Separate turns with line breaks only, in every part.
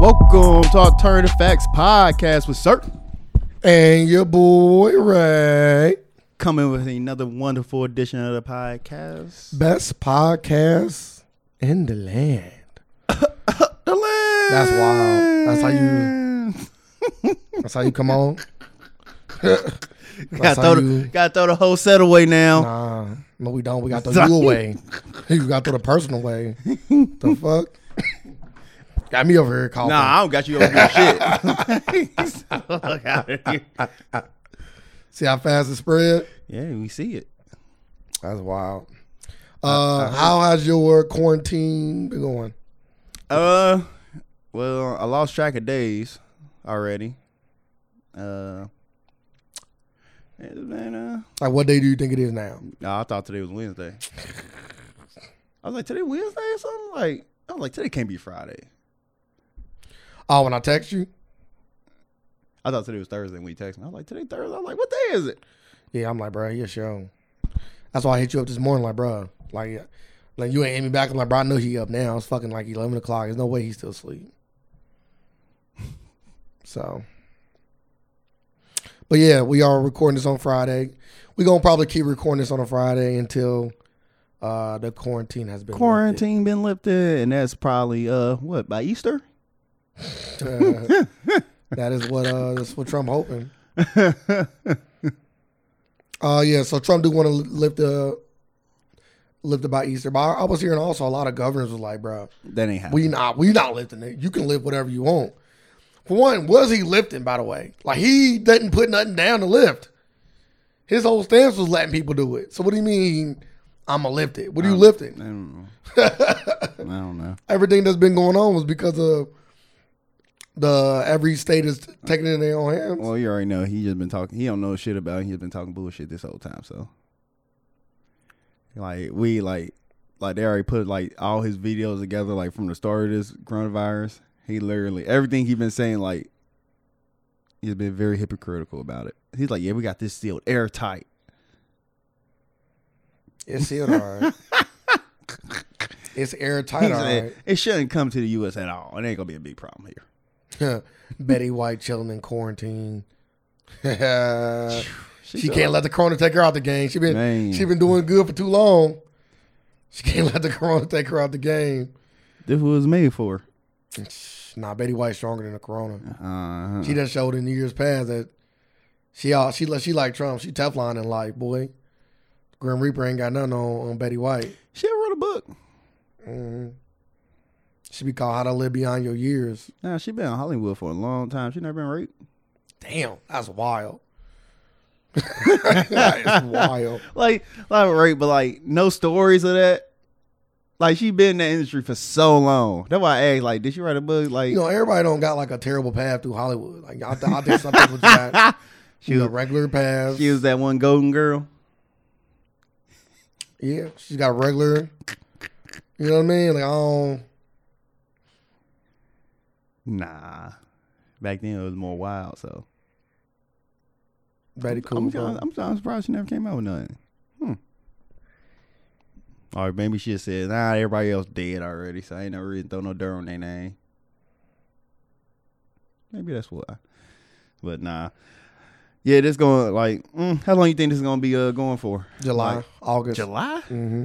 Welcome to Alternative Facts Podcast with Certain.
And your boy Ray.
Coming with another wonderful edition of the podcast.
Best podcast in the land.
The land.
That's wild. That's how you that's how you come on.
gotta,
that's
throw
how
the,
you
gotta throw the whole set away now.
Nah. No, we don't. We got the you away. You got throw the personal way. the fuck? Got me over here
Nah,
coughing.
I don't got you over your shit. Fuck outta here.
See how fast it spread?
yeah, we see it.
That's wild. Uh, how has your quarantine been going?
Uh, well, I lost track of days already. Uh, it's been, uh,
Like, what day do you think it is now?
Nah, I thought today was Wednesday. I was like, today Wednesday or something? Like, I was like, today can't be Friday.
Oh, when I text you?
I thought today was Thursday when you texted me. I was like, today Thursday. I was like, what day is it?
Yeah, I'm like, bro, you're show. That's why I hit you up this morning, like, bro, like, yeah. like you ain't hit me back. I'm like, bro, I know he up now. It's fucking like 11 o'clock. There's no way he's still asleep. So, but yeah, we are recording this on Friday. We're gonna probably keep recording this on a Friday until uh the quarantine has been lifted.
Quarantine been lifted, and that's probably uh what by Easter.
Uh, that is what uh that's what Trump hoping. uh yeah, so Trump do want to lift the lift it by Easter. But I, I was hearing also a lot of governors was like, bro,
That ain't happening.
we not we not lifting it. You can lift whatever you want. For one, was he lifting by the way? Like he didn't put nothing down to lift. His whole stance was letting people do it. So what do you mean I'ma lift it?
Um,
What are you lifting?
I don't know. I don't know.
everything that's been going on was because of the every state is taking it in their own hands.
Well, you already know he just been talking. He don't know shit about. It. He's been talking bullshit this whole time. So, like we like like they already put like all his videos together. Like from the start of this coronavirus, he literally everything he been saying. Like he's been very hypocritical about it. He's like, yeah, we got this sealed airtight.
It's sealed, all right. it's airtight,
He's
all
like,
right.
It shouldn't come to the U.S. at all. It ain't gonna be a big problem here.
Betty White chilling in quarantine. Uh, she
She,
can't let the corona take her out the game. She been
Man.
she been doing good for too long. She can't let the corona take her out the game.
This was made for.
Nah, Betty White's stronger than the corona.
Uh,
She done showed in the years past that she all she like she like Trump. She Teflon in life, boy. Grim Reaper ain't got nothing on, on Betty White. Mm-hmm.
she wrote a book.
She be called How to Live Beyond Your Years.
Nah, she been in Hollywood for a long time. She never been raped.
Damn, that's wild. that's wild.
like like right, but like no stories of that. Like she been in the industry for so long. That's why I asked, like, did she write a book? Like
You know, everybody don't got like a terrible path through Hollywood. Like I, th- I think some people just got
she
you know,
was,
regular paths.
she was that one golden girl.
yeah, she's got regular. You know what I mean? Like I don't.
Nah. Back then it was more wild, so
Betty cool.
I'm,
bro.
I'm, I'm, surprised she never came out with nothing. Hmm. Or maybe she just said, nah, everybody else dead already, so I ain't no reason to throw no dirt on their name. Maybe that's why. But nah. Yeah, this going like mm, how long you think this is gonna be uh, going for?
July,
Like,
August,
July?
hmm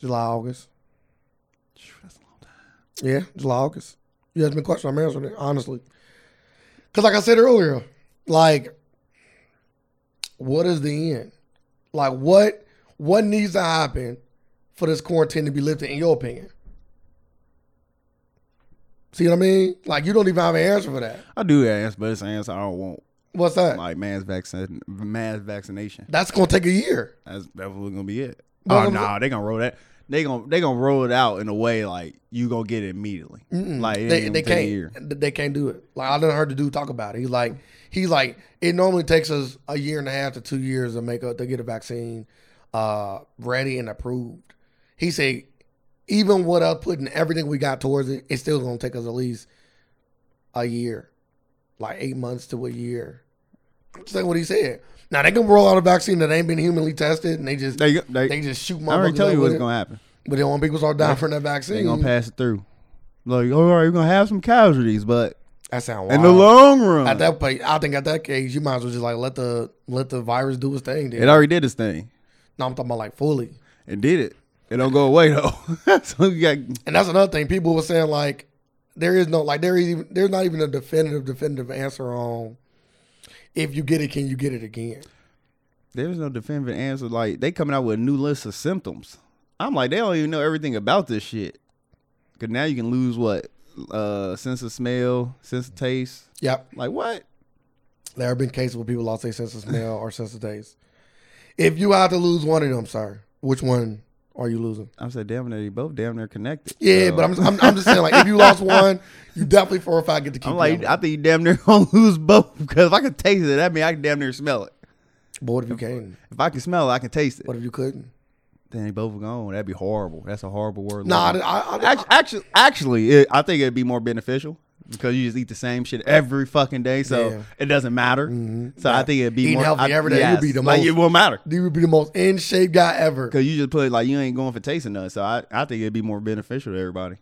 July, August.
That's a long time.
Yeah, July, August. You asked me a question, I'm answering it, honestly. Because, like I said earlier, like, what is the end? Like, what what needs to happen for this quarantine to be lifted, in your opinion? See what I mean? Like, you don't even have an answer for that.
I do answer, but it's an answer I don't want.
What's that?
Like mass vaccine mass vaccination.
That's going to take a year.
That's definitely gonna be it.
Well,
oh
I'm-
no, they gonna roll that. They gonna they gonna roll it out in a way like you gonna get it immediately. Like it
they,
ain't
they
gonna take a year.
can't they can't do it. Like I done heard the dude talk about it. He's like he's like it normally takes us a year and a half to two years to make a, to get a vaccine uh, ready and approved. He said even with us putting everything we got towards it, it's still gonna take us at least a year, like eight months to a year. Just like what he said. Now they can roll out a vaccine that ain't been humanly tested, and they just
They,
they,
go- they,
just shoot.
I already
motherfuckers Mm.
tell
up
you
with
what's
it.
gonna happen.
But then when people start dying from that vaccine,
They gonna pass it through. Like, all right, we're gonna have some casualties, but
That sound
in the long
wild.
run,
At that point, I think at that case, you might as well just like let the let the virus do its thing. Then.
it already did its thing.
no, I'm talking about like fully.
It did it. It don't go away though. so you got
And that's another thing. People were saying like there is no like there is even there's not even a definitive definitive answer on if you get it, can you get it again?
there's no definitive answer. Like they coming out with a new list of symptoms. I'm like, they don't even know everything about this shit. Cause now you can lose what uh sense of smell, sense of taste.
Yep.
Like what?
There have been cases where people lost their sense of smell or sense of taste. If you had to lose one of them, sir, which one are you losing?
I said, damn near they both damn near connected.
Yeah,
So,
but I'm, I'm I'm just saying like if you lost one, you definitely for a fact get to keep.
I'm
the
like,
other.
I think you damn near gonna lose both because if I can taste it, that mean I can damn near smell it.
but what if you can?
If I can smell it, I can taste it.
What if you couldn't?
Then they both gone. That'd be horrible. That's a horrible word.
Nah, I,
Like,
I, I,
act- actually, actually, it, I think it'd be more beneficial because you just eat the same shit every fucking day, so
Yeah. Mm-hmm.
it doesn't matter. So I think it'd be
Eating
more
healthy
I-
every day, you'd be the
like
most-
it won't matter
you would be the most in shape guy ever.
because you just put it like you ain't going for tasting nothing. So I, I think it'd be more beneficial to everybody.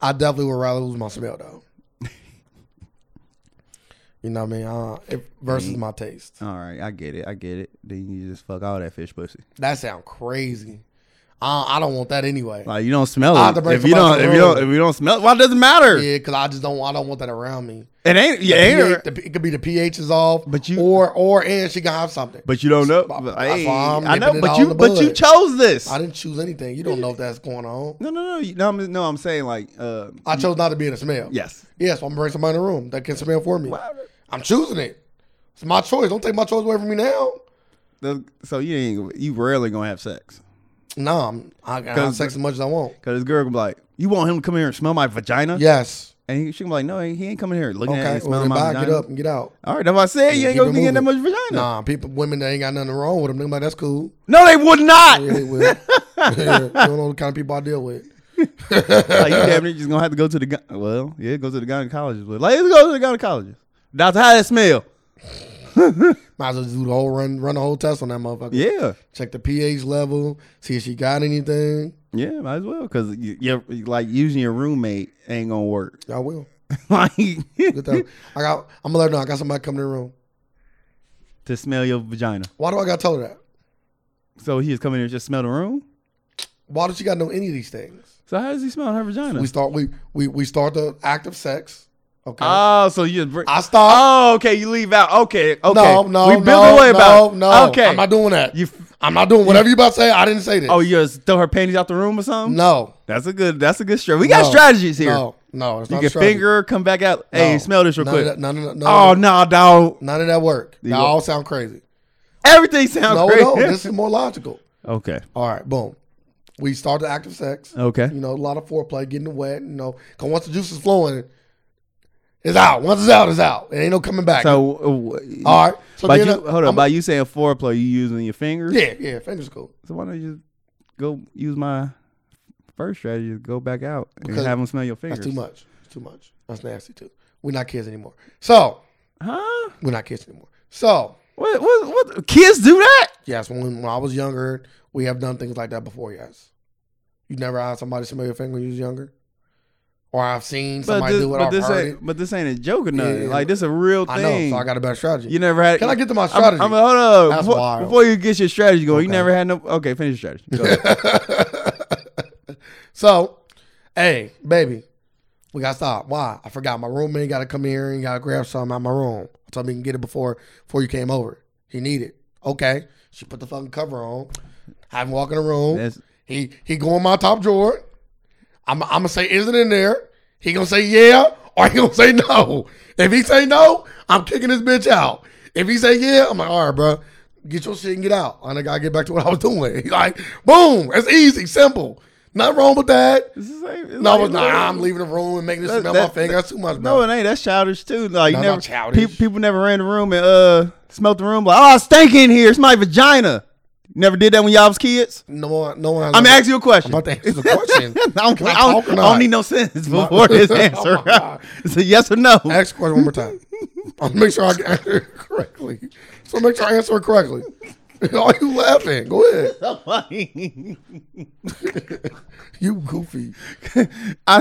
I definitely would rather lose my smell though. you know what I mean? Uh, if,
Mm-hmm.
versus my taste.
All right, I get it. I get it. Then you just fuck all that fish pussy.
That sound crazy. I, I don't want that anyway.
Like you don't smell
I'll have
it.
to bring
If you
somebody
don't, if
to the
you don't,
room.
if you don't smell, it, well, it doesn't matter.
Yeah, because I just don't. I don't want that around me.
It ain't. You
The
ain't.
pH the P- it could be the pH is off,
But you-
or or and she gonna have something.
But you don't know.
That's why
Hey,
I'm
I know.
nipping it
But
all in
you,
the
but you
bud.
chose this.
I didn't choose anything. You don't know if that's going on.
No, no, no. You- No, I'm, no, I'm saying like, uh,
I chose not to be in the smell.
yes.
Yes, I'm gonna bring somebody in the room that can smell for me.
Wow.
I'm choosing it. It's my choice. Don't take my choice away from me now.
The- So you ain't, you rarely gonna have sex
No, I'm, I can have
'Cause-
sex as much as I want.
because this girl gonna be like, you want him to come here and smell my vagina?
Yes.
And he, she gonna be like, no, he ain't coming here looking at
Okay.
and
Well,
smelling
then
my
bye,
vagina.
get up and get out.
All right, that's what I said. you
Yeah,
ain't
keep
gonna
it
be getting that much
moving.
vagina.
Nah, people, women, they ain't got nothing wrong with them. They're like, that's cool.
No, they would not.
Yeah, they will. yeah, you don't know the kind of people I deal with.
like you damn near just gonna have to go to the gy- well, yeah, go to the gynecologist. But like, let's go to the gynecologist. Doctor, how that smell?
Might as well just do the whole run, run the whole test on that motherfucker.
Yeah,
Check the pH level, see if she got anything.
yeah, might as well because you, you're like using your roommate ain't gonna work.
I will.
like
Get that- I got. I'm gonna let her know. I got somebody coming in the room.
to smell your vagina.
Why do I got to tell her that?
So he just come in here and just smell the room.
Why does she got to know any of these things?
So how does he smell her vagina?
We start. We we we start the act of sex. Okay.
oh, so you just bring.
I stop.
oh, okay, you leave out. Okay, okay.
No, no,
we build a
no,
way
no,
about. it.
no.
okay.
I'm not doing that.
you. f-
I'm not doing whatever you about to say. I didn't say this.
Oh, you just throw her panties out the room or something.
no,
That's a good. That's a good strategy. We got
No.
strategies here.
no, no. It's
You
not
can
strategy.
finger her, come back out.
No.
Hey, smell this real
none
quick.
Of that, none, of that, none,
oh
of that,
no, dog.
none of that work. That
You-
all sound crazy.
Everything sounds
No,
great.
no. This is more logical.
okay.
All right, boom. We start the act of sex.
Okay.
You know, a lot of foreplay, getting it wet. You know, cause once the juice is flowing, it's out. Once it's out, it's out. It ain't no coming back.
So, uh, w-
all right. So
but
then,
you
uh,
hold on.
I'm-
By you saying foreplay, you using your fingers.
yeah, yeah. Fingers cool.
So why don't you go use my first strategy? Just Go back out
Because
and have them smell your fingers.
That's too much. It's too much. That's nasty too. We're not kids anymore. So
Huh?
we're not kids anymore. So
What? What? What? Kids do that?
yes, when when I was younger, we have done things like that before. Yes. You never had somebody smell your finger when you was younger, or I've seen
But
somebody
this,
do it.
but
I've
this
heard
ain't. But this ain't a joke or nothing.
Yeah.
Like this a real
it. I know.
thing.
So I got a better strategy.
you never had.
Can I get to my
I'm-
strategy?
I'm, hold up.
That's
before,
wild.
before you get your strategy going, you
Okay.
never had no. Okay, finish your strategy. Go ahead.
so, hey, baby, we gotta stop. Why? I forgot my roommate gotta come here and gotta grab something out my room. I told him he can get it before before you came over. He need it. Okay. She put the fucking cover on. Have him walk in the room.
That's-
he he go in my top drawer. I'm I'm gonna say is it in there? He gonna say yeah or he gonna say no. If he say no, I'm kicking this bitch out. If he say yeah, I'm like all right, bro, get your shit and get out. And I gotta get back to what I was doing. He like boom, it's easy, simple, nothing wrong with that.
This is like- it's
No,
like-
it's not. I'm leaving the room and making this
That-
smell my
that-
finger. That's too much,
No,
bro.
it ain't. That's childish too. Like
No,
you never
not childish.
pe- people never ran the room and uh smelt the room like, oh, I stink in here. It's my vagina. Never did that when y'all was kids.
No, one, no one. Has
I'm
ever-
asking you a question.
I'm about to answer the question.
I don't,
Can I
I don't-
talk or
I don't
not?
need no sentence before this
Oh my
answer.
God.
it's a yes or no.
Ask the question one more time. I'll make sure I can answer it correctly. So make sure I answer it correctly. Are you laughing? Go ahead.
I
You goofy.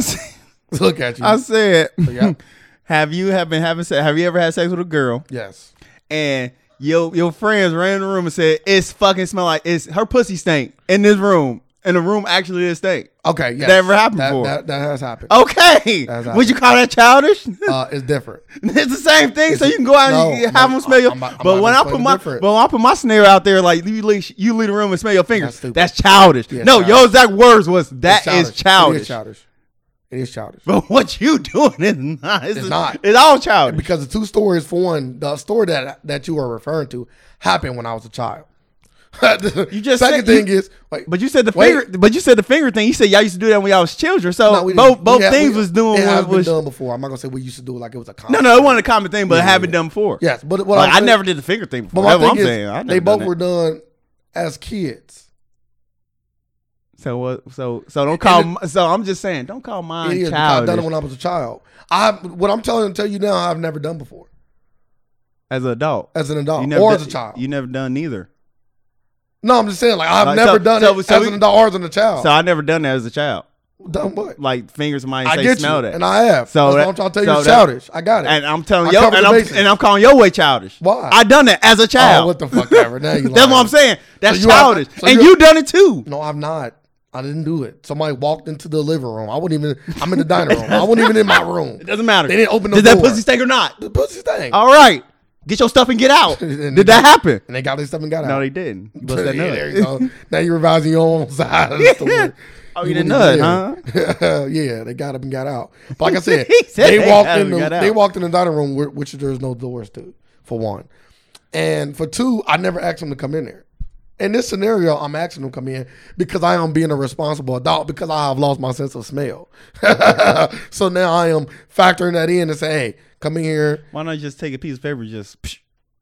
see.
Look at you.
I said,
Yeah.
have you have been having sex? Have you ever had sex with a girl?
yes.
And your your friends ran in the room and said, "It's fucking smell like it's her pussy stink in this room, and the room actually did stink."
Okay. Yes.
That ever happened
that,
before? Oh.
That, that has happened.
Okay,
That's not-
would you call that childish?
Uh, it's different.
It's the same thing. So you can go out and
No,
you can have
no,
them smell your.
I'm not- I'm
but
not
when I
explaining
put my,
different.
but when I put my scenario out there, like you leave, you leave the room and smell your fingers.
That's stupid.
That's, childish.
Yeah,
no, your
childish.
exact words was that
It's
is
It
childish.
is childish. It is childish.
But what you doing is not. It's,
It's not.
It's all childish.
Because the two stories, for one, the story that that you are referring to happened when I was a child. you
just
second
said you-
thing is wait,
But you said the
Wait.
finger. But you said the finger thing. You said y'all used to do that when y'all was children. So
no, we didn't-
both
we
both
had-
things
we-
was doing.
It has
What
been
was,
done before. I'm not gonna say we used to do it like it was a common.
no, no, it wasn't a common thing, but it had been done before.
Yes, but
like,
what
I
I'm saying-
never did the finger thing
But
before.
my
That's what I'm
thing is,
saying. I
they
never done
both
that.
were done as kids.
So what? So so don't call. m so I'm just saying, don't call mine
It is, because I've
childish.
done it when I was a child. I what I'm telling tell you now, I've never done before
as an adult.
as an adult
You never
or
done-
as a child.
You never done neither.
no, I'm just saying like I've
Like,
never
so-
done
so-
it
so
as
we-
an adult or as a child.
So I never done that as a child.
done what?
Like fingers might
I
say
get you,
smell that.
and I have.
So
So That's
that-
what I'm trying to tell
so
you,
that-
childish. I got it.
And I'm telling
I
you,
covered
and
the
I'm,
bases.
and I'm calling your way childish.
Why?
I done that as a child.
Oh, what the fuck ever. Now you
That's
lying.
what I'm saying. That's
you are-
childish.
so
and
you're-
you done it too.
No, I'm not. I didn't do it. Somebody walked into the living room. I wouldn't even. I'm in the dining room. I wasn't even in my room.
It doesn't matter.
They didn't open the
Did that
door.
pussy Oh. stink or not?
The pussy thing.
All right. Get your stuff and get out.
And
Did
they-
that happen?
And they got their stuff and got out.
No, they didn't. You bust that
Yeah,
nut.
there you go. now you're revising your own side of the story.
Oh, you
went
done
to jail. yeah, they got up and got out. But like I said,
He said
they,
they got
walked
up
in.
and
The,
got out.
they walked in the dining room, where, which there's no doors to, for one, and for two, I never asked them to come in there. In this scenario, I'm asking them to come in because I am being a responsible adult because I have lost my sense of smell. so now I am factoring that in and say, hey, come in here.
Why not just take a piece of paper, and just psh,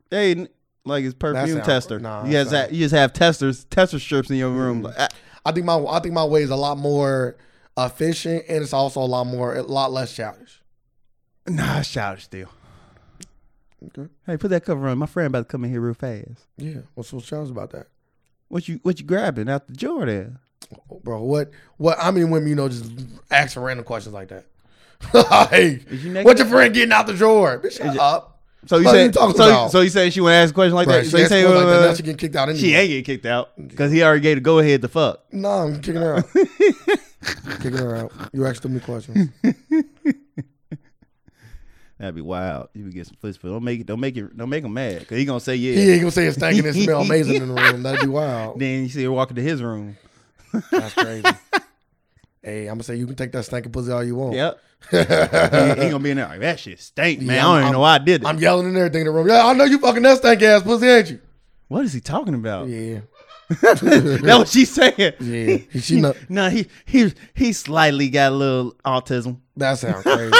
hey, n- like it's perfume
sound-
tester.
nah,
you
that
guys, ha- you just have testers, tester strips in your room. Like, ah,
I think my I think my way is a lot more efficient and it's also a lot more a lot less childish. Mm.
nah, it's childish still.
Okay.
Hey, put that cover on. My friend about to come in here real fast.
Yeah. What's so childish about that?
What you what you grabbing out the Jordan?
Bro, what what I mean women you know just asking random questions like that. like
Is you naked?
what your friend getting out the drawer? Bitch, shut up.
So you
What are
said
you talking
so,
about?
so you saying she want to ask a question like
Bro,
that?
she
So you
asking
say
us like that,
uh,
now she getting kicked out anyway.
she ain't getting kicked out because he already gave the go ahead to fuck.
No, I'm kicking her out. kicking her out. You asked them the questions.
That'd be wild. You would get some fist foot. Don't make it. Don't make it. Don't make him mad because he gonna say yeah.
He ain't gonna say it's stinking and smell amazing in the room. That'd be wild.
Then you see her walking to his room.
That's crazy. Hey, I'm gonna say you can take that stinking pussy all you want.
Yep. he, he gonna be in there like that shit stink, man. I don't even
I'm-
know why I did it.
I'm yelling and everything in the room. Yeah, I know you fucking that stank ass pussy, ain't you?
What is he talking about?
Yeah.
That's what she's saying.
Yeah. She know
No, he he he slightly got a little autism.
that sounds crazy.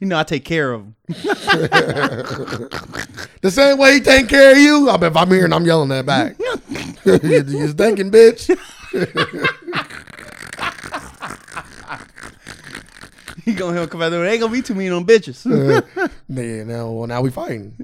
You know, I take care of him.
The same way he taking care of you. I bet if I'm here and I'm yelling that back. you, you stinking bitch.
He gonna he'll come out there. They ain't gonna be too mean on bitches.
Yeah, now well now we fighting.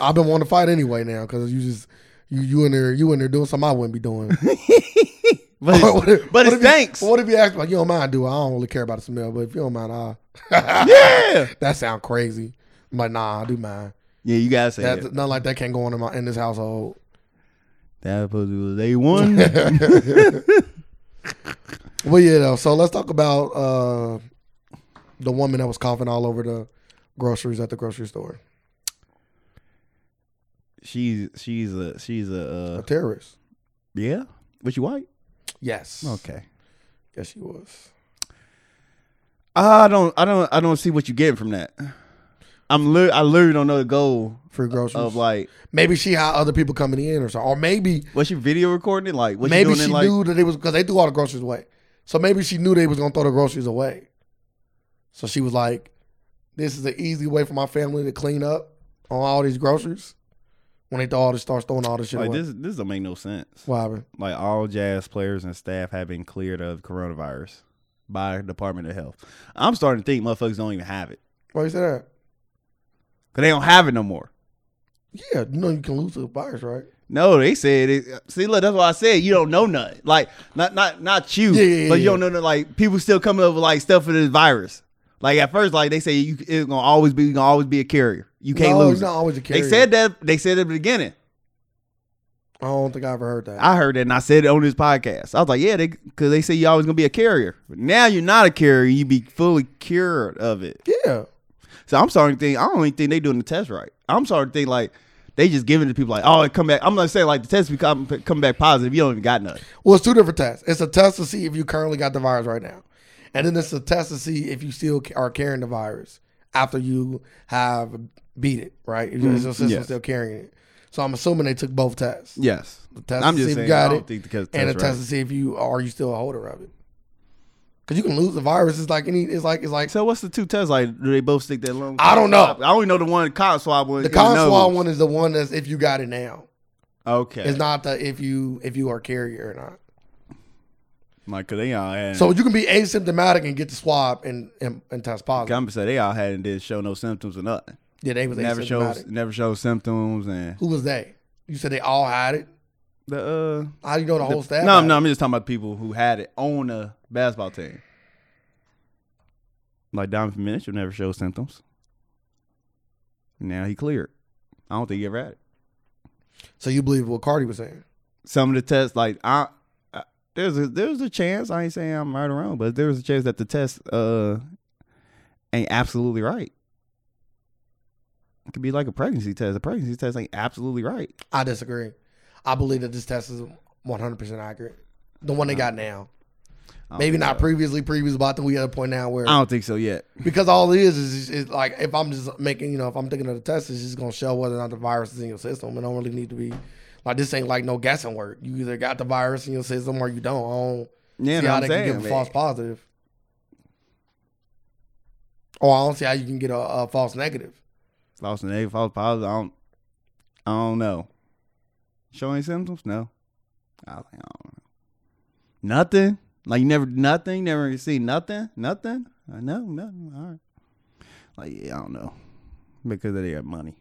I've been wanting to fight anyway now because you just you you in there you in there doing something I wouldn't be doing.
but it's,
What if-
but
what
it
if you-
stinks.
What if you ask like you don't mind? Do I? I don't really care about the smell, but if you don't mind, I.
yeah.
That sound crazy. I'm like nah, I do mind.
Yeah, you gotta say
That's
that.
nothing like that can't go on in my in this household.
That pussy was a one.
Well, yeah, though. So let's talk about uh, the woman that was coughing all over the groceries at the grocery store.
she's she's a she's a
A
uh,
terrorist.
yeah. But she white?
Yes.
Okay.
Yes, she was.
I don't I don't I don't see what you getting from that. I'm lit I literally don't know the goal
Free groceries.
of like
maybe she had other people coming in or something. Or maybe
was she video recording it? Like was
maybe
she doing
she
it like
knew that they was because they threw all the groceries away. So maybe she knew they was gonna throw the groceries away. So she was like, "This is an easy way for my family to clean up on all these groceries." When they throw all this, start throwing all this shit
like
away.
this this don't make no sense.
What happened?
like all jazz players and staff have been cleared of coronavirus by Department of Health. I'm starting to think motherfuckers don't even have it
Why you say that?
because they don't have it no more.
Yeah, you know you can lose to the virus, right?
No, they said it. See, look, that's why I said you don't know nothing. Like, not not not you,
Yeah, yeah,
but you
yeah.
don't know nothing. Like, people still coming up with like stuff for this virus. Like at first, like they say you it's gonna always be you gonna always be a carrier. You can't
no,
lose.
it's
it.
not always a carrier.
They said that. They said it at the beginning.
I don't think I ever heard that.
I heard that and I said it on this podcast. I was like, yeah, they because they say you always gonna be a carrier. But now you're not a carrier. You be fully cured of it.
yeah.
So I'm starting to think I don't even think they doing the test right. I'm starting to think like they just giving it to people like oh it come back. I'm not saying like the test become come back positive. You don't even got nothing.
Well, it's two different tests. It's a test to see if you currently got the virus right now, and then it's a test to see if you still ca- are carrying the virus after you have beat it, right? If your system
Mm, yes.
still carrying it. So I'm assuming they took both tests.
Yes,
The test
I'm
to
just
see if
saying.
you got
I don't
it,
think the test,
and a
test
test to see if you are you still a holder of it. Because you can lose the virus. It's like any. It's like it's like
right. So what's the two tests like? Do they both stick that long?
I don't know.
I only know the one cotton swab one.
the
in your
con swab
nose.
one is the one that's if you got it now.
Okay,
It's not the if you if you are a carrier or not.
like 'cause they all had.
So you can be asymptomatic and get the swab and and, and test positive.
I'm say they all had and did show no symptoms or nothing.
Yeah, they was
Never
asymptomatic.
shows never shows symptoms and
Who was they? You said they all had it.
the uh.
How do you know the whole staff?
No,
had it?
no, I'm just talking about people who had it on a basketball team. Like Donovan Mitchell never showed symptoms. Now he cleared. I don't think he ever had it.
So you believe what Cardi was saying?
Some of the tests, like I, I there's a there's a chance. I ain't saying I'm right or wrong, but there's a chance that the test uh ain't absolutely right. It could be like a pregnancy test. A pregnancy test ain't absolutely right.
I disagree. I believe that this test is 100 percent accurate. The one they got now,
I don't
maybe
think
not
so.
previously previous, but I think we at a point now where
I don't think so yet.
because all it is is, is like if I'm just making you know if I'm thinking of the test, it's just gonna show whether or not the virus is in your system. It don't really need to be like this ain't like no guessing work. You either got the virus in your system or you don't. I don't
Yeah,
see
know
how
what
they
I'm
can
saying.
give a
man.
false positive. Or I don't see how you can get a, a false negative.
Lost an egg, false positive. I don't, I don't know. Show any symptoms? No. I, was like, I don't know. Nothing. Like you never nothing. Never see nothing. Nothing. I know nothing. All right. Like yeah, I don't know because they got money.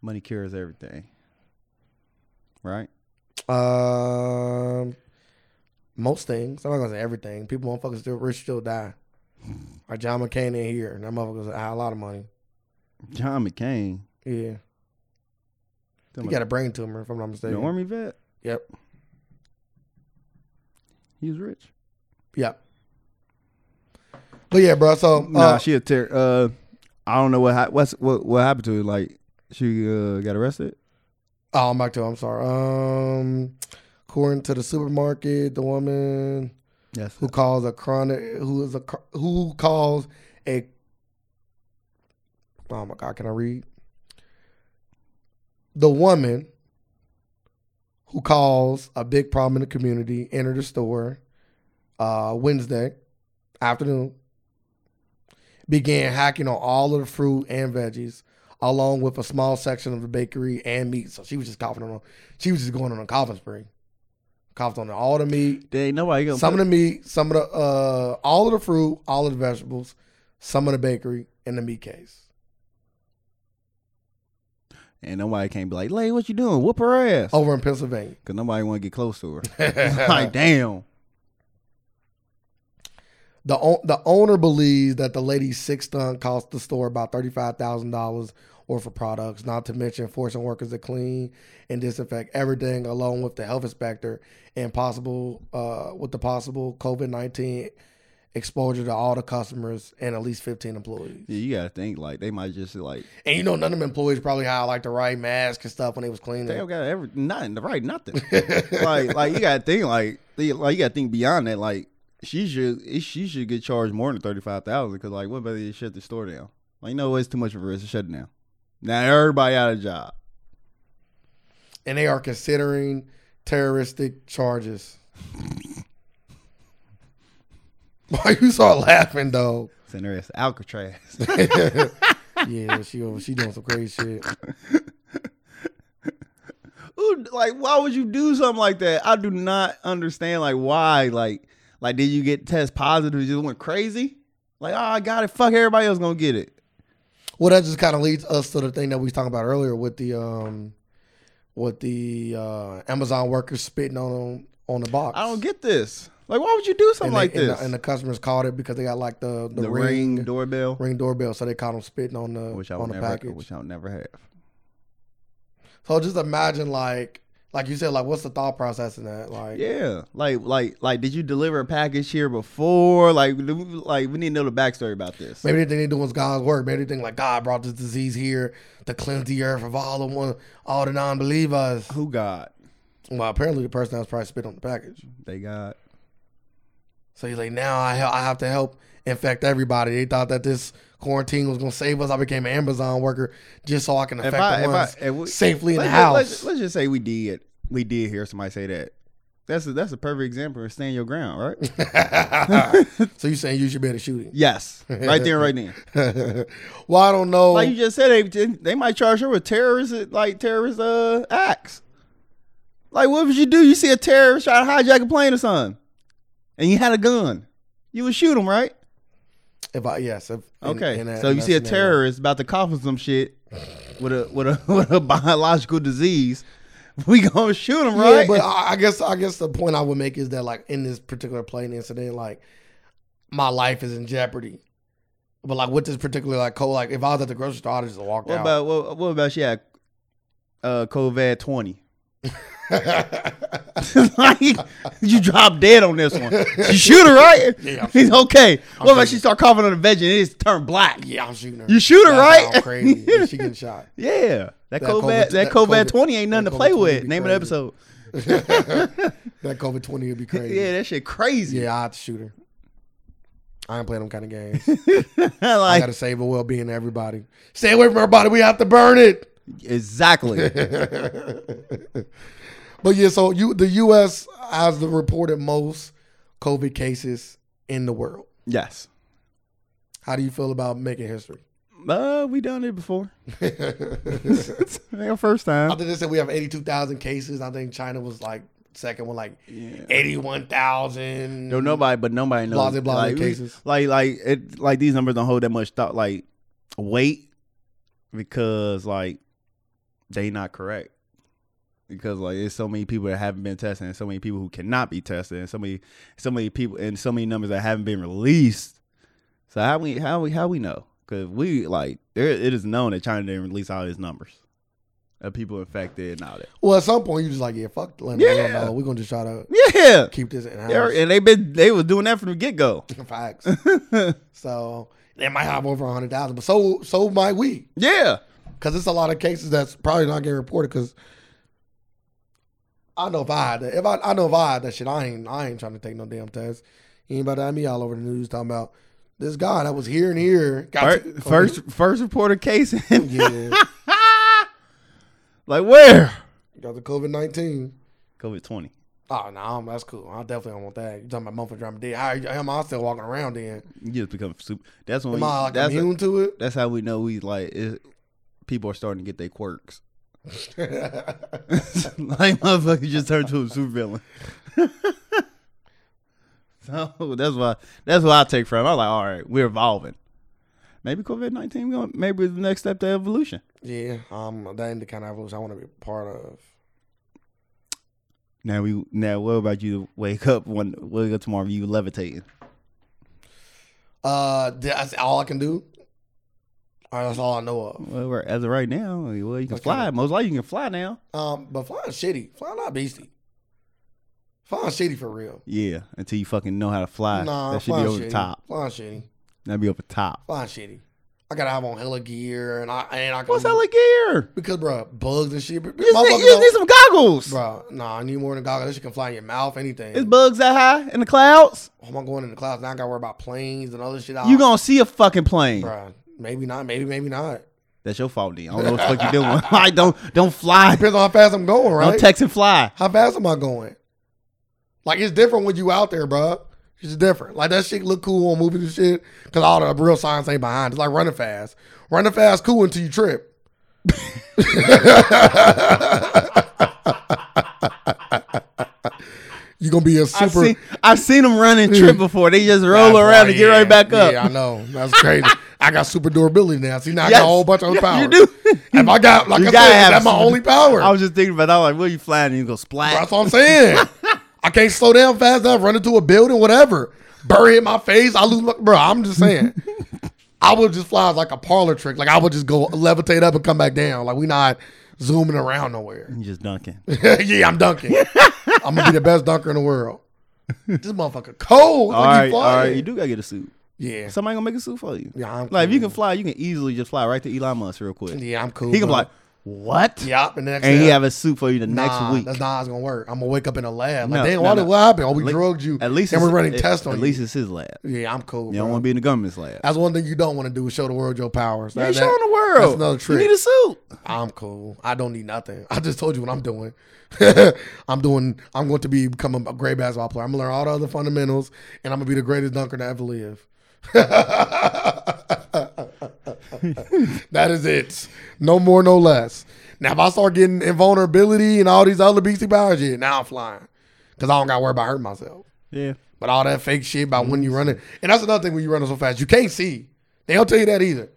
Money cures everything. Right.
Um, most things. I'm not gonna say everything. People motherfuckers still rich still die. Like John McCain in here, and that motherfucker's had a lot of money.
John McCain.
Yeah,
Talking
he
about
got a brain tumor, if I'm not
the
mistaken.
army vet.
Yep.
He was rich.
Yep. But yeah, bro. So uh,
nah, she a ter- uh I don't know what hap what's what what happened to her. Like she uh, got arrested.
oh, I'm back to. I'm sorry. Um, according to the supermarket, the woman
Yes.
who calls a chronic who is a cr- who calls a oh my god can i read the woman who calls a big problem in the community entered the store uh, wednesday afternoon began hacking on all of the fruit and veggies along with a small section of the bakery and meat so she was just coughing on she was just going on a coughing spree coughed on all the meat
There ain't nobody gonna
some
put-
of the meat, some of the uh, all of the fruit, all of the vegetables, some of the bakery, and the meat case.
and nobody can't be like, "Lay, what you doing? Whoop her ass!"
Over in Pennsylvania.
because nobody want to get close to her. like,
the
damn.
o- the owner believes that the lady's six ton cost the store about thirty five thousand dollars worth of products, not to mention forcing workers to clean and disinfect everything, along with the health inspector and possible uh, with the possible COVID nineteen exposure to all the customers and at least fifteen employees.
Yeah, you gotta think like they might just like
And you know, none of them employees probably had like the right mask and stuff when they was cleaning.
they don't got every nothing right nothing. like like you gotta think like they, like you gotta think beyond that. Like she should it- she should get charged more than thirty five thousand because like what better you shut the store down? Like no, it's too much of a risk. Shut it down. Now everybody out of job.
and they are considering terroristic charges. Why you start laughing though?
Send her ass to Alcatraz.
yeah, she over- she doing some crazy shit.
Who like why would you do something like that? I do not understand like why like like did you get test positive? You just went crazy? Like oh I got it. Fuck everybody else gonna get it.
Well, that just kind of leads us to the thing that we was talking about earlier with the um with the uh, Amazon workers spitting on 'em on the box.
I don't get this. Like, why would you do something
and
like
they,
this?
And the, and the customers called it because they got like the the,
the
ring,
ring, doorbell,
ring doorbell, so they caught them spitting on the
which I
on
would
the
never,
package.
which I would never have.
So just imagine like like you said, like what's the thought process in that? Like
Yeah, like, like, like, did you deliver a package here before? Like, do we- like, we need to know the backstory about this.
maybe they think they're doing God's work. Maybe they think like God brought this disease here to cleanse the earth of all the one all the non believers.
Who God?
Well apparently the person that was probably spit on the package.
They God.
So he's like, now I hel- I have to help infect everybody. They thought that this quarantine was gonna save us. I became an Amazon worker just so I can
If
affect
I,
the
if I,
ones
if we,
safely in the
let's,
house.
Let's, let's just say we did, we did hear somebody say that. That's a, that's a perfect example of stand your ground, right? Uh,
so you saying you should be able to shoot him?
yes, right there, right now.
well, I don't know.
Like you just said, they they might charge her with terrorist like terrorist uh, acts. Like what would you do? You see a terrorist try to hijack a plane or something, and you had a gun, you would shoot him, right?
if I yes, if, in-
Okay,
in that-
so
in
you
that
see a
scenario.
terrorist about to cough on some shit with a with a with a biological disease, we gonna shoot him,
Yeah,
right?
but I, I guess I guess the point I would make is that like in this particular plane incident, like my life is in jeopardy. But like with this particular like co like if I was at the grocery store, I'd just walk
what
out.
about what, what about she had uh, COVID twenty? like you drop dead on this one. She shoot her, right?
Yeah.
He's okay. what about
taking
she start coughing on the veggie and it's turned black?
yeah, I'm shooting her.
You shoot her,
That's
right?
how crazy. Yeah, she getting shot.
Yeah. That,
That
COVID,
COVID
that
that
COVID,
COVID
twenty ain't nothing
that
to play
COVID
with.
be
Name of
crazy.
the episode.
That COVID twenty would be crazy.
Yeah, that shit crazy.
Yeah, I have to shoot her. I ain't playing them kind of games. I
like
gotta save her well being everybody. Stay away from everybody. We have to burn it.
exactly.
But yeah, so you the U.S. has the reported most COVID cases in the world.
yes.
How do you feel about making history?
Uh, we done it before.
I think
It's our first time.
they said we have eighty-two thousand cases. I think China was like second one, like
Yeah.
eighty-one thousand.
No, nobody, but nobody knows.
Blase, blase
like, we-
cases.
like, like, it, like these numbers don't hold that much thought, like weight, because like they not correct. Because like there's so many people that haven't been tested, and so many people who cannot be tested, and so many, so many people, and so many numbers that haven't been released. So how we, how we, how we know? Because we like there, it is known that China didn't release all these numbers of people infected and all that.
Well, at some point you just like, yeah, fuck, let yeah.
Yeah.
We're gonna just try to
Yeah,
keep this in
They're-
house.
and they been they was doing that from the get go.
Facts. so they might have over hundred thousand, but so so might we.
yeah.
Because it's a lot of cases that's probably not getting reported. Because I know if I had that, if I, I know if I had that shit, I ain't I ain't trying to take no damn test. You ain't about to have me all over the news talking about this guy that was here and here. Got
First, first, first reported case. in-
yeah,
like where?
got the COVID nineteen.
COVID twenty.
Oh no, I'm- that's cool. I definitely don't want that. You talking about Mumford Drama Dead? How how am I still walking around then?
You just become super. That's when.
Am
we,
I like
that's
immune to it?
that's how we know we like. It, people are starting to get their quirks. like motherfucker just turned to a super villain. so that's why that's what I take from. it. I'm like, all right, we're evolving. Maybe COVID nineteen. Maybe it's the next step to evolution.
yeah, um, that ain't the kind of evolution I want to be a part of.
Now we now what about you wake up one wake up tomorrow you levitating?
Uh, that's all I can do. All right, that's all I know of.
Well, we're- as of right now, well you can
Okay.
fly. Most likely you can fly now.
Um, but flying shitty. Flying not beastie. Flying shitty for real.
Yeah, until you fucking know how to fly.
Nah,
that should be
flying
over
shitty.
the top.
Flying shitty.
That'd be over the top.
Flying shitty. I gotta have on hella gear and I and I can
What's hella gear?
because bro, bugs and shit. Bro,
You just, need,
motherfuckers
you just
don't-
need some goggles.
bro nah, I need more than goggles. This shit can fly in your mouth, anything.
It's bugs that high in the clouds.
How am I going in the clouds? Now I gotta worry about planes and other shit. I-
You gonna see a fucking plane.
bro, maybe not, maybe, maybe not.
That's your fault, D. I don't know what the fuck you doing. like don't don't fly.
Depends on how fast I'm going, right?
Don't text and fly.
How fast am I going? Like it's different when you out there, bro. It's different. Like that shit look cool on movies and shit, cause all the real science ain't behind. it. It's like running fast. Running fast cool until you trip. you gonna be a
I've
super Mm.
seen, I've seen them run and trip before. They just roll
That's
around
right,
and get
yeah.
right back up.
Yeah, I know. That's crazy. I I got super durability now. See, now I
Yes.
got a whole bunch of
Yeah,
other powers.
You do.
If I got, like
You
I
gotta
said,
have
that's my
super-
only power.
I was just thinking about that. Like, where you flying and you go splat?
That's what I'm saying. I can't slow down fast enough, run into a building, whatever. Bury in my face. I lose, look, bro. I'm just saying. I would just fly as like a parlor trick. Like I would just go levitate up and come back down. Like we not zooming around nowhere.
You just dunking.
yeah, I'm dunking. I'm gonna be the best dunker in the world. This motherfucker cold.
all
like
right,
he
all
flying.
right. You do gotta get a suit.
Yeah,
Somebody gonna make a suit for you.
yeah. I'm
Like, if you
cool.
can fly, you can easily just fly right to Elon Musk real quick.
Yeah, I'm cool.
He can be
bro.
like, what?
Yup, and the next
And
day,
he have a suit for you the
nah,
next
That's
week.
not how it's gonna work. I'm gonna wake up in a lab. Like,
No,
damn,
no,
what,
no.
what happened? Oh, we
At
drugged you.
At least
and
it's-
we're running
at-
tests on
At
you.
least it's his lab.
yeah, I'm cool.
You don't
bro.
want to be in the government's lab.
That's one thing you don't want to do is show the world your powers.
You ain't
That, that-
showing the world.
That's another trick.
You need a suit.
I'm cool. I don't need nothing. I just told you what I'm doing. I'm doing. I'm going to be become a great basketball player. I'm gonna learn all the other fundamentals, and I'm gonna be the greatest dunker to ever live. that is it. No more, no less. Now, if I start getting invulnerability and all these other beastie powers, yeah, now I'm flying because I don't got to worry about hurting myself.
Yeah.
But all that fake shit about when you running, and that's another thing when you running so fast, you can't see. They don't tell you that either.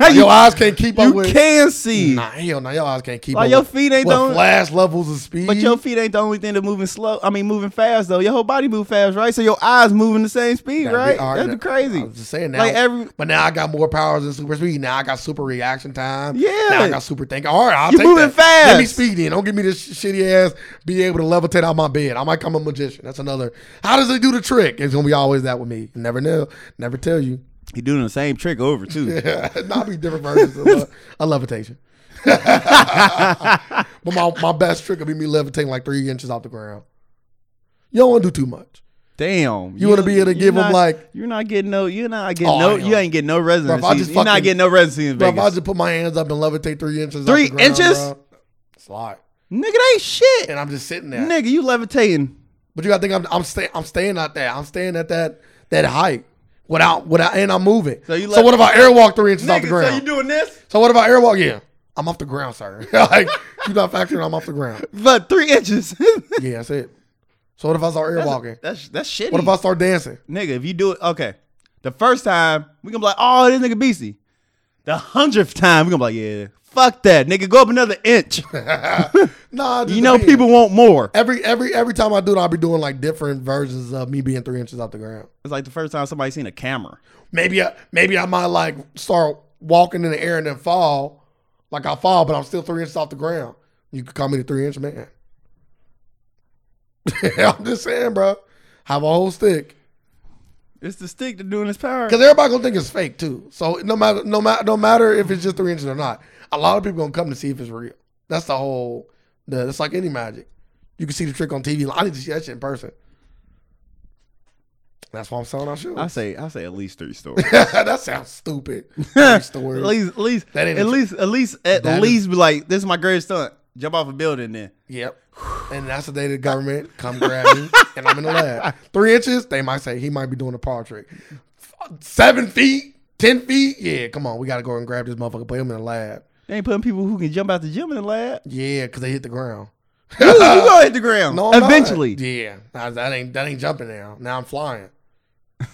Like, your eyes can't keep up
You
with.
can see.
Nah, hell no, your eyes can't keep
Like
up
your
with,
feet ain't
with
the only-
flash levels of speed.
But your feet ain't the only thing that moving slow. I mean, moving fast though. Your whole body move fast, right? So your eyes moving the same speed,
That'd be-
right?
all right,
That'd be crazy.
I was just saying now.
Like every
but now I got more powers than super speed. Now I got super reaction time.
Yeah.
Now I got super thinking. All right, I'll
You
take
moving
that. Let me
fast.
speed in. Don't give me this sh- shitty ass. Be able to levitate out my bed. I might come a magician. That's another. How does it do the trick? It's gonna be always that with me. Never know. Never tell you.
he doing the same trick over too.
not be different versions of uh, a levitation. but my, my best trick would be me levitating like three inches off the ground. You don't want to do too much.
Damn,
You wanna be able to
you're
give 'em,
not-
like-
you're not getting no, you're not getting
Oh,
no,
I
you ain't getting no
Bro,
residency.
if I just
you're not
fucking-
getting no residency in
But if I
Vegas,
just put my hands up and levitate three inches,
Three
off the ground,
inches?
bro, it's a lot.
nigga. That ain't shit,
And I'm just sitting there.
nigga. You levitating.
But you got to think I'm I'm staying I'm staying out there. I'm staying at that that height without without and I'm moving. So,
So you lev-
what if I airwalk three inches off the
Nigga,
ground?
so you doing this,
so what if I airwalk? Yeah, I'm off the ground, sir. like you're not factoring. I'm off the ground.
but three inches. that's,
Yeah, that's it. So what if I start air walking?
that's that's shitty.
What if I start dancing?
nigga? If you do it, okay. The first time we gonna be like, oh, this nigga beastie. The hundredth time we gonna be like, yeah, fuck that, nigga. Go up another inch.
Nah, it just
You know,
depends.
people want more.
Every every every time I do it, I'll be doing like different versions of me being three inches off the ground.
It's like the first time somebody seen a camera.
Maybe I, maybe I might like start walking in the air and then fall, like I fall, but I'm still three inches off the ground. You could call me the three inch man. I'm just saying, bro. Have a whole stick.
It's the stick that doing his power.
Cause everybody gonna think it's fake too. So no matter no matter no matter if it's just three inches or not, a lot of people gonna come to see if it's real. That's the whole. The, that's like any magic. You can see the trick on TV. I need to see that shit in person. That's why I'm selling our shoes.
I say, I say at least three stories.
that sounds stupid. Three
At
stories.
least, at least,
That ain't
at
a-
least, at least, at
That is-
least, be like, this is my greatest stunt. Jump off a building, then.
Yep. And that's the day the government come grab me, and I'm in the lab. Three inches, they might say he might be doing a paw trick. F- Seven feet, ten feet, yeah. Come on, we gotta go and grab this motherfucker, put him in the lab.
They ain't putting people who can jump out the gym in the lab.
Yeah, because they hit the ground.
you you gonna hit the ground
No, I'm not.
eventually.
Yeah, Nah, that ain't that ain't jumping now. Now I'm flying.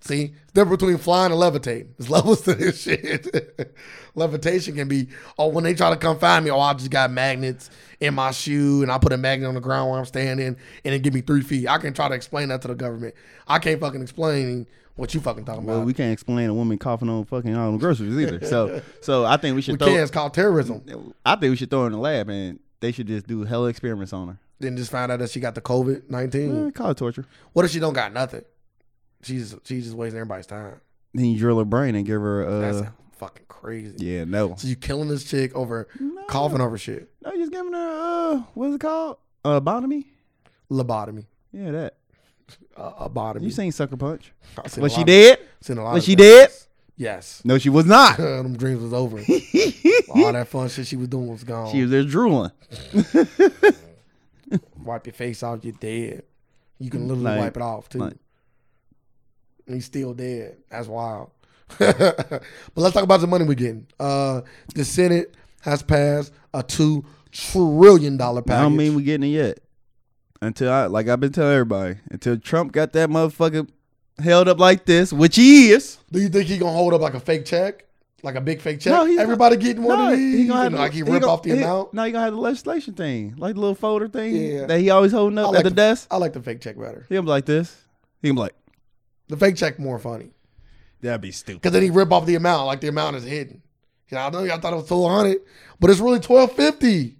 See, difference between flying and levitating. There's levels to this shit. Levitation can be, oh, when they try to come find me, oh, I just got magnets in my shoe and I put a magnet on the ground where I'm standing and it give me three feet. I can try to explain that to the government. I can't fucking explain what you fucking talking
Well,
about.
we can't explain a woman coughing on fucking all the groceries either. So, so I think we should
We
throw.
can. It's called terrorism.
I think we should throw her in the lab and they should just do hell experiments on her.
Then just find out that she got the COVID 19.
Eh, call it torture.
What if she don't got nothing? She's, she's just wasting everybody's time.
Then you drill her brain and give her.
That's
Uh,
fucking crazy.
yeah, no.
So you killing this chick over
No.
coughing over shit.
No, just giving her uh, what's it called? Uh, botomy.
Lobotomy.
Yeah, that.
Uh, lobotomy.
You seen Sucker Punch?
I've seen a
Was
lot
she
of-
dead?
Seen a lot
Was
of
she
things.
dead?
Yes.
No, she was not.
Them dreams was over.
she
All that fun shit she was doing was gone.
was there drooling.
wipe your face off, you're dead. You can literally
Like-
wipe it off too.
like-
And He's still dead. That's wild. but let's talk about the money we're getting. Uh, the Senate has passed a two trillion dollar
I
package.
don't mean we getting it yet. Until I like I've been telling everybody, until Trump got that motherfucking held up like this, which he is.
Do you think he gonna hold up like a fake check, like a big fake check?
No, he's
Everybody getting one
No,
of these,
he gonna have
and,
the-
like he rip
gonna-
off the
he-
amount.
No, he gonna have the legislation thing, like the little folder thing
Yeah.
that he always holding
I
up
like
at the,
the-
desk.
I like the fake check better.
He gonna be like this. He gonna be like,
The fake check more funny
that'd be stupid.
because then he rip off the amount, like the amount is hidden. You know, I know y'all thought it was twelve hundred, but it's really twelve fifty.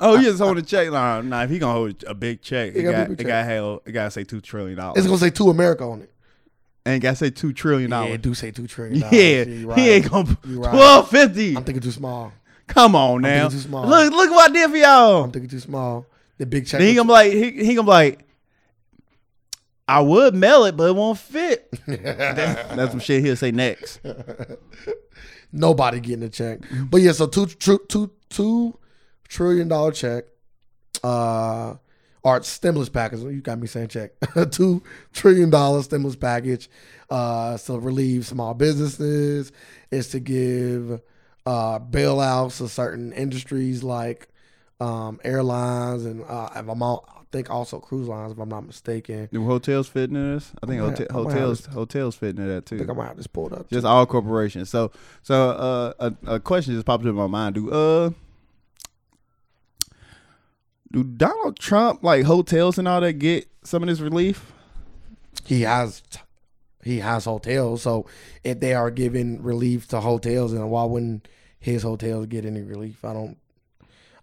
oh, he just holding a check. Nah, nah. If he gonna hold a big check,
He
it
got a
got,
big
it
check.
got held. It gotta say two trillion dollars.
It's gonna say two America on it.
And it gotta say two trillion
Yeah,
dollars.
do say two trillion.
Yeah,
dollars. you right.
he ain't gonna
You right.
twelve fifty.
I'm thinking too small.
Come on now.
too small.
Look, look what I did for y'all.
I'm thinking too small. The big check.
Then he
was-
gonna be like, he, he gonna be like, I would mail it, but it won't fit. That- that's some shit he'll say next.
Nobody getting a check. But yeah, so two tr- two two trillion dollar check. Uh or stimulus package. You got me saying check. two trillion dollar stimulus package. Uh it's to relieve small businesses. It's to give uh bailouts to certain industries like um airlines and uh if I'm all, I think also cruise lines if I'm not mistaken.
Do hotels fit into this? I think
I'm
hote-
gonna- I'm gonna have
hotels hotels fit into that
I think I
too.
might have this pulled up.
Just all corporations. So so uh, a, a question just popped into my mind. Do uh do Donald Trump like hotels and all that get some of this relief?
he has he has hotels so if they are giving relief to hotels then why wouldn't his hotels get any relief i don't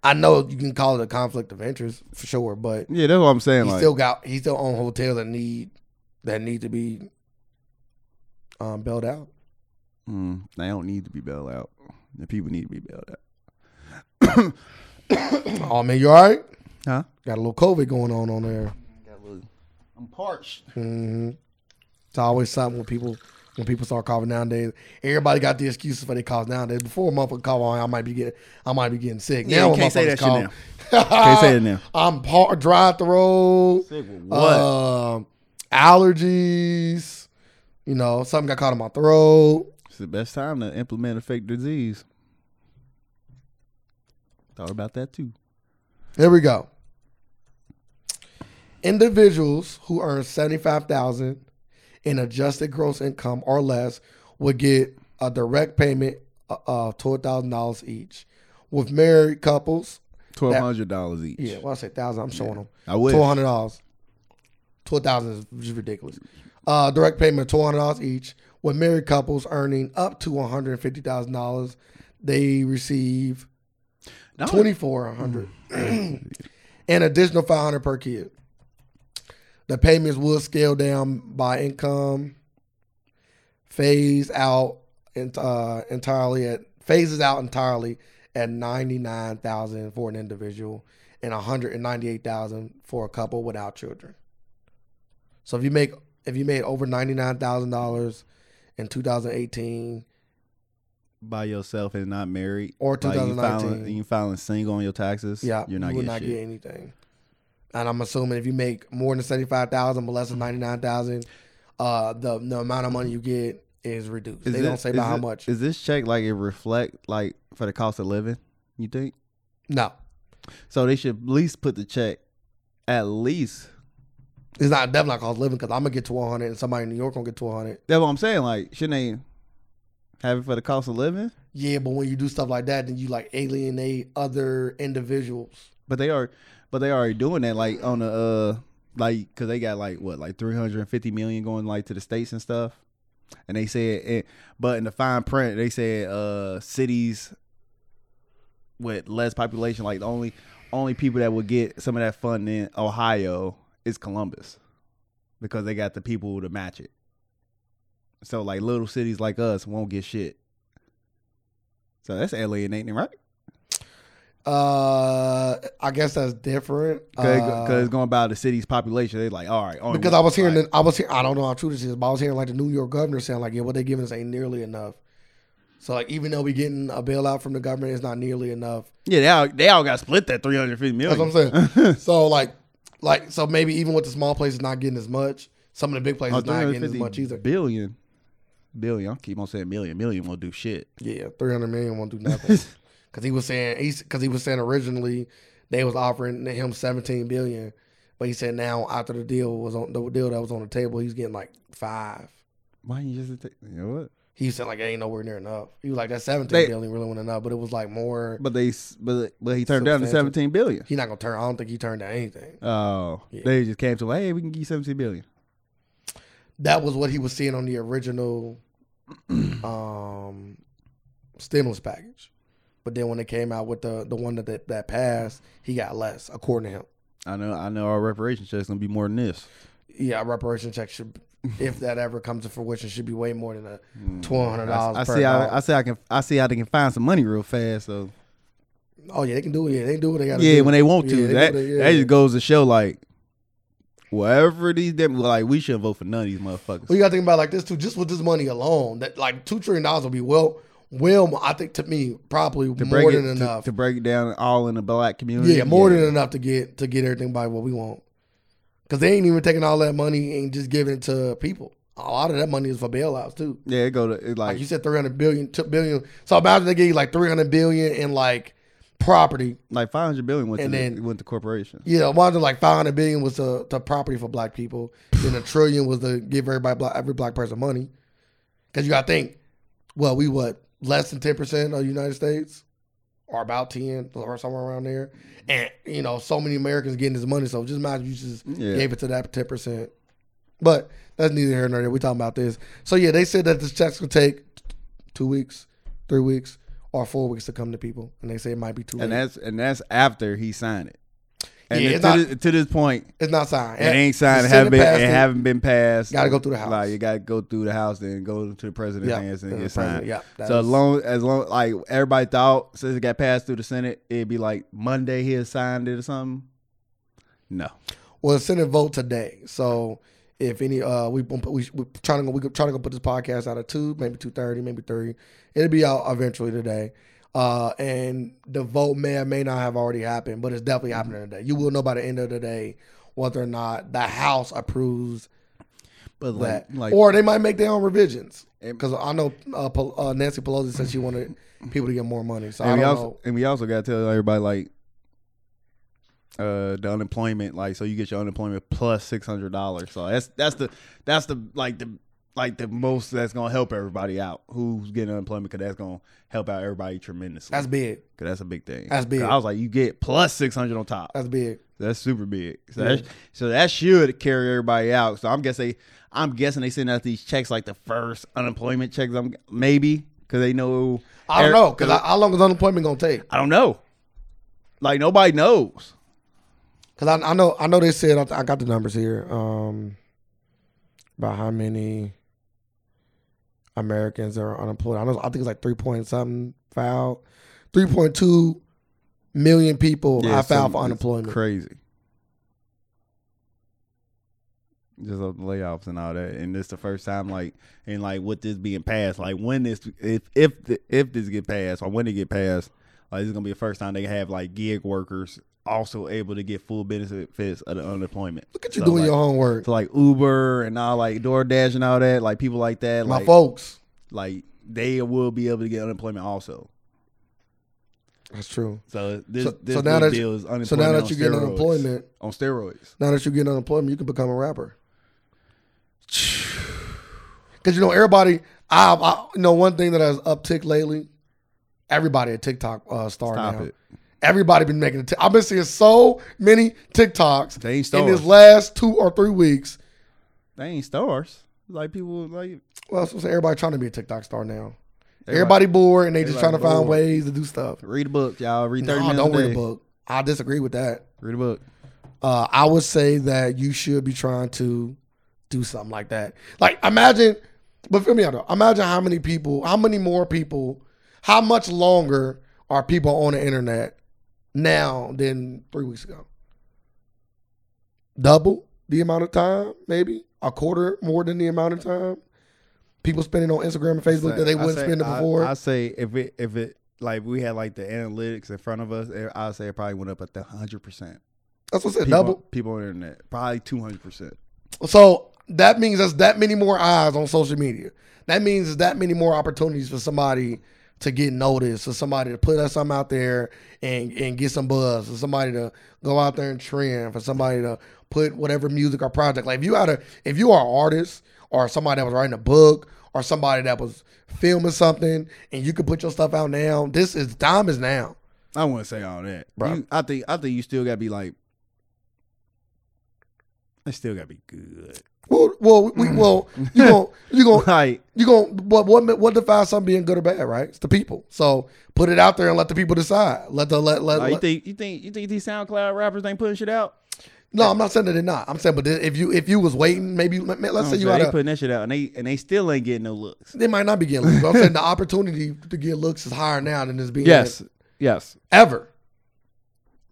i know you can call it a conflict of interest for sure but
Yeah, that's what I'm saying.
he
like,
still got he still own hotels that need that need to be um bailed out
mm, they don't need to be bailed out. The people need to be bailed out.
oh man you all right
Huh?
got a little covid going on on there
I'm parched.
hmm It's always something when people when people start coughing nowadays. Everybody got the excuses for their coughs nowadays. Before a motherfucker cough, oh, I might be getting I might be getting sick.
Yeah,
now
you
a
can't say that
motherfucker's
shit
cough.
Can't say it now.
I'm par- dry throat.
Sick with what?
Um, allergies. You know, something got caught in my throat.
It's the best time to implement a fake disease. Thought about that too.
Here we go. Individuals who earn seventy-five thousand in adjusted gross income or less would get a direct payment o- of twelve thousand dollars each. With married couples,
Twelve hundred dollars each.
yeah, well, I say thousand, I'm showing them
I wish.
twelve hundred dollars. Twelve thousand is just ridiculous. Uh, direct payment of twelve hundred dollars each. With married couples earning up to one hundred fifty thousand dollars, they receive
Now,
twenty four hundred, and additional five hundred per kid. The payments will scale down by income, phase out ent- uh, entirely at phases out entirely at ninety nine thousand for an individual and one hundred and ninety eight thousand for a couple without children. So if you make if you made over ninety nine thousand dollars in two thousand eighteen,
by yourself and not married,
Or
you
2019.
filing, you filing single on your taxes.
Yeah,
you're not
you would
getting
not
shit.
get anything. And I'm assuming if you make more than seventy five thousand, but less than ninety nine thousand, uh, the the amount of money you get is reduced.
Is
they
it-
don't say
is
by how
it-
much.
Is this check like it reflect like for the cost of living? You think
no,
so? They should at least put the check at least.
it's not definitely not cost of living because I'm gonna get twelve hundred and somebody in New York gonna get twelve hundred.
That's what I'm saying. Like, shouldn't they have it for the cost of living?
Yeah, but when you do stuff like that, then you like alienate other individuals.
But they are, but they already doing that. Like on the uh, like because they got like what like three hundred and fifty million going like to the states and stuff. And they said, it, but in the fine print, they said uh cities with less population, like the only only people that would get some of that funding in Ohio is Columbus, because they got the people to match it. So like little cities like us won't get shit. So that's alienating, right?
Uh, I guess that's different.
because
Uh,
it's going by the city's population. They're like, all Oh, right, only
Because
one-
I was hearing,
like,
the, I was hearing, I don't know how true this is, but I was hearing like the New York governor saying like, yeah, what they giving us ain't nearly enough. So like, even though we getting a bailout from the government, it's not nearly enough.
yeah, they all, they all got split that three hundred fifty
That's
million.
what I'm saying. so like, like so maybe even with the small places not getting as much, some of the big
Oh,
places not getting as
350
much either.
Billion, billion. I keep on saying million, million won't do shit.
Yeah, three hundred million won't do nothing. Because he was saying, because he was saying originally they was offering him seventeen billion. But he said now after the deal was on the deal that was on the table, he's getting like five.
Why you just take, you know what?
He said like it ain't nowhere near enough. He was like that seventeen
They-
deal ain't really went enough, but it was like more.
But they s- but but he turned down the
Substantial.
seventeen billion.
He not gonna turn. I don't think he turned down anything.
Oh,
Yeah.
they just came to like, hey, we can give you seventeen billion.
That was what he was seeing on the original um, stimulus package. But then when it came out with the the one that that, that passed, he got less according to him.
I know, I know, our reparations check's gonna be more than this.
Yeah, reparation check should, if that ever comes to fruition, should be way more than a
Mm.
twelve hundred
I, I
dollars per
see,
dog.
how, I see, how I can, I see how they can find some money real fast. So
Oh yeah, they can do it. Yeah, they do what they got to
yeah,
do.
when they want to,
Yeah, they
that
gotta- yeah.
that just goes to show like, whatever these dem- like, we shouldn't vote for none of these motherfuckers.
Well, you got to think about like this too. Just with this money alone, that like two trillion dollars will be well, well, I think to me probably
to break
more
it
than
to-
enough.
to, break it down all in the black community.
yeah, more than enough to get to get everything by what we want. Because they ain't even taking all that money and just giving it to people. A lot of that money is for bailouts too.
Yeah, it go to it
Like
like
you said, three hundred billion, two billion. So imagine they give you like three hundred billion in like property.
like five hundred billion went to
And
the-
then-
went to corporations.
You know, imagine like five hundred billion was to, to property for black people. Then a trillion was to give everybody black, every black person money. Because you got to think, well, we what less than ten percent of the United States, or about ten or somewhere around there, and you know, so many Americans getting this money. So just imagine you just
Yeah.
gave it to that ten percent. But that's neither here nor there. We're talking about this. So yeah, they said that this check's gonna take two weeks, three weeks, or four weeks to come to people, and they say it might be two.
and
weeks.
that's and that's after he signed it. And
Yeah,
to,
it's not-
this, to this point,
It's not signed.
it ain't signed. It
Send
haven't been.
past
It
the-
haven't been passed.
Gotta go through the House.
Like you got to go through the house, then go to the president's
Yeah,
hands and
the
get
president,
signed.
yeah, that
so as
is-
long as long like everybody thought since it got passed through the Senate, it'd be like Monday he had signed it or something. No,
Well, the Senate vote today. So if any, uh, we we we trying to go, we could- trying to go put this podcast out at two, maybe two thirty, maybe three. It'll be out eventually today. Uh, and the vote may or may not have already happened, but it's definitely happening
Mm-hmm.
today. You will know by the end of the day whether or not the House approves
but like
that,
like
or they might make their own revisions.
And-
Because I know uh, Pel- uh, Nancy Pelosi said she wanted people to get more money. So I
and
don't
we
know.
also and we also got to tell everybody like uh the unemployment like so you get your unemployment plus six hundred dollars so that's that's the that's the like the like the most that's gonna help everybody out who's getting unemployment because that's gonna help out everybody tremendously
That's big.
because that's a big thing 'Cause
that's big.
I was like you get plus six hundred on top
That's big.
that's super big so
Yeah.
that's, so that should carry everybody out so I'm guessing I'm guessing they send out these checks like the first unemployment checks I'm maybe because they know
I don't know. Because how long is unemployment going to take?
I don't know. Like nobody knows.
Because I, I know I know they said I got the numbers here um, about how many Americans are unemployed. I know I think it's like three point something filed, three point two million people I filed for unemployment.
Crazy. Just of the layoffs and all that, and this the first time like, and like with this being passed, like when this if if the, if this get passed or when it get passed, like this is gonna be the first time they have like gig workers also able to get full benefits of the unemployment.
Look at you
So,
doing
like,
your homework,
so like Uber and all like DoorDash and all that, like people like that,
my
like
folks.
like they will be able to get unemployment also.
That's true.
So this
So-
this
so now
big
that you-
deal is unemployment.
So now that
on
you get
steroids.
unemployment,
on steroids,
now that you get unemployment, you can become a rapper. Because you know everybody, I, I you know one thing that has uptick lately. Everybody a TikTok uh, star
stop
now.
it.
Everybody been making. i I've been seeing so many TikToks
They ain't
in
stars.
this last two or three weeks.
they ain't stars. Like people like
Well, that's what I'm saying. Everybody trying to be a TikTok star now. Everybody, bored and they just trying to
everybody
find
bored.
ways to do stuff.
read a book, y'all. Read thirty
No,
minutes.
don't
a
read
day.
a book. I disagree with that.
Read a book.
Uh, I would say that you should be trying to do something like that. Like imagine, but feel me out though. Imagine how many people, how many more people, how much longer are people on the internet now than three weeks ago? Double the amount of time, maybe a quarter more than the amount of time people spending on Instagram and Facebook that they
I
wouldn't
say-
spend it
I-
before.
I, say if it if it like we had like the analytics in front of us, it- I'd say it probably went up at the hundred percent.
That's what I said.
People-
Double.
people on the internet, probably two hundred percent.
So that means that's that many more eyes on social media. That means that many more opportunities for somebody to get noticed or somebody to put us something out there and, and get some buzz or somebody to go out there and trend for somebody to put whatever music or project like if you had a if you are an artist or somebody that was writing a book or somebody that was filming something and you could put your stuff out now this is time is now
I wouldn't say all that.
Bro.
You- I think I think you still gotta be like. I still gotta be good.
well well we, well you gon' you gon'
Like
you gon' what what what defines something being good or bad right it's the people so put it out there and let the people decide let the let let,
Like, you
let
think you think you think these SoundCloud rappers ain't putting shit out?
no I'm not saying that they're not I'm saying but if you if you was waiting maybe let- let's
I'm
say you
sure
had
they
a
putting that shit out, and they and they still ain't getting no looks.
They might not be getting looks. But I'm saying the opportunity to get looks is higher now than it's being
Yes, yes.
ever.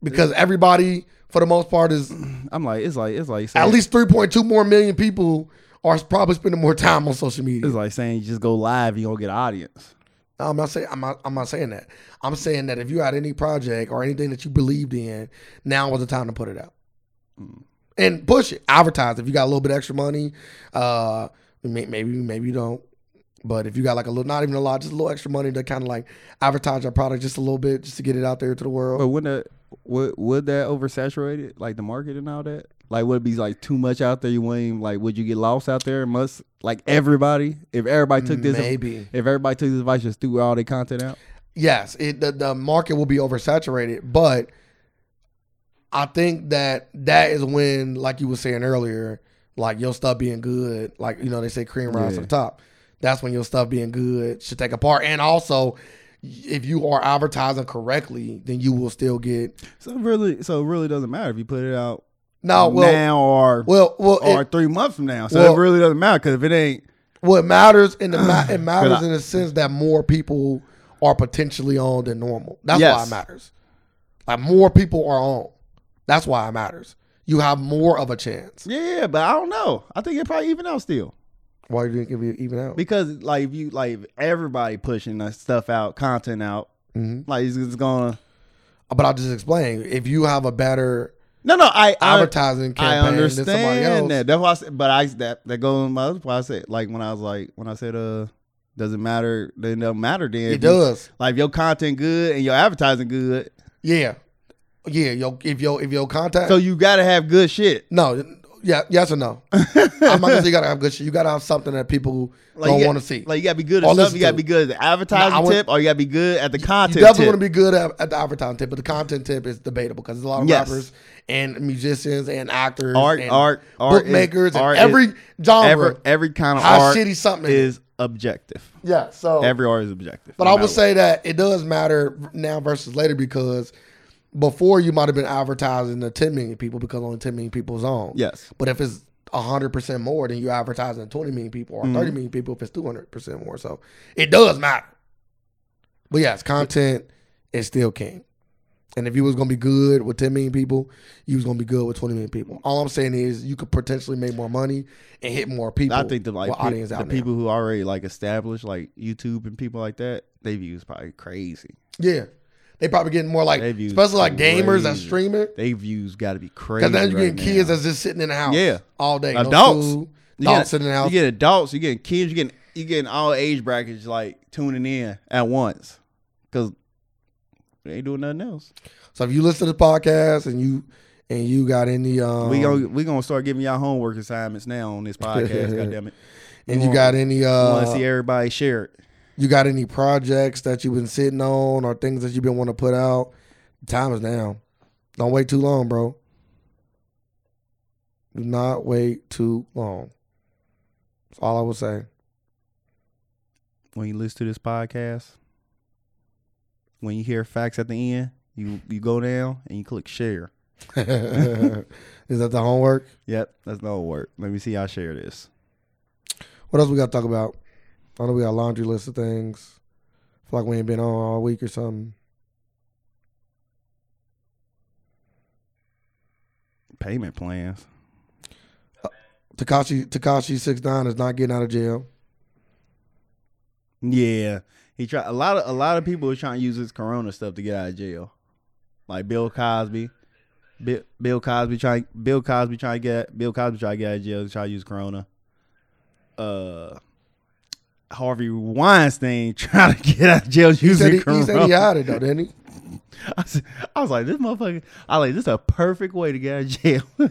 Because everybody, for the most part, is
I'm like it's like it's like saying,
at least 3.2 more million people are probably spending more time on social media.
it's like saying you just go live, you gonna get an audience.
I'm not saying I'm not, I'm not saying that. I'm saying that if you had any project or anything that you believed in, now was the time to put it out
Mm.
and push it. Advertise if you got a little bit extra money. Uh, may- maybe maybe you don't, but if you got like a little, not even a lot, just a little extra money to kind of like advertise your product just a little bit, just to get it out there to the world.
But wouldn't that would would that oversaturate it, like the market and all that? Like would it be like too much out there? You wouldn't even, like would you get lost out there? Must like everybody if everybody took this
Maybe.
if everybody took this advice just threw all their content out.
yes, it the, the market will be oversaturated, but I think that that is when, like you were saying earlier, like your stuff being good, like you know they say cream rise to
Yeah.
the top. That's when your stuff being good should take a part, and also if you are advertising correctly, then you will still get
So really, so it really doesn't matter if you put it out Oh,
no well
now or
well well
or
it,
three months from now. So
well-
it really doesn't matter because if it ain't,
well it matters in the ma- it matters
But I-
in the sense that more people are potentially on than normal. That's why
Yes.
it matters. Like more people are on. That's why it matters. You have more of a chance.
yeah, but I don't know. I think it probably even out still.
Why do you think it even out?
because like if you like if everybody pushing that stuff out, content out,
Mhm.
like it's, it's gonna.
But I'll just explain. If you have a better
No, no, I I,
advertising
I
campaign than somebody else,
understand that. That's why, I said, but I that that goes in my other point. I said like when I was like when I said uh, does it matter? Then it don't matter. Then
it
if you-
does.
Like if your content good and your advertising good,
Yeah, yeah. Yo, if your if your contact,
so you gotta have good shit.
no, yeah, yes or no. I'm not gonna say you gotta have good shit. You gotta have something that people
Like,
don't
you got-
want to see.
Like you gotta be good
Or
at stuff.
listen
You gotta
to.
be good at the advertising
Nah, I wouldn't-
tip, or you gotta be good at the content.
you definitely
tip.
want to be good at, at the advertising tip, but the content tip is debatable because there's a lot of
Yes.
rappers and musicians and actors,
Art-
and
art- art is-
bookmakers, and
art is-
every genre.
every every kind of
how
art
shitty something is.
is objective.
Yeah, so
Every art is objective.
But
no
I
matter
would
what.
say that it does matter now versus later because before you might have been advertising to 10 million people because only 10 million people is on.
yes.
But if it's 100% more, then you're advertising to 20 million people or
Mm-hmm.
30 million people if it's 200% more. So it does matter. But yes, content is still king. And if you was going to be good with 10 million people, you was going to be good with 20 million people. All I'm saying is you could potentially make more money and hit more people.
I think the like
with
pe-
audience
the
out there.
people who already like established like YouTube and people like that, they views probably crazy.
Yeah. They probably getting more like,
They views
especially like gamers that
crazy.
stream it.
They views got to be crazy.
Because now you're
right
getting kids
now.
that's just sitting in the house
Yeah.
all day.
Adults.
No school,
You
adults
get-
sitting in the house.
You get adults, you getting kids, you getting you getting all age brackets like tuning in at once because they ain't doing nothing else.
So if you listen to the podcast and you and you got any um
we gonna we gonna start giving y'all homework assignments now on this podcast. God damn it!
and you got any
want to see
uh
everybody share it.
you got any projects that you've been sitting on or things that you've been wanting to put out, the time is now. Don't wait too long, bro. Do not wait too long. That's all I would say.
when you listen to this podcast, when you hear facts at the end, you you go down and you click share.
Is that the homework?
Yep, that's no work. Let me see y'all share this.
What else we got to talk about? I know we got a laundry list of things. Feel like we ain't been on all week or something.
Payment plans.
Takashi Takashi six nine is not getting out of jail.
Yeah, he tried. A lot of a lot of people are trying to use this Corona stuff to get out of jail, like Bill Cosby. Bill, Bill Cosby trying. Bill Cosby trying to get. Bill Cosby trying to get out of jail. Trying to use Corona. Uh, Harvey Weinstein trying to get out of jail
He said he,
using
he said he
Corona.
had it though, didn't he?
I was, I was like, this motherfucker. I was like, this is a perfect way to get out of jail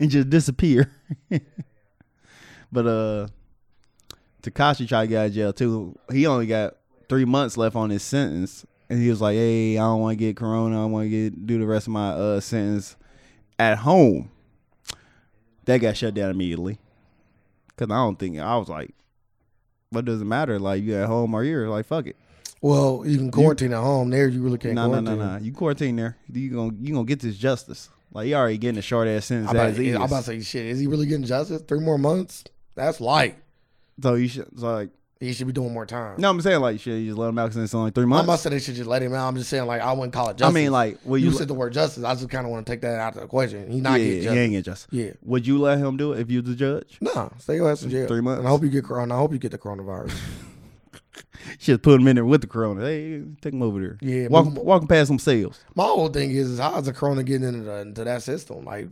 and just disappear. but uh, Takashi tried to get out of jail too. He only got three months left on his sentence, and he was like, hey, I don't want to get corona. I want to get do the rest of my uh sentence at home. That got shut down immediately. Cause I don't think I was like, what does it matter? Like you at home or you're like, fuck it.
Well, you can quarantine at home. There, you really can't.
No, no,
quarantine.
no, no. You quarantine there. You gonna you gonna get this justice. Like you already getting a short ass sentence
I'm about,
as
to,
is.
I'm about to say, shit. Is he really getting justice? Three more months? That's light.
so you should so like
He should be doing more time.
no, I'm saying like shit. You just let him out because it's only three
I'm
months.
not saying they should just let him out. I'm just saying like I wouldn't call
I
it justice.
mean, like, would
you,
you?
said the word justice. I just kind of want to take that out of the question. He
yeah,
not getting
yeah, he
justice.
ain't get justice.
Yeah.
Would you let him do it if you the judge?
Nah, stay your ass in jail.
Three months.
And I hope you get corona. I hope you get the coronavirus.
Just put him in there with the corona. Hey, take him over there.
Yeah,
walk
move him-
walking past some sales.
My whole thing is, is how's the corona getting into, the, into that system? Like,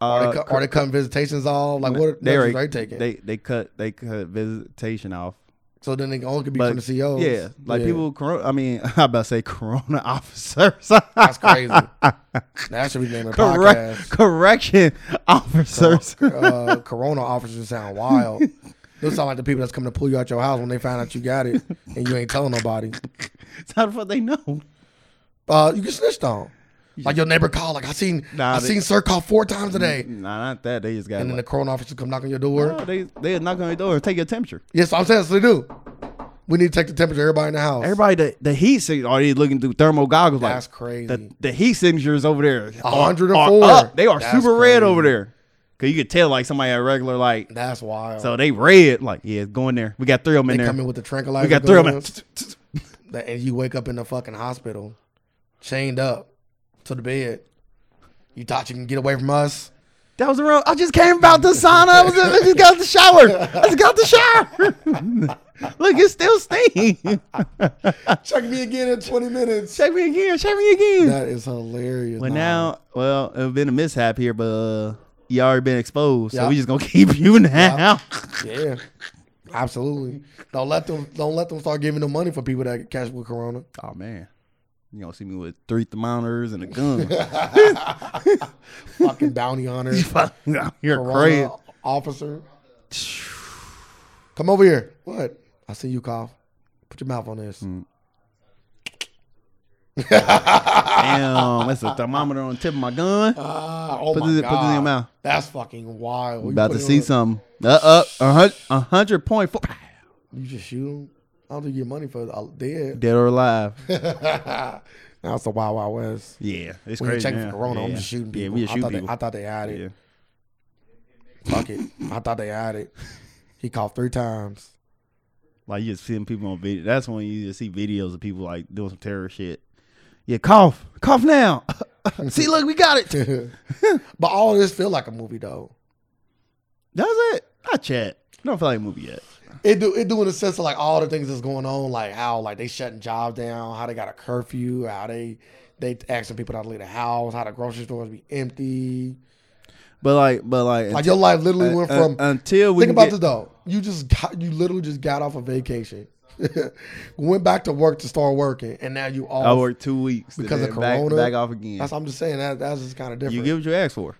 are,
Uh,
they, cu- are they cutting visitations off? Like, what
they,
measures
already-
they taking?
they they cut they cut visitation off.
so then they all could be
But-
from the CEOs.
Yeah, like people. Corona, I mean, I about to say corona officers.
That's crazy. that should be named a
Correct, correction officers.
podcast. Uh, corona officers sound wild. Those sound like the people that's coming to pull you out your house when they find out you got it and you ain't telling nobody.
How the fuck they know?
Uh, you get snitched on. Like your neighbor called, like I seen,
Nah,
I
they-
seen sir call four times a day,
Nah, not that. They just got.
and then the
Like,
corona officer come knock on your door.
no, they they knock on your door and take your temperature.
Yes, I'm saying so they do. We need to take the temperature of everybody in the house.
Everybody, the, the heat signature. Are they looking through thermal goggles?
that's
like
crazy.
the, the heat signatures over there.
A
are-
hundred and
are
four.
up. They are
That's
super red
crazy.
over there. Cause you could tell like somebody at regular like.
that's wild.
So they red. Like yeah, go in there. We got three of them
they
in
come
there.
in with the tranquilizer.
We got three of them.
guns, that- and you wake up in the fucking hospital, chained up to the bed. You thought you can get away from us?
That was the wrong. I just came about the sauna. I, was, I just got out the shower. I just got out the shower. Look, it still stinks.
Check me again in 20 minutes.
Check me again. Check me again.
That is hilarious.
But
Nah.
now, well, it's been a mishap here, but uh, you already been exposed, so
Yup.
we just gonna keep you now.
yeah, absolutely. Don't let them. Don't let them start giving them money for people that catch with corona.
Oh man, you gonna see me with three thermometers and a gun?
Fucking bounty honor,
You're crazy.
corona officer. Come over here. What? I see you cough. Put your mouth on this.
Mm. Damn, that's a thermometer on the tip of my gun.
Ah, oh
Put
my
this- put
god.
this in your mouth.
That's fucking wild. You
About
put
to
it
see
on-
something. Uh, uh, a hundred, a hundred point four.
You just shoot him. I don't think you get money for it. I did.
Dead or alive?
That's the Wild Wild West.
Yeah, it's
When you
crazy.
check
now.
for Corona, I'm
Yeah.
just shooting people.
Yeah, we just
I,
shoot
thought
people.
They, I thought they had it.
yeah.
Fuck it. I thought they had it. He called three times.
Like you just seeing people on video. That's when you just see videos of people like doing some terror shit. Yeah, cough, cough now. see, look, we got it.
but all this feel like a movie though.
That's it. I chat. I don't feel like a movie yet.
It do it do in the sense of like all the things that's going on, like how like they shutting jobs down, how they got a curfew, how they they asking people not to leave the house, how the grocery stores be empty.
But like, but like,
Like your life literally
un-
went
un-
from
until we
Think
can
about
get-
this though. You just got, you literally just got off a vacation, went back to work to start working, and now you all.
I worked two weeks
Because
and
of
then back,
Corona?
Back off again.
That's I'm just saying that that's just kind of different.
you get what you asked for.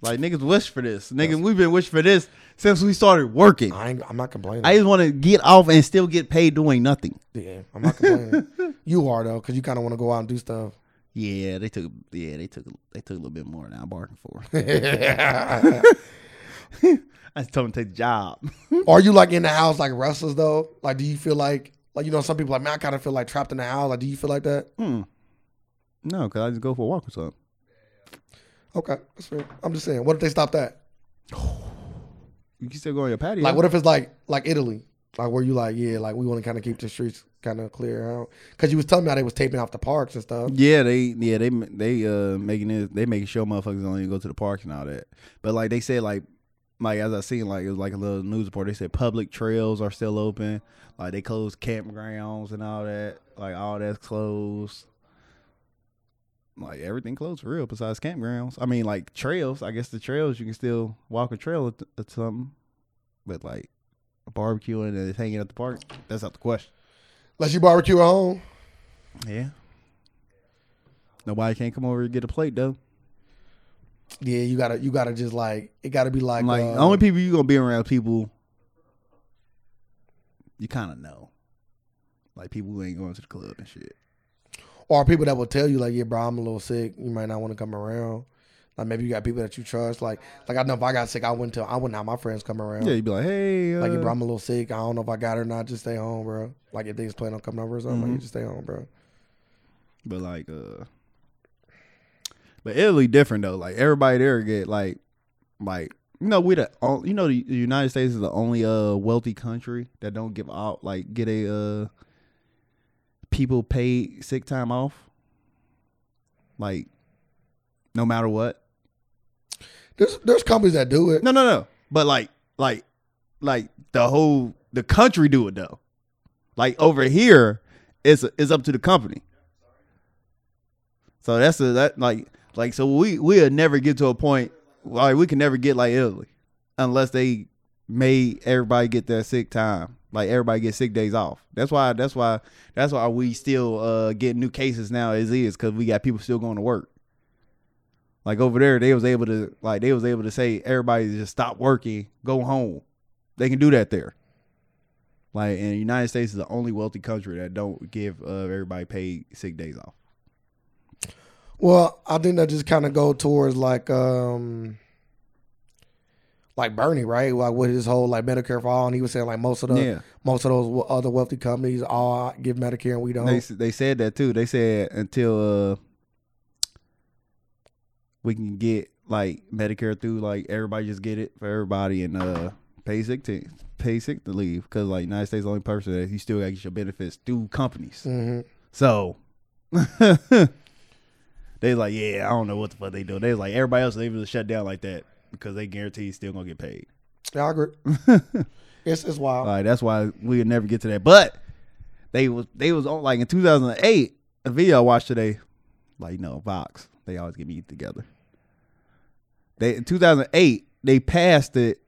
Like niggas wish for this. Niggas, we've been wishing for this since we started working.
I ain't, I'm not complaining.
I just want to get off and still get paid doing nothing.
yeah, I'm not complaining. you are though, because you kind of want to go out and do stuff.
Yeah, they took. Yeah, they took. They took a little bit more than I bargained for. I just told them to take the job.
are you like in the house like restless though? Like, do you feel like like you know some people like man, I kind of feel like trapped in the house. Like, do you feel like that?
Hmm. no, because I just go for a walk or something.
Okay, that's fair. I'm just saying, what if they stop that?
You can still go on your patio.
Like, what if it's like like Italy, like where you like, yeah, like we want to kind of keep the streets kind of clear out because you was telling me how they was taping off the parks and stuff.
Yeah, they yeah they they uh making it they making sure motherfuckers don't even go to the parks and all that. But like they said, like like as I seen like it was like a little news report. They said public trails are still open. Like they closed campgrounds and all that. Like all that's closed. Like everything closed for real besides campgrounds. I mean like trails. I guess the trails you can still walk a trail or, th- or something. But like barbecuing and it's hanging at the park, that's not the question.
Unless you barbecue at home.
Yeah. Nobody can come over and get a plate though.
Yeah, you gotta you gotta just like it gotta be like,
I'm like
uh,
the only people you gonna be around is people you kind of know, like people who ain't going to the club and shit.
or people that will tell you like, yeah, bro, I'm a little sick. You might not want to come around. Like maybe you got people that you trust. Like like I know if I got sick, I wouldn't tell I wouldn't have my friends come around.
Yeah, you'd be like, hey, uh,
Oh. Like, yeah, bro, I'm a little sick. I don't know if I got it or not. Just stay home, bro. Like, if they was planning on coming over or something, like,
Mhm.
you just stay home, bro.
But like uh But Italy different though. Like everybody there get like like you know we the all you know the United States is the only uh wealthy country that don't give out like get a uh people paid sick time off. Like no matter what.
There's there's companies that do it.
No no no. But like like like the whole the country do it though. Like over here it's it's up to the company. So that's a, that like like so we we'll never get to a point like we can never get like Italy unless they made everybody get their sick time. Like everybody get sick days off. That's why that's why that's why we still uh get new cases now as is cuz we got people still going to work. Like over there they was able to like they was able to say everybody just stop working, go home. They can do that there. Like and the United States is the only wealthy country that don't give uh, everybody paid sick days off.
Well, I think that just kind of go towards like um like Bernie, right? Like with his whole like Medicare for all, and he was saying like most of the
yeah.
most of those w- other wealthy companies all give Medicare and we don't.
They they said that too. They said until uh we can get like Medicare through, like everybody just get it for everybody and uh pay sick to pay sick to leave because like United States the only person that you still got to get your benefits through companies.
hmm
So they like, yeah, I don't know what the fuck they do. They like everybody else they able to shut down like that because they guarantee you still gonna get paid.
Yeah, I agree. it's it's wild.
Like that's why we'll never get to that. But they was they was on like in 2008. A video I watched today, like you know Vox, they always get me together. They in 2008 they passed it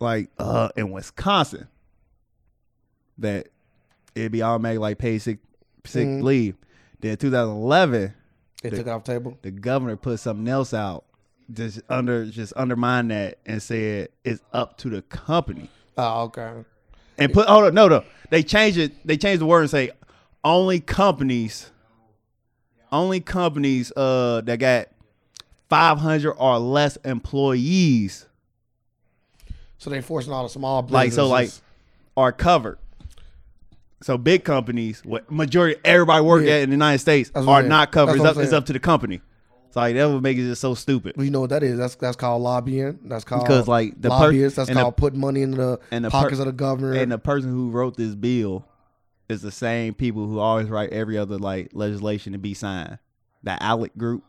like uh in Wisconsin that it'd be automatic like pay sick sick
Mhm.
leave. Then 2011
they took it off the table.
the governor put something else out just under just undermined that and said it's up to the company
Oh, okay.
and put hold on no no they changed it they changed the word and say only companies only companies uh that got 500 or less employees
So they forcing all the small
Like,
businesses.
so, like, are covered so big companies what majority everybody work
Yeah.
at in the united states
That's what I'm
are
saying.
not covered
That's
it's
what
up,
I'm
it's
saying.
up to the company so like that would make it just so stupid
Well, you know what that is? That's that's called lobbying. That's called
Because, like, the per-
lobbyists. that's
and the-
called putting money in the
and the per-
pockets of the governor.
and the person who wrote this bill is the same people who always write every other like legislation to be signed. The Alec group,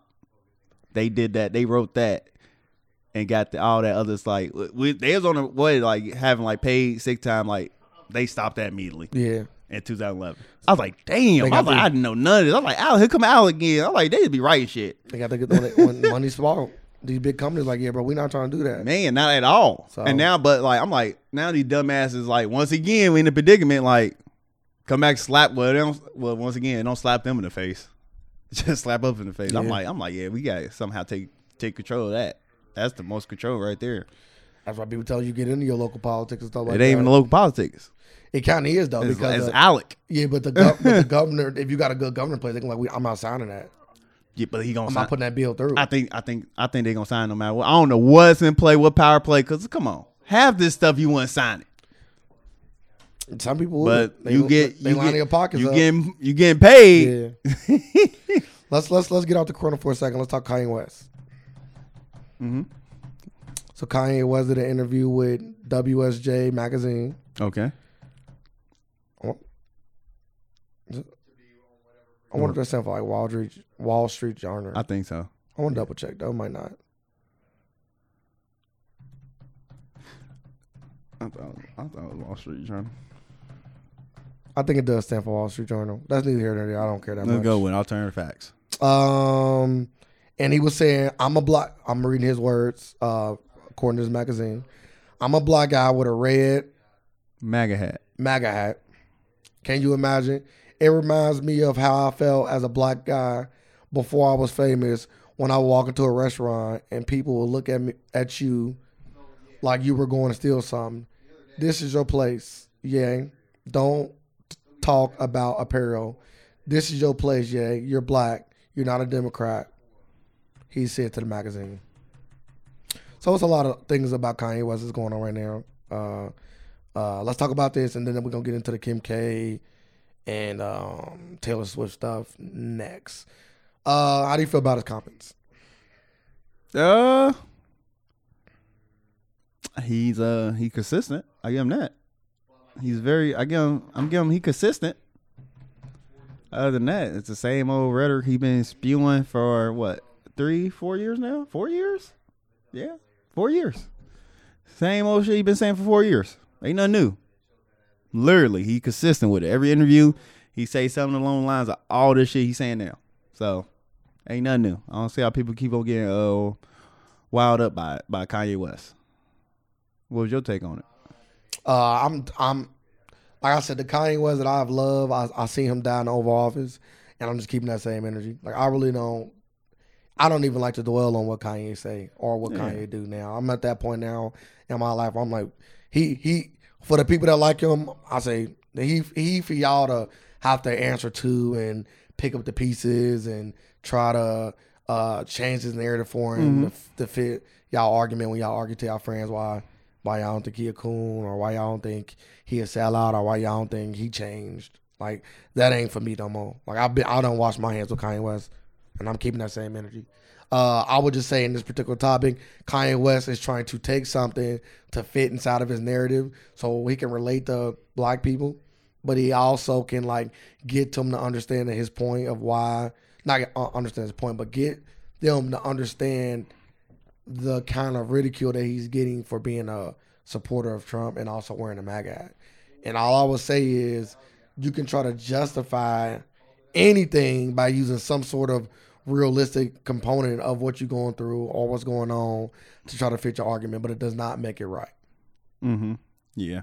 they did that. They wrote that and got the, all that others like we, they was on the way like having like paid sick time. Like they stopped that immediately
yeah,
in 2011. I was like, damn. I
got
was like,
the-
I didn't know none of this. I'm like, Alec, here come Alec again. I'm like, they just be writing shit.
they got to get the, when, when money's small. These big companies like, yeah, bro, we're not trying to do that.
Man, not at all.
So-
and now, but like, I'm like, now these dumbasses, like, once again, we in the predicament, like, come back, slap, well, they don't, well, once again, don't slap them in the face. Just slap up in the face. I'm
Yeah.
like, I'm like, yeah, we got to somehow take take control of that. That's the most control right there.
That's why people tell you get into your local politics and stuff like
it ain't
that.
even the local politics.
It kind of is though,
It's,
because
it's
uh,
Alec.
yeah, but the, gov- but the governor, if you got a good governor in place, they can like, we, I'm not signing that.
Yeah, but he gonna
I'm
sign.
not putting that bill through.
I think, I think, I think they gonna sign no matter what. I don't know what's in play, what power play. Cause come on, half this stuff you want to sign it.
Some people, would.
But you get
they
you
lining
get,
your pockets
You
up.
getting you getting paid.
yeah. let's let's let's get out the corner for a second. Let's talk Kanye West.
Mm-hmm.
So Kanye West did an interview with WSJ magazine.
Okay.
I wa- I wonder if that stands for like Wall Street Wall Street Journal.
I think so.
I want to double check though. Might not.
I thought, I thought it was Wall Street Journal.
I think it does stand for Wall Street Journal. That's neither here nor there. I don't care that
Let's
much.
go with alternative facts.
Um, and he was saying, "I'm a black." I'm reading his words, uh, according to this magazine. I'm a black guy with a red
MAGA hat.
MAGA hat. Can you imagine? It reminds me of how I felt as a black guy before I was famous when I walk into a restaurant and people will look at me at you like you were going to steal something. This is your place, Yang. Don't t- talk about apparel. This is your place, Yang. You're black. You're not a Democrat. He said to the magazine. So it's a lot of things about Kanye West that's going on right now. Uh, uh, let's talk about this, and then we're gonna get into the Kim K and um, Taylor Swift stuff next. Uh, how do you feel about his comments?
Uh, he's uh he consistent. I give him that. He's very. I give him. I'm giving him. He consistent. Other than that, it's the same old rhetoric he been spewing for what three, four years now. Four years. Yeah, four years. Same old shit he been saying for four years. Ain't nothing new. Literally, he consistent with it. Every interview, he say something along the lines of all this shit he's saying now. So, ain't nothing new. I don't see how people keep on getting uh, wild up by by Kanye West. What was your take on it?
Uh, I'm I'm like I said, the Kanye West that I've loved, I I seen him die in the Oval Office, and I'm just keeping that same energy. Like I really don't. I don't even like to dwell on what Kanye say or what
Yeah.
Kanye do now. I'm at that point now in my life. Where I'm like he he for the people that like him, I say that he he for y'all to have to answer to and pick up the pieces and try to uh change his narrative for him to, f- to fit y'all argument when y'all argue to y'all friends why why y'all don't think he a coon or why y'all don't think he a sellout or why y'all don't think he changed. Like that ain't for me no more. Like I've been I don't wash my hands with Kanye West and I'm keeping that same energy. Uh, I would just say in this particular topic, Kanye West is trying to take something to fit inside of his narrative so he can relate to black people, but he also can like get them to understand his point of why not uh, understand his point, but get them to understand the kind of ridicule that he's getting for being a supporter of Trump and also wearing a MAGA hat. And all I would say is you can try to justify anything by using some sort of realistic component of what you're going through or what's going on to try to fit your argument, but it does not make it right.
Mm-hmm. Yeah.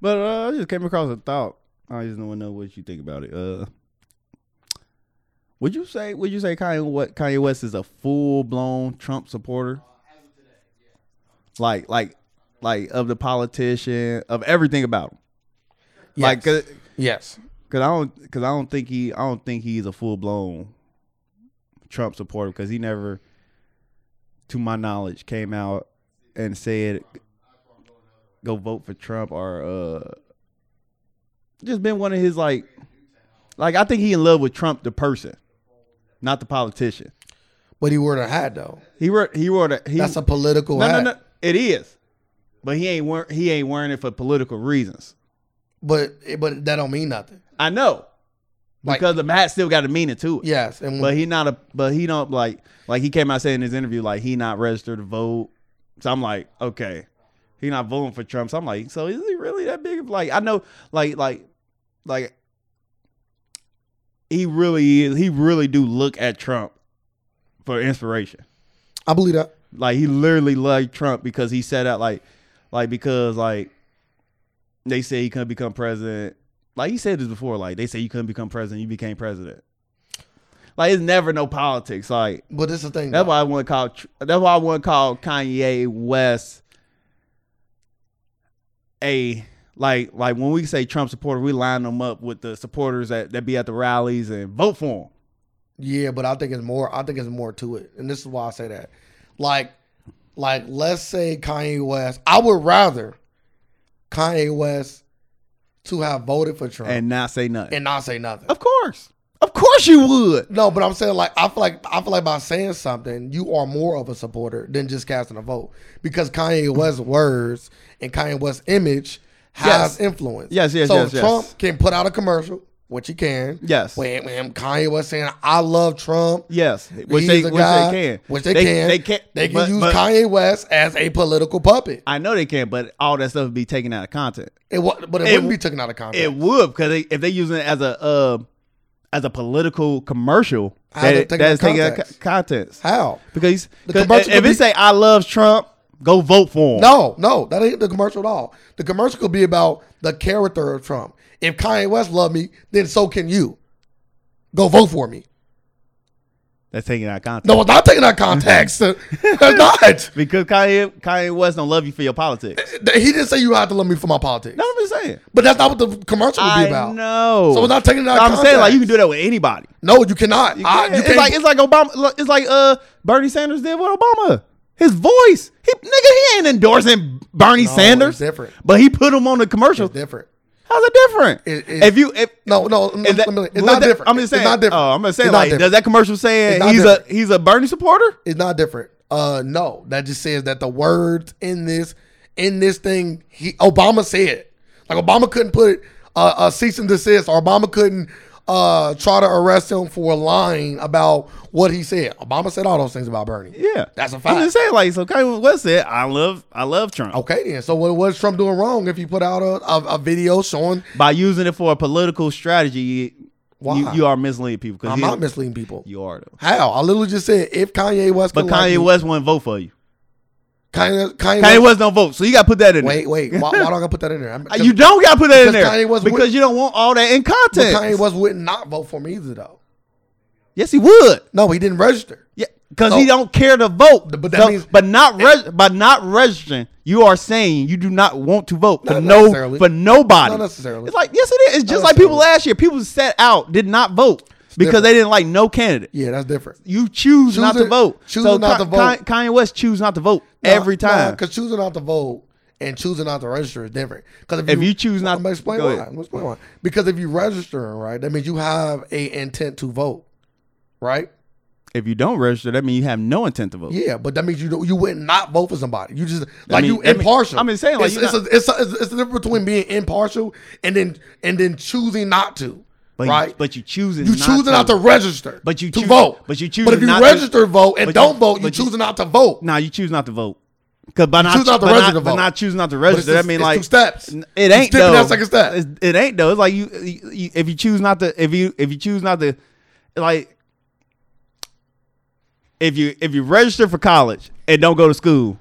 But uh, I just came across a thought. I just want to know what you think about it. Uh, would you say would you say Kanye what Kanye West is a full blown Trump supporter? Like like like of the politician of everything about him. Like
Yes.
'cause-
yes.
Cause I don't, cause I don't think he, I don't think he's a full blown Trump supporter. Cause he never, to my knowledge, came out and said, "Go vote for Trump," or uh, just been one of his like, like I think he in love with Trump the person, not the politician.
But he wore a hat though.
He wrote, he wrote, a, he,
That's a political
no,
hat.
no, no, it is, but he ain't, wear, he ain't wearing it for political reasons.
But but that don't mean nothing.
I know,
Like-
because the hat still got a meaning to it.
Yes. And
But he not a but he don't like like he came out saying in his interview like he not registered to vote. So I'm like, okay. He not voting for Trump. So I'm like, so is he really that big of like I know like like like he really is he really do look at Trump for inspiration
I believe that.
like he literally liked Trump because he said that like like because like they say he couldn't become president. Like he said this before, like they say you couldn't become president, you became president. Like it's never no politics. Like
But this is the thing.
that's
though.
why I want to call. Tr- That's why I want to call Kanye West a like like when we say Trump supporter, we line them up with the supporters that, that be at the rallies and vote for him.
Yeah, but I think it's more. I think it's more to it, and this is why I say that. Like, like let's say Kanye West. I would rather Kanye West to have voted for Trump and,
and not say nothing.
not say nothing.
of course, of course you would.
No, but I'm saying like I feel like I feel like by saying something, you are more of a supporter than just casting a vote because
Mm-hmm.
Kanye West's words and Kanye West's image has
Yes.
influence.
Yes, yes,
so
yes, yes.
Trump can put out a commercial, which he can.
Yes.
When, when Kanye West saying "I love Trump,"
Yes, which
He's
they,
a
which
guy-
they can,
Which they, can.
They can.
They can
but-
use
but-
Kanye West as a political puppet.
I know they can, but all that stuff would be taken out of content.
It wa- but it,
It-
wouldn't be taken out of context.
It would because they, if they using it as a uh, as a political commercial,
How
that
they
it-
taking
that
out
is taking out co-
context?
contents
How?
because
The
'cause
commercial
if
could
it
be-
say I love Trump, Go vote for him.
No, no, that ain't the commercial at all. The commercial could be about the character of Trump. If Kanye West love me, then so can you. Go vote for me.
That's taking out context.
No, it's not taking out context. it's not.
Because Kanye, Kanye West don't love you for your politics.
He didn't say you have to love me for my politics.
No, I'm just saying.
But that's not what the commercial would be
I
about.
know.
So it's not taking it out
I'm
of
saying like
context.
you can do that with anybody.
No, you cannot.
You
I,
can.
you
it's
can't-
like it's like Obama. look, It's like uh Bernie Sanders did with Obama. His voice, he nigga, he ain't endorsing Bernie
No,
Sanders,
It's different.
but he put him on the commercial.
It's different.
How's it different?
It- it-
if you if
No, no, no
is that-
let me- it's
was
not
that-
different.
I'm just saying.
It's not different.
Oh, I'm just
It's
saying.
not
Like, does
different.
that commercial say
It's not
he's
different.
a he's a Bernie supporter?
It's not different. Uh, no, that just says that the words in this in this thing, he Obama said, like Obama couldn't put uh, a cease and desist, or Obama couldn't uh try to arrest him for lying about what he said. Obama said all those things about Bernie.
Yeah,
That's a
I'm
fact. Oh.
just saying. Like, so Kanye West said, "I love I love Trump."
Okay, then. So what was Trump doing wrong if he put out a, a, a video showing?
By using it for a political strategy,
Why?
you, you are misleading people. 'cause
I'm
you-
not misleading people.
You are though.
How? I literally just said if Kanye West,
But
could like
Kanye
me-
West wouldn't vote for you.
Kanye, Kanye,
Kanye
West,
West don't vote, so you got to put that in. there.
wait, wait, why, why do I gotta put that in there? I'm-
Uh, You don't got to put that in there
Because Kanye West would-
because you don't want all that in
But
context.
Kanye West would not vote for me either, though.
yes, he would.
No, he didn't register.
Yeah, because
So-
he don't care to vote.
But that means-
but not reg- by not registering, you are saying you do not want to vote for
Not
no
necessarily.
for nobody.
Not necessarily.
It's like yes, it is. It's just like people last year. People sat out, did not vote because
different.
they didn't like no candidate.
Yeah, that's different.
You choose not to
Choosing-
vote.
choosing
so Ka-
not to vote.
Ka- Kanye West choose not to vote every time.
Because choosing not to vote and choosing not to register is different. Because if,
If you choose not-
I'm gonna explain
go
why.
ahead.
I'm gonna explain why. Because if you register, right, that means you have a intent to vote, right?
if you don't register, that means you have no intent to vote.
Yeah, but that means you don't, you would not vote for somebody. You just like
mean-
you
that mean-
impartial.
I'm just saying, like,
it's,
you're
it's, a, it's, a, it's, it's the difference between being impartial and then and then choosing not to.
But
right,
you, but you choosing
You
not
choosing
to,
not to register,
But you
to
choose-
vote.
but you choosing
But if you
not to-
register to vote
but
and
you-
don't vote, you
but you-
choosing not to vote.
Nah, you choose not to vote. Cause by not,
choose not to
by
register
not-
to
by
vote.
not choosing not to
But it's
register,
just-
that mean
it's
like
two steps.
It
You
ain't
skipping
though.
that second step.
It's- It ain't though. It's like you, you, you- if you choose not to, if you if you choose not to, like if you if you register for college and don't go to school,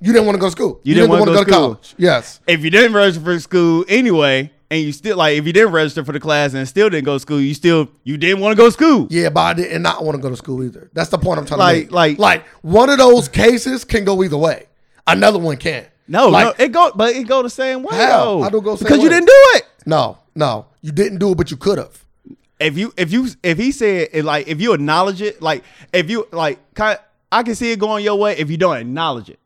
You didn't want to go to school.
You didn't wanna
wanna
go to school.
college. Yes.
if you didn't register for school anyway, and you still like if you didn't register for the class and still didn't go to school, you still you didn't want to go to school.
Yeah, but I did and not want to go to school either. That's the point I'm trying
Like-
to make.
like-
like one of those cases can go either way. Another one can.
No,
like,
no, it go, but it go the same way.
How?
though.
How do it go the same
because you
way?
didn't do it.
no, no. You didn't do it, but you could have.
if you if you if he said it like if you acknowledge it like if you like kind I can see it going your way if you don't acknowledge it.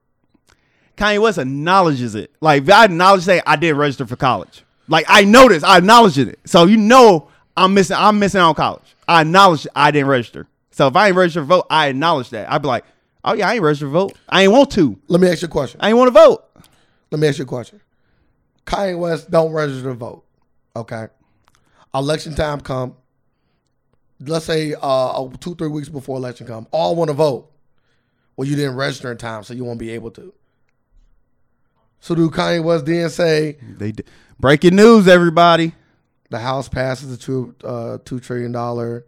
Kanye West acknowledges it. Like if I acknowledge saying I did register for college. Like I noticed I acknowledged it. So you know I'm missing I'm missing out on college. I acknowledge I didn't register. So if I ain't register to vote, I acknowledge that. I'd be like, oh yeah, I ain't register to vote. I ain't want to.
Let me ask you a question.
I ain't want to vote.
Let me ask you a question. Kanye West don't register to vote. Okay. Election time come. Let's say uh, oh, two, three weeks before election come. All want to vote. Well, you didn't register in time, so you won't be able to. So do Kanye West then say
They did. breaking news, everybody.
the House passes a two uh, two trillion dollar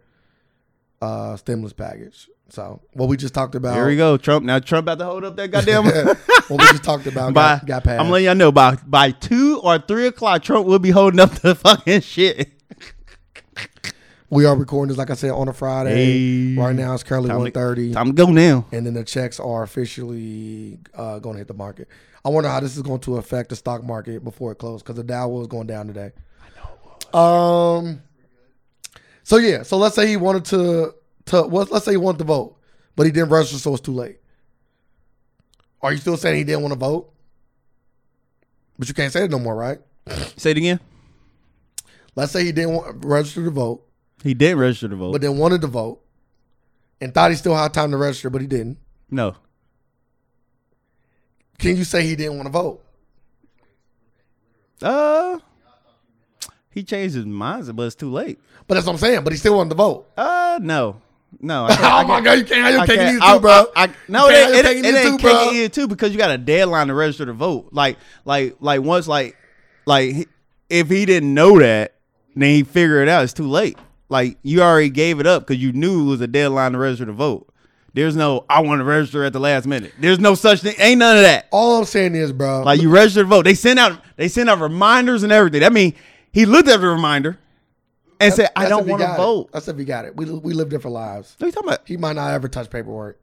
uh, stimulus package? So what we just talked about.
Here we go. Trump now Trump about to hold up that goddamn
what we just talked about
by,
got, got passed.
I'm letting y'all know by by two or three o'clock, Trump will be holding up the fucking shit.
we are recording this, like I said, on a Friday.
Hey.
Right now it's currently
Time to-
one thirty.
Time to go now.
and then the checks are officially uh, going to hit the market. I wonder how this is going to affect the stock market before it closed because the Dow was going down today. I know. Um. So yeah, so let's say he wanted to to well, let's say he wanted to vote, but he didn't register, so it's too late. Are you still saying he didn't want to vote? But you can't say it no more, right?
Say it again.
Let's say he didn't want, register to vote,
He didn't register to vote.
but then wanted to vote, and thought he still had time to register, but he didn't.
no.
Can you say he didn't want to vote?
Uh he changed his mind, but it's too late.
But that's what I'm saying. But he still wanted to vote.
uh, no. No. I can't- I
oh
can't-
my God, you can't have your
I
cake and
can't-
eat it too, bro.
I- I- no,
You
it
can't
ain't, it,
have
ain't-
your
it
cake
ain't
and eat it too,
cake
bro.
and eat it too because you got a deadline to register to vote. Like, like, like once, like, like he- if he didn't know that, then he figure it out. It's too late. Like you already gave it up because you knew it was a deadline to register to vote. There's no I want to register at the last minute. There's no such thing. Ain't none of that.
All I'm saying is, bro,
Like you register to vote. They send out they send out reminders and everything. That mean he looked at the reminder and said, I
that's if
don't
he
want to
got it.
vote.
That's if he got it. We we live different lives.
What are you talking about?
He might not ever touch paperwork.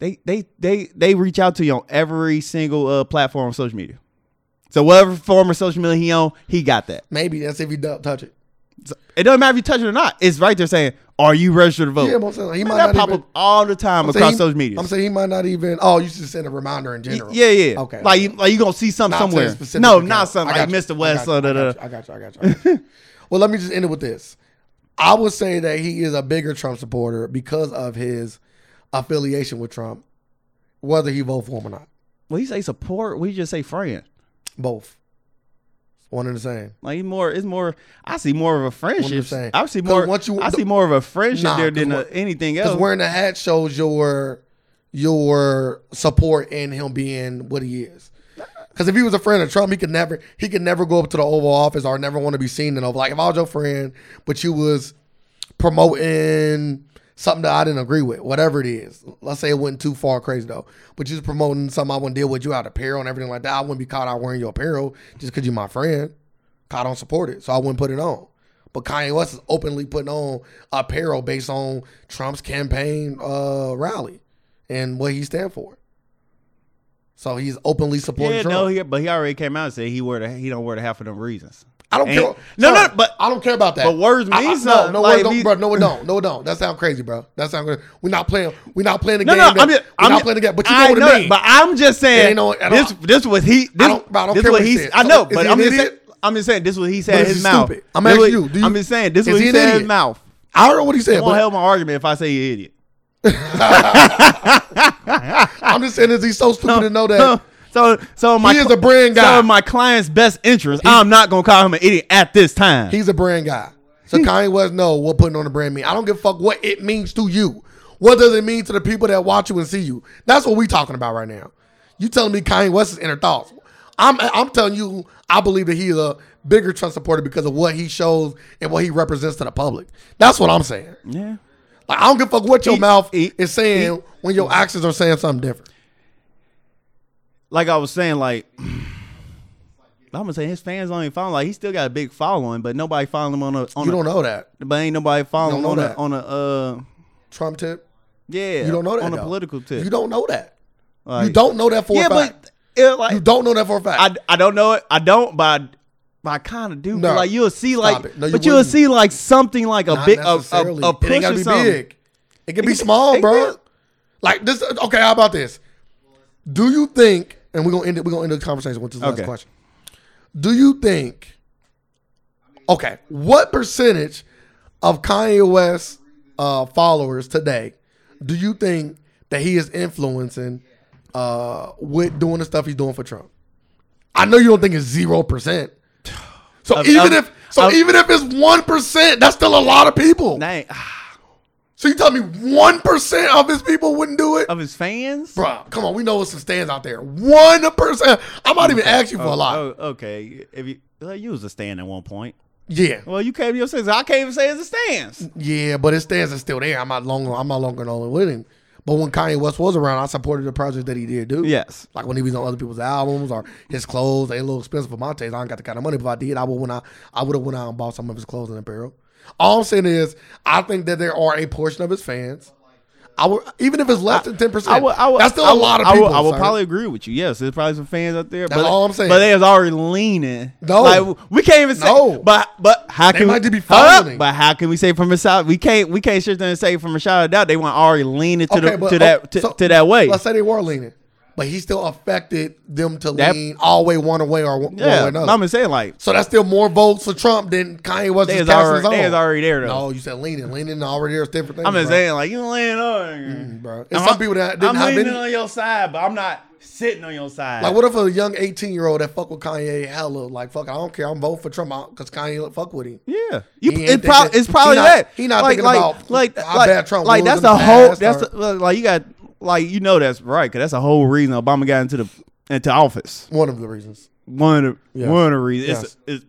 They they they they reach out to you on every single uh, platform on social media. So whatever form of social media he on, he got that.
Maybe that's if he don't touch it.
So it doesn't matter if you touch it or not. It's right there saying, "Are you registered to vote?"
Yeah, but I'm saying he
Man,
might
that
not
pop
even.
up all the time
I'm saying
across
he-
social media.
I'm saying he might not even. Oh, you should send a reminder in general.
Yeah, yeah.
Okay.
Like, you, like you gonna see something
Not to a
somewhere.
specific
No,
account.
not something
I
like
got you.
Mr. West.
I
or
got
da, da,
you.
da.
I got you. I got you. I got you. well, let me just end it with this. I would say that he is a bigger Trump supporter because of his affiliation with Trump, whether he vote for him or not.
Well, you say support. We just say friend.
Both. One and the same.
Like he's more, it's more. I see more of a friendship.
saying.
I see
'Cause
more.
once you-
I see more of a friendship
Nah,
there
'cause
than uh
we're-
anything
Because
else.
wearing the hat shows your your support in him being what he is. Because if he was a friend of Trump, he could never he could never go up to the Oval Office or never want to be seen in Oval. Like if I was your friend, but you was promoting something that I didn't agree with, whatever it is. Let's say it went too far crazy though, but you was promoting something I wouldn't deal with. You out apparel and everything like that. I wouldn't be caught out wearing your apparel just because you're my friend. I don't support it, so I wouldn't put it on. But Kanye West is openly putting on apparel based on Trump's campaign uh, rally and what he stand for. So he's openly supporting
Yeah,
Trump.
no, he, but he already came out and said he wear the, he don't wear the half of them reasons.
I don't
And-
care.
No, no,
Sorry,
but-
I don't care about that.
but words
I- I-
mean something.
No, no,
Like,
words
if
don't,
you-
bro. No, it don't. No, it don't. That sound crazy, bro. That sound crazy. We're not playing. We're not playing the
No,
game.
no,
that-
I'm, just,
we're
I'm
not
just-
playing the game. But you
I
know what
know
I
that,
mean.
But I'm just saying.
ain't no- I
this
don't-
this was he. This,
don't- bro, I don't
this
care
what
what he
he.
said.
I know,
So, is
but
he
I'm
an
just saying.
idiot?
I'm just saying this was he
But
said
is
his
he
mouth.
stupid? I'm
This
asking
what-
you, do you-
I'm just saying this
is
was
he
he
an
said his
idiot?
mouth.
I don't know what he said.
It won't
But
help my argument if I say you idiot.
I'm just saying, is he so stupid to know that?
So, so my
He is a brand guy.
So in my client's best interest, I'm not gonna call him an idiot at this time.
He's a brand guy.
Hmm.
So Kanye West know what putting on the brand mean. I don't give a fuck what it means to you. What does it mean to the people that watch you and see you? That's what we talking about right now. You telling me Kanye West is inner thoughts. I'm I'm telling you, I believe that he's a bigger Trump supporter because of what he shows and what he represents to the public. That's what I'm saying.
yeah.
Like I don't give a fuck what your
He-
mouth
he-
is saying when your actions are saying something different.
Like I was saying, like I'm gonna say his fans don't even follow. Like he still got a big following, but nobody following him on a on
You
a,
don't know that.
but ain't nobody following
You don't
on
know
a
that.
on a uh
Trump tip.
yeah
You don't know that
on a
though.
political tip.
You don't know that.
Like,
you don't know that for
yeah,
a fact.
but it, like
you don't know that for a fact.
I, I don't know it. I don't, but I, but I kind of do.
No.
Like you'll see,
Stop
like,
it. No, you
but you'll
wouldn't.
see like something like a
Not
big a, a,
necessarily.
a push
it ain't gotta
or
be
something.
big. It can be
can-
small,
it
bro.
can-
Like this. Okay, how about this? Do you think? And we're gonna end it. We're gonna end the conversation with this
Okay.
last question. Do you think? Okay, what percentage of Kanye West uh, followers today do you think that he is influencing uh, with doing the stuff he's doing for Trump? I know you don't think it's zero percent. So
Of-
even
of-
if so,
of-
even if it's one percent, that's still a lot of people.
Dang,
So you tell me one percent of his people wouldn't do it,
of his fans.
Bruh, Come on, we know it's some stands out there. One percent. I might even ask you for a lot.
Oh, okay. If you well, you was a stand at one point.
Yeah,
Well, you came to your senses. I can't even say it's a stance.
yeah, but his stands are still there. I'm not long. I'm not longer on with him. But when Kanye West was around, I supported the project that he did do.
Yes.
Like when he was on other people's albums or his clothes, they a little expensive for my taste. I ain't got the kind of money, but if I did, I would when I I would have went out and bought some of his clothes and apparel. All I'm saying is, I think that there are a portion of his fans. I would even if it's less than ten percent. That's still
I
a
would-
lot of
I would-
people.
I would,
sir.
probably agree with you. Yes, there's probably some fans out there.
That's
but,
all I'm saying.
But they was already leaning.
No.
like, we can't even say.
No.
but but how
They
can
might
we,
just be
Hold up.
following.
But how can we say from a side? We can't we can't sit there and say from a shout out. They want already leaning to the to
oh,
that to,
so
to that way.
Let's say they were leaning, but he still affected them to
That-
lean all way one way or one, one
yeah, I'm
way another.
just saying like
so that's still more votes for Trump than Kanye was
they is
just casting his
already they
own.
is already there though.
no, you said leaning, leaning already. There's different things.
I'm just
bro. Mm,
saying like you laying on.
bro. And some people that didn't
I'm
have
leaning
any.
on your side, but I'm not sitting on your side.
Like, what if a young 18 year old that fuck with Kanye hella like fuck? I don't care. I'm voting for Trump because Kanye fuck with him.
Yeah, you,
He ain't
it prob-
thinking-
it's probably
he not-
that.
he not
like,
thinking
like,
about
like
how
like,
bad Trump
like
was
that's
in the
the whole
past
that's
or-
the, like you got like you know that's right because that's the whole reason Obama got into the into office.
One of the reasons.
One of the,
Yes.
one of the reasons. It's, it's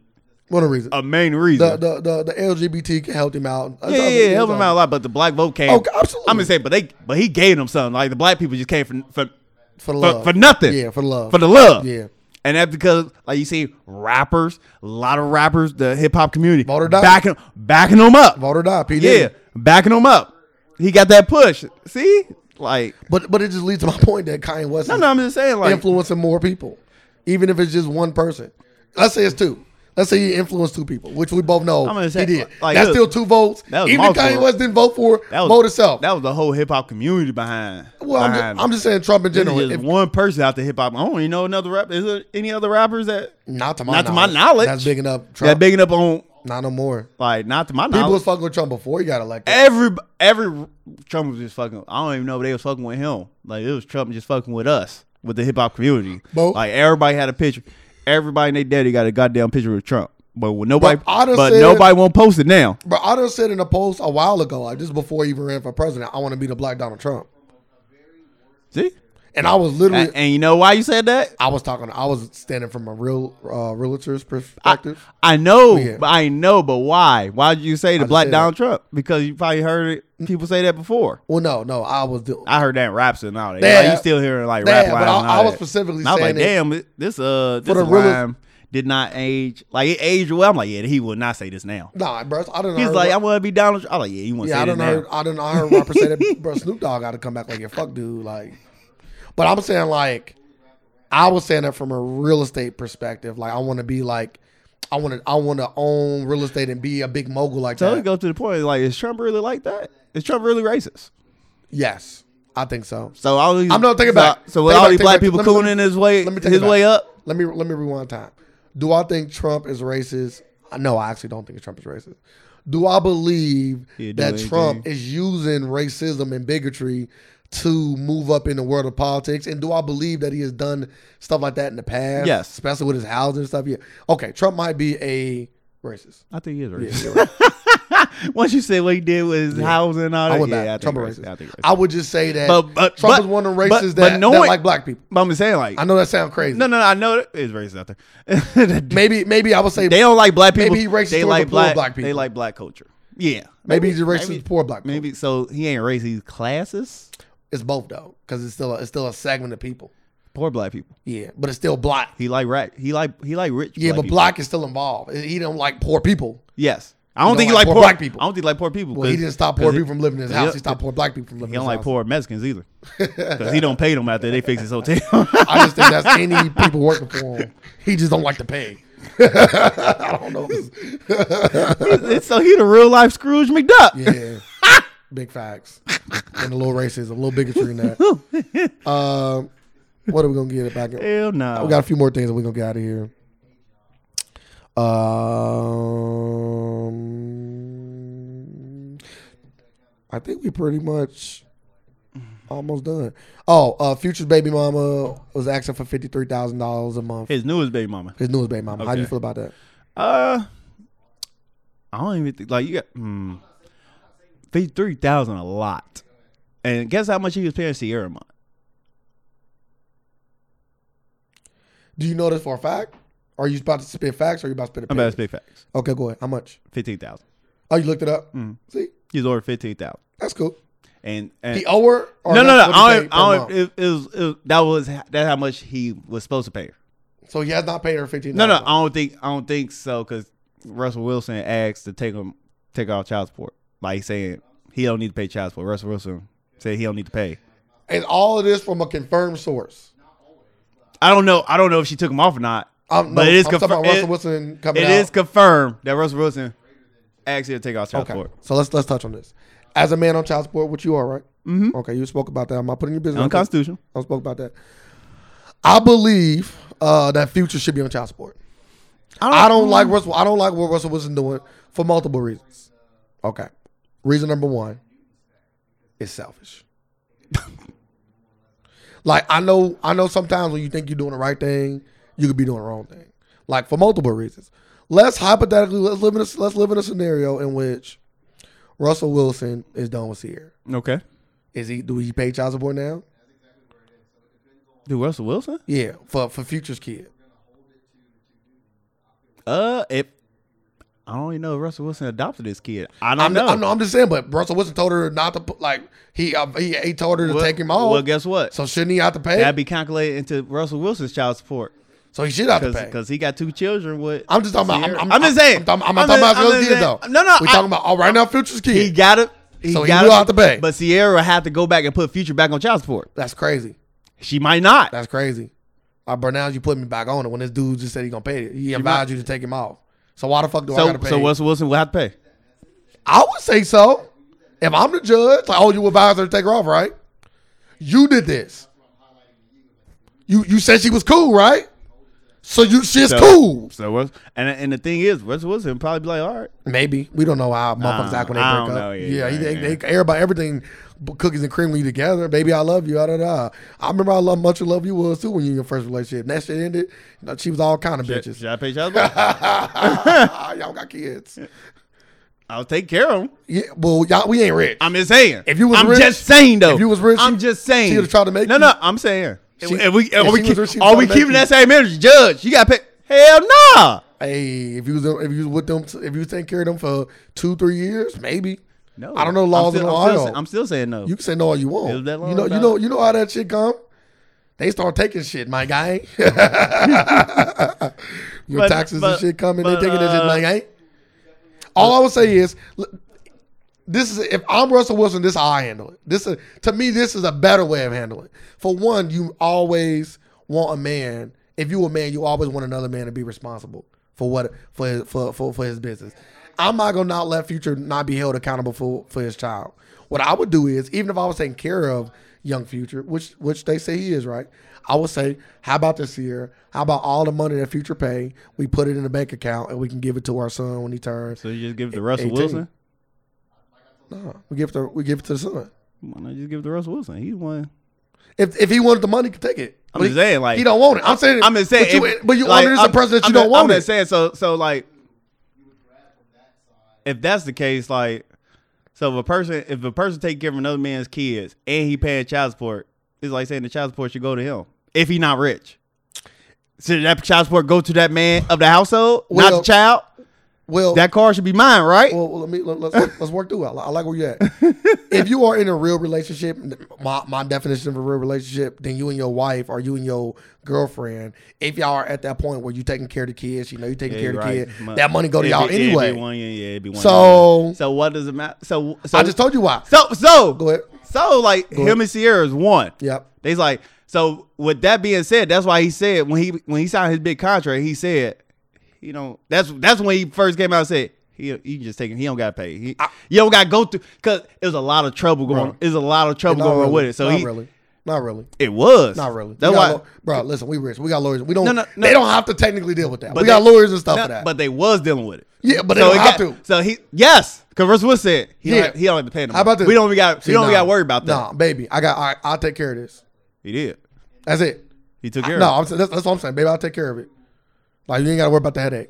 One of the reasons.
a main reason.
The, the the the LGBT helped him out.
Oh, yeah, yeah, yeah, help him out a lot. But the black vote came.
Oh, absolutely.
I'm gonna say, but they, but he gave them something. Like the black people just came for for
for
for,
the love.
for nothing.
Yeah, for the love.
for the love.
Yeah.
And that's because, like you see, rappers, a lot of rappers, the hip hop community,
Voter die.
backing backing them up.
Vote or die, P.
yeah,
Diddy.
backing them up. He got that push. See, like
But but it just leads to my point that Kanye West
no,
is
no, I'm just saying, like
influencing more people, even if it's just one person. Let's say it's two. Let's say he influenced two people, which we both know
I'm gonna say,
he did.
like,
That's
look,
still two votes.
that was
Even if
my
Kanye
vote.
West didn't vote for
that was
vote itself.
That was the whole hip hop community behind.
well, I'm
behind
just, I'm just saying Trump in
This is
general.
just
If,
one person out the hip hop. I don't even know another rapper. Is there any other rappers that
not to my
Not to
knowledge,
my knowledge.
That's big enough. Trump,
that big enough on
Not no more.
like not to my
People
knowledge?
was fucking with Trump before he got elected.
Every every Trump was just fucking. I don't even know if they was fucking with him. Like it was Trump just fucking with us with the hip hop community.
Bo-
Like everybody had a picture. Everybody and their daddy got a goddamn picture with Trump. But when nobody,
Bro, I done
but
said-
nobody won't post it now.
But I done said in a post a while ago, like just before he even ran for president, I want to be the black Donald Trump.
See,
And I was literally,
and, and you know why you said that?
I was talking, I was standing from a real uh, realtor's perspective.
I know,
Yeah.
but I know, but why? Why did you say the
just
black
said Mm.
Donald Trump? Because you probably heard it, people say that before.
well, no, no, I was doing.
I heard that in raps and all that.
Yeah.
Like, you still hearing like
Yeah,
rap
but
lines
I-
and all
I was
that.
specifically
And I was like,
saying that-
damn, it- this uh, this
the
rhyme
realest-
did not age. Like it aged well. I'm like, yeah, he will not say this now.
Nah, bro, I didn't.
He's like, I want to be Donald. Trump. I'm like, yeah, you want to
yeah, I
say this
don't
now?
know. I don't know. I heard Robert say that, bro. Snoop Dogg got to come back like, yeah, fuck, dude. Like, but I'm saying like, I was saying that from a real estate perspective. Like, I want to be like, I want to, I want to own real estate and be a big mogul like
So
that.
it goes to the point. Like, is Trump really like that? Is Trump really racist?
Yes, I think so.
So all these,
I'm- no, think
so-
about it.
So with
Think
all
about it,
these
think
black
about it.
people
Let me- let me-
cooning his way,
let me think
his
about it.
way up.
Let me let me rewind time. Do I think Trump is racist? No, I actually don't think Trump is racist. Do I believe
He'll do
that Trump
anything.
is using racism and bigotry to move up in the world of politics? And do I believe that he has done stuff like that in the past?
Yes.
especially with his housing and stuff. Yeah. Okay, Trump might be a racist.
I think he is
Yeah,
racist.
you're right.
Once you said what he did with his housing and all that,
I went
yeah,
back.
I think
Trump a
racist.
racist.
I think racist.
I would just say that
But- but-
Trump
but-
is one of the
but-
racists
but
that, that
knowing-
like black people.
But I'm saying like,
I know that sounds crazy.
no, no, no, I know it is racist out there.
Maybe maybe I would say
They don't like black people.
Maybe he racist
they
towards
like
the poor
black,
black people.
They like black culture. Yeah.
maybe, he's a racist
maybe-
to poor black. people.
Maybe so he ain't racist. He's classist.
It's both though, because it's still a, it's still a segment of people.
Poor black people.
Yeah, but it's still black.
He like right. He like he like rich.
Yeah,
black
but
people.
black is still involved. He don't like poor people.
Yes. I don't
don't
think he like
like poor
poor,
black people.
I don't think he like poor people.
Well, he
'cause-
didn't stop
'cause
poor
he-
people from living in his
yeah,
house. He stopped poor black people from living
He
in his
don't like
house.
poor Mexicans either. Because he don't pay them after they fix his hotel.
I just think that's any people working for him. He just don't like to pay. I don't know.
so he the real life Scrooge McDuck.
Yeah, big facts and a little racism, a little bigotry in that. Um, what are we gonna get back? in?
Hell no.
We got a few more things that we're gonna get out of here. Um, I think we pretty much almost done. Oh, uh, Future's baby mama was asking for fifty three thousand dollars a month.
his newest baby mama.
His newest baby mama. How do you
Okay.
feel about that?
Uh, I don't even think like you got hmm, fifty three thousand a lot, and guess how much he was paying Sierra a month.
Do you know this for a fact? Are you about to spit facts? Or are you about to spit a
I'm about to
opinion?
speak facts.
Okay, go ahead. How much?
Fifteen thousand.
Oh, you looked it up.
Mhm.
See,
He's over fifteen thousand,
that's cool.
and and
He owe her. Or
no no
that's
no.
what he
I don't,
paid per
I don't,
month?
it, it was, it was that was that's how much he was supposed to pay her.
so he has not paid her fifteen.
No no. I don't think I don't think so because Russell Wilson asked to take him take off child support. Like he's saying he don't need to pay child support. Russell Wilson said he don't need to pay.
and all of this from a confirmed source.
I don't know. I don't know if she took him off or not.
Um,
But it is
I'm talking about
confir-
Russell
it-
Wilson coming
It
out.
is confirmed that Russell Wilson asked you to take out child
okay.
support.
So let's let's touch on this. As a man on child support, which you are, right? Mm-hmm. Okay, you spoke about that. I'm not putting your business. out there.
Unconstitutional.
I spoke about that. I believe uh, that future should be on child support. I don't
Mm-hmm.
like Russell. I don't like what Russell Wilson doing for multiple reasons. Okay, reason number one is selfish. like I know, I know. Sometimes when you think you're doing the right thing, you could be doing the wrong thing. Like for multiple reasons. Let's hypothetically let's live in a, let's live in a scenario in which Russell Wilson is done with Sierra.
Okay.
Is he? Do he pay child support now?
Do Russell Wilson?
Yeah, for for Future's kid.
Uh, if I don't even know if Russell Wilson adopted this kid. I don't
I'm,
know.
I'm, I'm just saying, but Russell Wilson told her not to put like he uh, he, he told her to
Well-
take him off.
Well, guess what?
so shouldn't he have to pay?
That'd be calculated into Russell Wilson's child support
so he should have to pay.
because he got two children with.
I'm just talking about. I'm,
Sierra.
I'm,
I'm just saying.
I'm, talking- I'm
I'm
not talking
just-
about his
I'm
other
just
kid
saying.
though.
No, no,
We're
I-
talking about all right now. Future's kid.
he got it. He
So he
got
will have to pay.
But Sierra had to go back and put Future back on child support.
That's crazy.
She might not.
That's crazy. Uh, but now you put me back on it when this dude just said he gonna pay it. He advised you to take him off. So why the fuck do I
So,
gotta pay?
so Russell Wilson will have to pay.
I would say so. If I'm the judge, like, oh, you advised her to take her off, right? You did this. You you said she was cool, right? So you she's
So-
cool.
So Russ, and and the thing is, Russell Wilson probably be like, all right,
Maybe we don't know how motherfuckers act when they
Uh, I
break
don't
up.
know.
yeah,
Yeah,
he-
yeah,
they,
yeah.
they care about everything, but cookies and cream lead together. Baby, I love you. Da, da, da. I remember how love much love you was too when you in your first relationship. And that shit ended. you know, She was all kind of
should,
bitches. Ah,
should I pay child support?
y'all got kids.
I'll take care of him.
Yeah, well, y'all we ain't rich.
I'm just saying.
If you was
I'm
rich-
just saying though.
if you was rich,
I'm
she-
just saying.
she would've tried to make
No,
you-
no. I'm saying.
She-
if we,
if
are we,
she was
keep,
rich, she would've
are we
tried to
keeping that
make
same energy? Judge, you got to pay. Hell nah.
Hey, if you was if you was with them, if you was taking care of them for two three years, maybe.
No,
I don't know
I'm
laws
still-
in
I'm still,
Ohio.
sa- I'm still saying no.
you can say no all you want.
Is that law
you know, you
about-
know, you know how that shit come. They start taking shit, my guy. Your
But-
taxes and
but-
shit coming. They
but,
taking that shit,
uh,
my guy. All I would say is, l- this is if I'm Russell Wilson, this is how I handle it. This is to me, this is a better way of handling. it. For one, you always want a man. If you a man, you always want another man to be responsible for what for his, for, for for his business. I'm not gonna not let future not be held accountable for for his child. What I would do is, even if I was taking care of young future, which which they say he is, right? I would say, how about this year? How about all the money that future pay? We put it in a bank account and we can give it to our son when he turns.
so you just give it to Russell
18.
Wilson.
No, we give it to we give it to the son.
Why not just give it to Russell Wilson? He's one.
If if he wanted the money, he could take it.
I'm
But
just
he,
saying, like-
he don't want it. I'm saying,
I'm just saying.
but you,
if-
but you
like,
under this
I'm-
impression that you
I'm
don't
just-
want
I'm
it.
just saying. So, so like, if that's the case, like, so if a person, if a person take care of another man's kids and he paying child support, it's like saying the child support should go to him if he not rich. Should that child support go to that man of the household, not
Well-
the child?
well,
That car should be mine, right?
well, well, let me let, us let's work through it. I li- I like where you at. if you are in a real relationship, my my definition of a real relationship, then you and your wife or you and your girlfriend, if y'all are at that point where you taking care of the kids, you know you taking
Yeah,
care of the
you're right.
kid,
Mon-
that money go to
it'd
y'all
be- it'd be
anyway.
one year, yeah, it'd be one
So-
year. so what does it matter? So, so
I just told you why.
so so
Go ahead.
so like
ahead.
him and Sierra is one.
Yep.
They's like so. With that being said, that's why he said when he when he signed his big contract, he said he don't. That's that's when he first came out and said he he just taking he don't got paid. He you don't got to go through because it was a lot of trouble going. It was a lot of trouble
Not
going
really.
with it. So
not
he
really, not really.
it was
Not really.
That's
We got
why.
law- bro, listen, we rich. We got lawyers. We don't.
No, no, no.
They don't have to technically deal with that. We
But
got
they-
lawyers and stuff
no,
for that.
But they was dealing with it.
Yeah, but they
it
don't have to.
So he yes, because Russell Wilson said he
Yeah.
don't, have- he don't have to pay no
How
more.
about this?
We don't even got we
See,
don't
nah.
got to worry about that.
Nah, baby, I got. I, I'll take care of this.
He did.
That's it.
He took
I-
care.
no,
of
I'm, sa- that's, that's what I'm saying, baby. I'll take care of it. Like you ain't got to worry about the headache.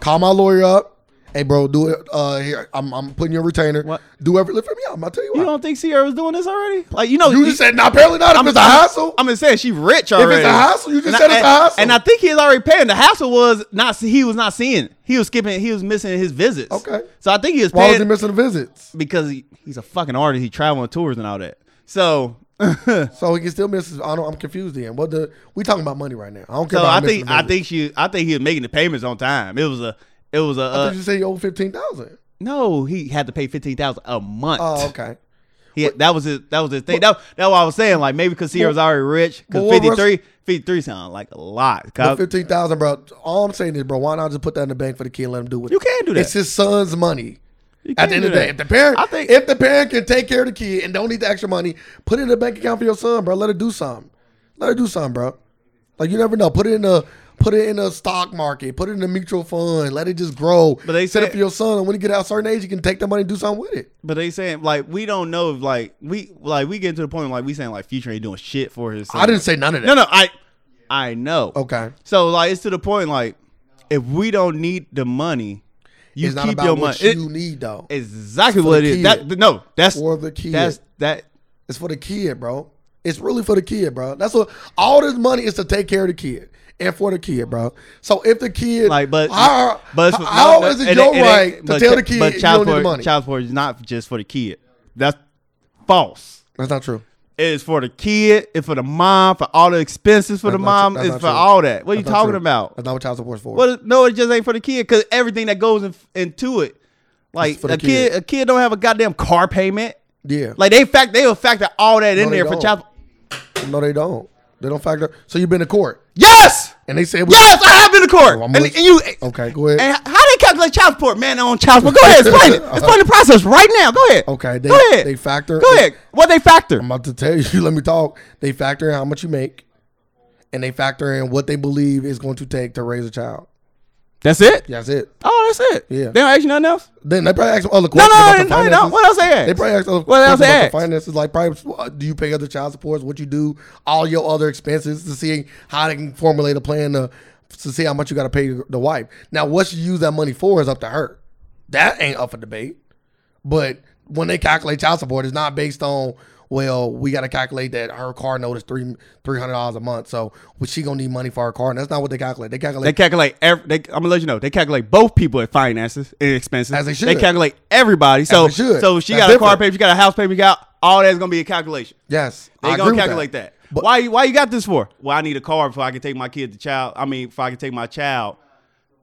Call my lawyer up. Hey, bro, do it. Uh, here, I'm, I'm putting you a retainer.
What?
Do every. Look for me. out. I'm gonna tell you
it. You
what.
don't think Sierra was doing this already? Like you know,
You, just said, no, apparently not. If it's a hassle,
I'm just saying she rich already.
a hassle, you just
And
said
I-
it's a hassle.
And I think he's already paying. The hassle was not he was not seeing. He was skipping. He was missing his visits.
Okay.
So I think he was
why was
paying
he missing the visits?
because he, he's a fucking artist. He traveling tours and all that. So
So he can still miss. His, I don't. I'm confused. Then what the? We talking about money right now. I don't care.
So
about
I
him missing
think
the
I
visits.
think she I think he was making the payments on time. It was a it was a
I
uh,
thought you said you owe fifteen thousand.
no. He had to pay fifteen thousand a month.
Oh, okay.
he had- that was his that was his thing. That that's what I was saying. Like maybe because Sierra was already rich.
but
Because
what
53, 53 sound like a lot. 'Cause
But fifteen thousand, bro. All I'm saying is, bro, why not just put that in the bank for the kid and let him do what?
You can do that.
It's his son's money.
you can't
At the end
do
of the day,
that.
if the parent,
I think-
if the parent can take care of the kid and don't need the extra money, put it in the bank account for your son, bro. Let her do something. Let her do something, bro. Like you never know. Put it in a put it in a stock market. Put it in a mutual fund. Let it just grow.
But they
set it
said-
for your son, and when he get out a certain age, you can take that money and do something with it.
But they saying like we don't know if like we like we get to the point like we saying like future ain't doing shit for his. Son.
I didn't say none of that.
No, no, I I know.
Okay.
So like it's to the point like if we don't need the money, you
it's not
keep
about
your money.
what
It-
you need though.
exactly
for
what it
the
is. That
kid.
no, that's
for the kid.
that's that.
it's for the kid, bro. It's really for the kid, bro. That's what all this money is to take care of the kid and for the kid, bro. So if the kid,
Like, but-
how,
But
how- how is it your
ain't-
right to
but
tell
chi-
the kid
But
you
child
don't need the
support,
money?
child support is not just for the kid. That's false.
That's not true.
It is for the kid. It's for the mom. For all the expenses for
That's
the
not true.
mom.
That's
It's
not
for
true.
all that. What are you
That's not
talking
true.
about?
That's not what child support's for.
Well, no, it just ain't for the kid because everything that goes in, into it, like
It's for the
a kid,
kid.
a kid don't have a goddamn car payment.
yeah,
Like they fact, they will factor all that in
they
there for
don't.
child.
no, they don't. They don't factor. So you've been to court,
Yes,
and they said,
yes, I have been to court.
Oh, I'm
and,
with-
and you,
Okay, go ahead.
and how they calculate child support, man? On child support, go ahead, explain it. Explain the process right now. Go ahead.
Okay, they-
go ahead.
they factor-
Go ahead. What they factor?
I'm about to tell you. Let me talk. They factor in how much you make, and they factor in what they believe is going to take to raise a child.
That's it.
That's it.
Oh, that's it.
Yeah.
They don't ask you nothing else.
Then they probably ask them other
No,
questions
no,
about
no,
the
no,
finances.
no. What else they ask?
They probably ask other
What else
questions
they
about
ask?
the finances, like probably uh, do you pay other child supports, what you do, all your other expenses, to see how they can formulate a plan to to see how much you got to pay your- the wife. Now, what she use that money for is up to her. That ain't up for debate. But when they calculate child support, it's not based on well, we got to calculate that her car note is three three hundred dollars a month, so well, she gonna need money for her car, and that's not what they calculate. They calculate
They calculate. Every, they, I'm gonna let you know. They calculate both people at finances and expenses.
As they
They
should.
calculate everybody. So,
they should.
so if she
That's
got a car
different.
payment. She got a house payment. She got all that's gonna be a calculation.
yes,
They
I agree
gonna
with
calculate that. why? you- Why you got this for? Well, I need a car before I can take my kid to child. I mean, if I can take my child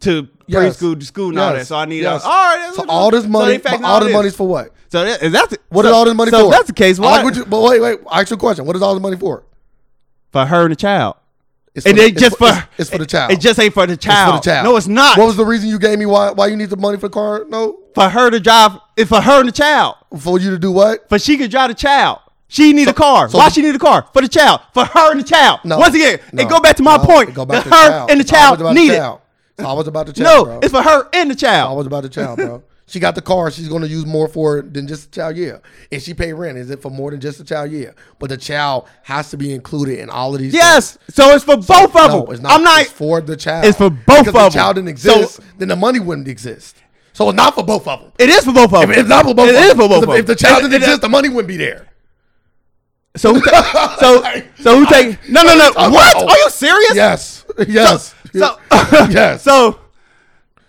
to
Yes.
preschool to school and all that.
Yes.
So I need.
Yes.
A, all right. that's
So
what-
all this
so
money,
they factor
but all
in
this money's for what?
So that, is that
What
so,
is all this money
so
for?
if that's the case,
I
why
like what you- but wait, wait. I asked you a question. What is all the money for?
for her and the child?
It's
And
the-
it just for
it's, it's for the child.
It just ain't for the
It's
child. No, it's not
What was the reason you gave me why why you need the money for the car? No,
for her to drive. It's for her and the child.
for you to do what?
But she could drive the child. She need a car. Why
the-
she need a car? For the child. For her and the child.
No.
Once again,
No.
it go back to my
No.
point.
It go back
The
to
her
child.
and the
It's always
child
about
need
the
it.
child. It's always about the
No,
child. bro.
it's for her and the
I
child.
was about the child, bro. she got the car. She's going to use more for it than just the child. Yeah. If she pay rent, is it for more than just the child? Yeah. But the child has to be included in all of these.
Yes. So it's for both of them.
No, it's not.
I'm not.
It's for the child.
It's for both of
because If the child
them.
didn't exist, then the money wouldn't exist. So it's not for both of them.
it is for both of them.
If not for both
It
of
is
them.
for both
If,
of
if the
them.
child didn't exist, the money wouldn't be there.
So, who ta- so, so who take? No, no, no. What?
about?
Are you serious?
Yes. Yes.
So,
yes. So,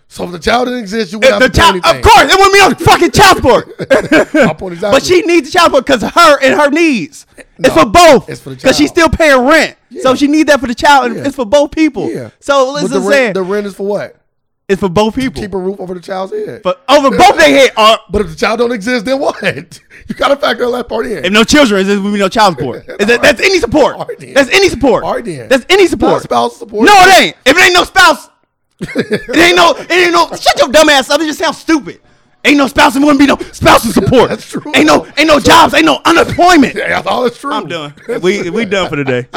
so
if the child didn't exist, you
if
wouldn't
the
have to do
child,
anything.
of course, it wouldn't be on fucking child support.
My point exactly.
But she needs the child support because of her and her needs. it's
No,
for both.
it's for the
Because she's still
child.
paying rent. So she need that for the child, and
Yeah.
it's for both people.
Yeah.
So
But
listen,
the
I'm
rent,
saying
the rent is for what?
it's for both people.
Keep a roof over the child's head.
but over both they head are
But if the child don't exist, then what? You gotta factor that part in.
if no children, is there will be no child support. Is that, that's any support.
All right then.
That's any support.
All right then.
That's any
Not
support.
spouse support.
No, it ain't. If it ain't no spouse, it ain't no. It ain't no. Shut your dumb ass up. It just sounds stupid. Ain't no spouse. It wouldn't be no spousal support.
That's true.
Ain't no. Ain't no jobs. Ain't no unemployment.
Yeah, that's all that's true.
I'm done. We we done for today.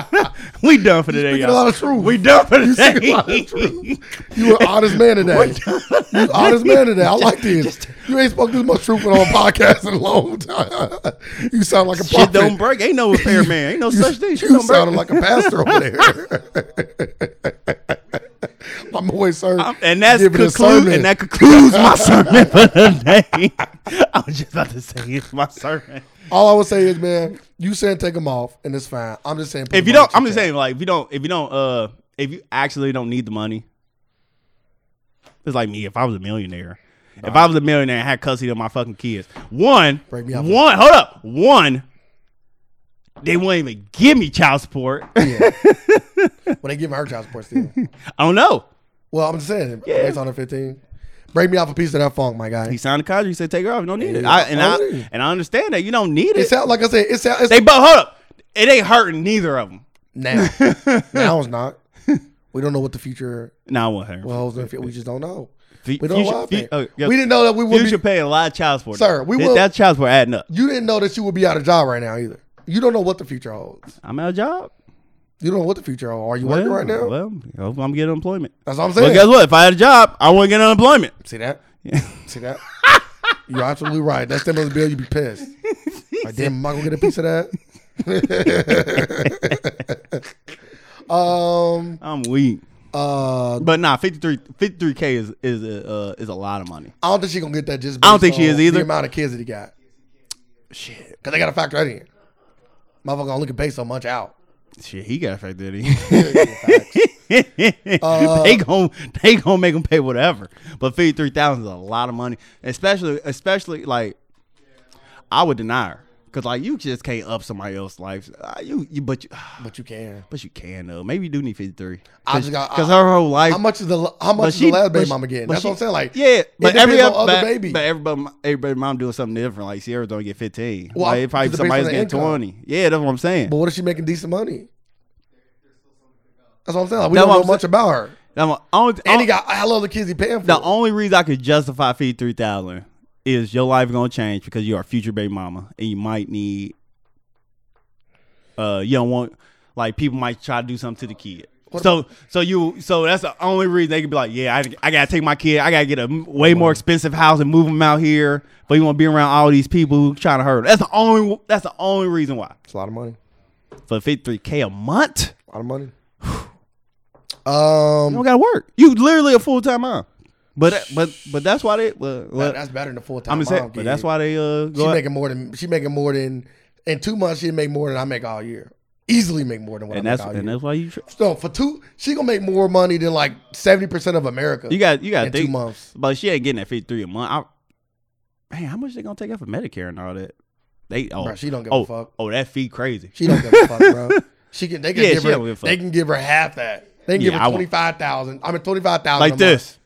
we done for today,
Speaking
y'all.
a lot of truth.
We done for
You speaking a lot
today.
of truth. You an honest man today. You an honest man today. I like this. You ain't spoke this much truth on a podcast in a long time. You sound like a
Shit
prophet.
don't break. Ain't no repairman. Ain't no such thing. Shit
You
don't break.
sounded like a pastor over there. My boy, sir.
I'm- and that's
giving a
conclude,
sermon.
and that concludes my sermon for today. I was just about to say it's my sermon.
all I would say is, man, you saying take them off, and it's fine. I'm just saying. put
If
them
you
on
don't,
the
I'm just
check.
saying like if you don't, if you don't, uh, if you actually don't need the money, it's like me. If I was a millionaire, if I was a millionaire and had custody of my fucking kids, one,
Break me up.
one, hold up, one, they wouldn't even give me child support. I
Yeah. when they give her child support still.
don't know.
Well, I'm just saying, based on her 15, break me off a piece of that funk, my
He
guy.
signed the contract. He said, "Take it off. You don't need it."
Yeah,
I, and
I
I
agree.
and I understand that you don't need
It
it.
sounds like I said, it sounds
They both hold up. It ain't hurting neither of them.
now. now it's not. We don't know what the future
No, I won't hurt.
will hold. in the fu- We just don't know.
Fu-
We don't
future-
know.
fu-
anything.
oh, yeah.
We didn't know that we would
You
be.
should pay a lot of child support,
Sir, we
That-
will-
That child support adding up.
You didn't know that you would be out of job right now either. You don't know what the future holds.
I'm out of job.
You don't know what the future holds. Are you working
Well,
right now?
Well, I hope I'm getting unemployment.
That's what I'm
But
saying.
guess what? If I had a job, I wouldn't get unemployment.
See that? See that? You're absolutely right. That stimulus bill, you'd be pissed. Like, damn, am I gonna get a piece of that? um,
I'm weak.
uh,
But nah, 53 k is is a uh, is a lot of money.
I don't think she's gonna get that. Just
I don't think
based
she is
on
either.
The amount of kids that he got,
Shit.
because they gotta factor that in. Motherfucker only can pay so much out.
Shit, he got affected. Did he?
Uh,
they gon' they gonna make him pay whatever. But fifty three thousand is a lot of money, especially especially like I would deny her because like you just can't up somebody else's life. Uh, you you but you
But you can.
but you can though. Maybe you do need fifty three.
I just got-
because her whole life.
How much is the how much
but
is
she-
the last
but
baby
she-
mama getting?
but
That's
she-
what I'm saying. Like,
yeah, but
depends
every
on
other
other
but,
baby.
but everybody, everybody mom doing something different. Like Sierra's don't get fifteen.
Well,
like
it's
probably
based on
somebody's
the
getting
income.
twenty. Yeah, that's what I'm saying.
but what if she making decent money? That's what I'm saying. Like, we
That's
don't
what
know
I'm
much about her.
Now, my only-
And he got how old the kids he paying for?
The only reason I could justify feed three thousand is your life gonna change because you are a future baby mama and you might need. Uh, you don't want like people might try to do something to the kid. so so you so that's the only reason they could be like, yeah, I, I gotta take my kid, I gotta get a m- way more expensive house and move him out here, but you want to be around all these people who trying to hurt. Him. That's the only that's the only reason why
It's a lot of money.
for fifty three k a month,
A lot of money.
you
Um,
don't gotta work. You literally a full time mom. But but but that's why they. Well, well,
that's better than the full time.
I'm just saying, but that's why they uh
she
go out-
making more than she making more than in two months she make more than I make all year. Easily make more than what
and
I make
that's
all
and
year.
that's why you tr-
So for two, she gonna make more money than like seventy percent of America.
you got you got to
in two
think,
months.
but she ain't getting that fifty three a month. I, man, how much they gonna take out for Medicare and all that? They oh
Bro, she don't give
oh
a fuck.
oh that fee crazy.
She don't give a fuck, bro. She can they can
Yeah,
give
she don't
her
give a fuck.
they can give her half that. They can
Yeah,
give
I
her
won't.
twenty five thousand. I mean twenty five thousand.
like this,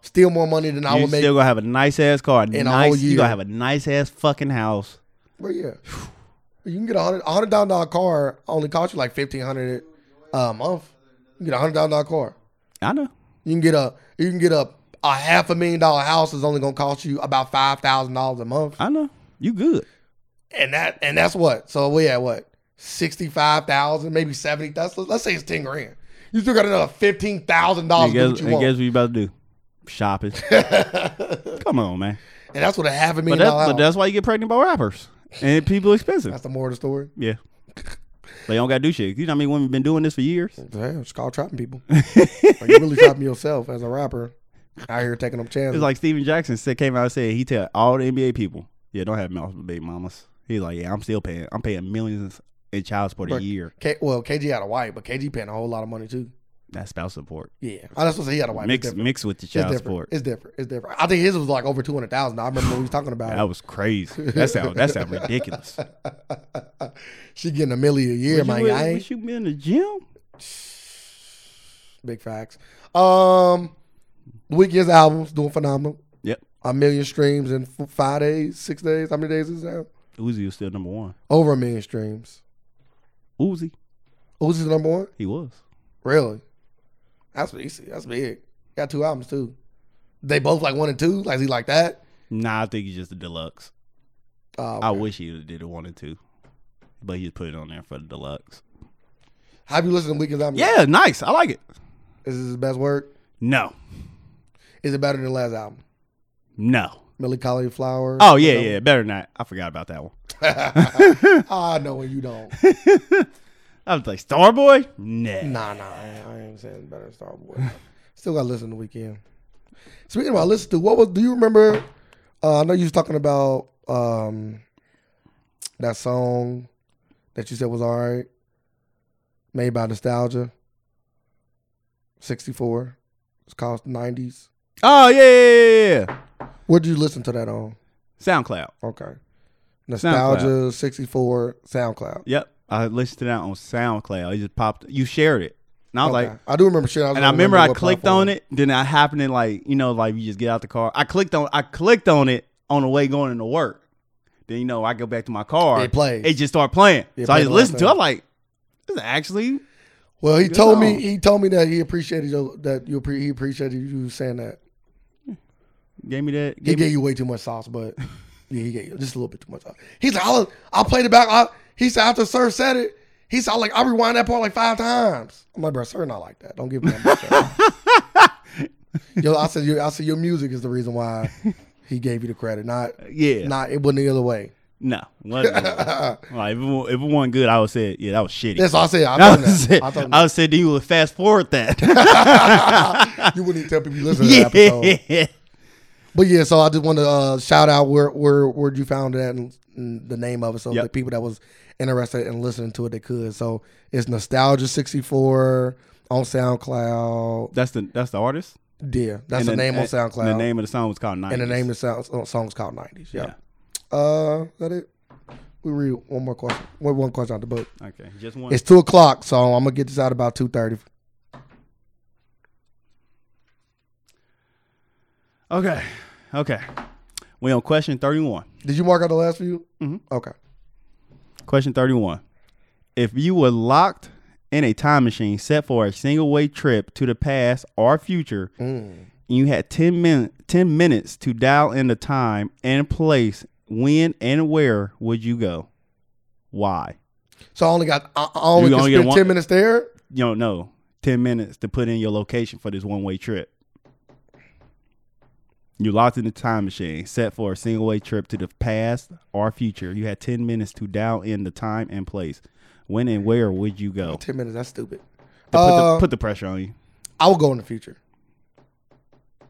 Still more money than I
you
would make.
still gonna have a nice ass car, a
in a whole
nice you
year.
gonna have a nice ass fucking house.
Bro, yeah. You can get a hundred a hundred thousand dollar car only cost you like fifteen hundred uh, a month. You can get a hundred thousand dollar car.
I know.
You can get a you can get a a half a million dollar house is only gonna cost you about five thousand dollars a month.
I know. You good.
And that and that's what. So we at what? Sixty five thousand, maybe seventy. That's let's say it's ten grand. You still got another fifteen thousand
And
dollars to do
guess,
what you
and guess
want.
what you about to do? Shopping. Come on, man.
And that's what a half a
But
million
that's
dollar
but
house.
that's why you get pregnant by rappers. And people expensive.
That's the moral of the story.
Yeah. They don't gotta do shit. You know how many women been doing this for years?
Damn, it's called trapping people. Like, you really trapping yourself as a rapper out here taking up chances.
It's like Steven Jackson said, came out and said he tell all the NBA people, yeah, don't have mouths with baby mamas. He's like, yeah, I'm still paying. I'm paying millions in child support a
Right.
year.
K- well, KG out of white, but KG paying a whole lot of money too.
That's spouse support
Yeah, I was supposed to say he out of white. It's
mixed
different.
mixed with the
It's
child
different.
support.
It's different. It's different. I think his was like over two hundred thousand. I remember we was talking about. it.
That was crazy. That sound that sound ridiculous.
she getting a milli a year,
Would
my
you, would-
guy.
would you be in the gym?
Big facts. Um, the weekend's album's doing phenomenal.
Yep.
A million streams in f- five days, six days. How many days is that?
Uzi was still number one.
Over a million streams.
Uzi,
Who's his number one?
he was.
Really? That's big. That's big. Got two albums too. They both like one and two. Like is he like that?
Nah, I think he's just a deluxe.
Uh,
I wish he did it one and two, but he just put it on there for the deluxe.
have you listened to Weekend's album?
Yeah, nice. I like it.
Is this his best work?
No,
Is it better than the last album?
no.
Melancholy Flower.
Oh yeah, yeah. Better than that. I forgot about that one.
I know when Ah, you don't.
I was like, Starboy? Nah.
Nah, nah, I ain't, I ain't saying better than Starboy. Still got to listen to Weekend. Speaking about listen to, what was? Do you remember? Uh, I know you was talking about um, that song that you said was all right, made by nostalgia. Sixty four, it's called nineties.
Oh yeah, yeah, yeah, yeah.
Where would you listen to that on?
SoundCloud.
Okay, nostalgia sixty four SoundCloud.
Yep. I listened to that on SoundCloud. It just popped. You shared it, and I was
Okay.
like,
I do remember shit. I was
and I
wondering
remember I
what
clicked
platform.
on it. Then I happened to like, you know, like you just get out the car. I clicked on, I clicked on it on the way going into work. Then you know, I go back to my car.
It plays.
It just start playing.
It
so I
plays
just
the last
listened to. it.
time.
I'm like, this is actually
Well, he
Good
told
song.
me he told me that he appreciated your, that you appre- he appreciated you saying that.
gave me that.
He
Gave me,
gave you way too much sauce, but yeah, he gave you just a little bit too much sauce. He's like, I'll, I'll play the back. I, he said after Sir said it, he said I like I rewind that part like five times. I'm like, bro, Sir not like that. Don't give me that much. credit." Yo, I said, your, I said your music is the reason why he gave you the credit. Not,
yeah.
not it wasn't the other way.
No. Wasn't good. like if it, wa- if it wasn't good, I would say, yeah, that was shitty.
That's all I said. I
I
told him
would say,
that. I told him
I would say that you would fast forward that.
that. you wouldn't even tell people you listen to that episode.
Uh, yeah.
But yeah, so I just want to uh, shout out where where where you found that and, and the name of it, so
Yep.
the people that was interested in listening to it, they could. So it's Nostalgia sixty four on SoundCloud.
That's the that's the artist.
Yeah, that's
And
the, name on
and
SoundCloud.
The name of the song was called 90s.
and the name of the sound, uh, song's called nineties. Yeah. Uh, is that it. We read one more question. One one question out the book.
Okay, just one.
It's two o'clock, so I'm gonna get this out about two thirty.
okay, okay. We on question thirty-one.
Did you mark out the last few?
Mhm.
Okay.
Question 31. If you were locked in a time machine set for a single way trip to the past or future,
Mm.
and you had 10, min- 10 minutes to dial in the time and place, when and where would you go? Why?
So I only got I I only
You
can
only get
spend
one-
ten minutes there.
You don't know. 10 minutes to put in your location for this one way trip. You locked in the time machine set for a single way trip to the past or future. You had 10 minutes to dial in the time and place. When and where would you go?
Ten minutes. That's stupid.
Oh. to put,
Uh,
the, put the pressure on you.
I will go in the future.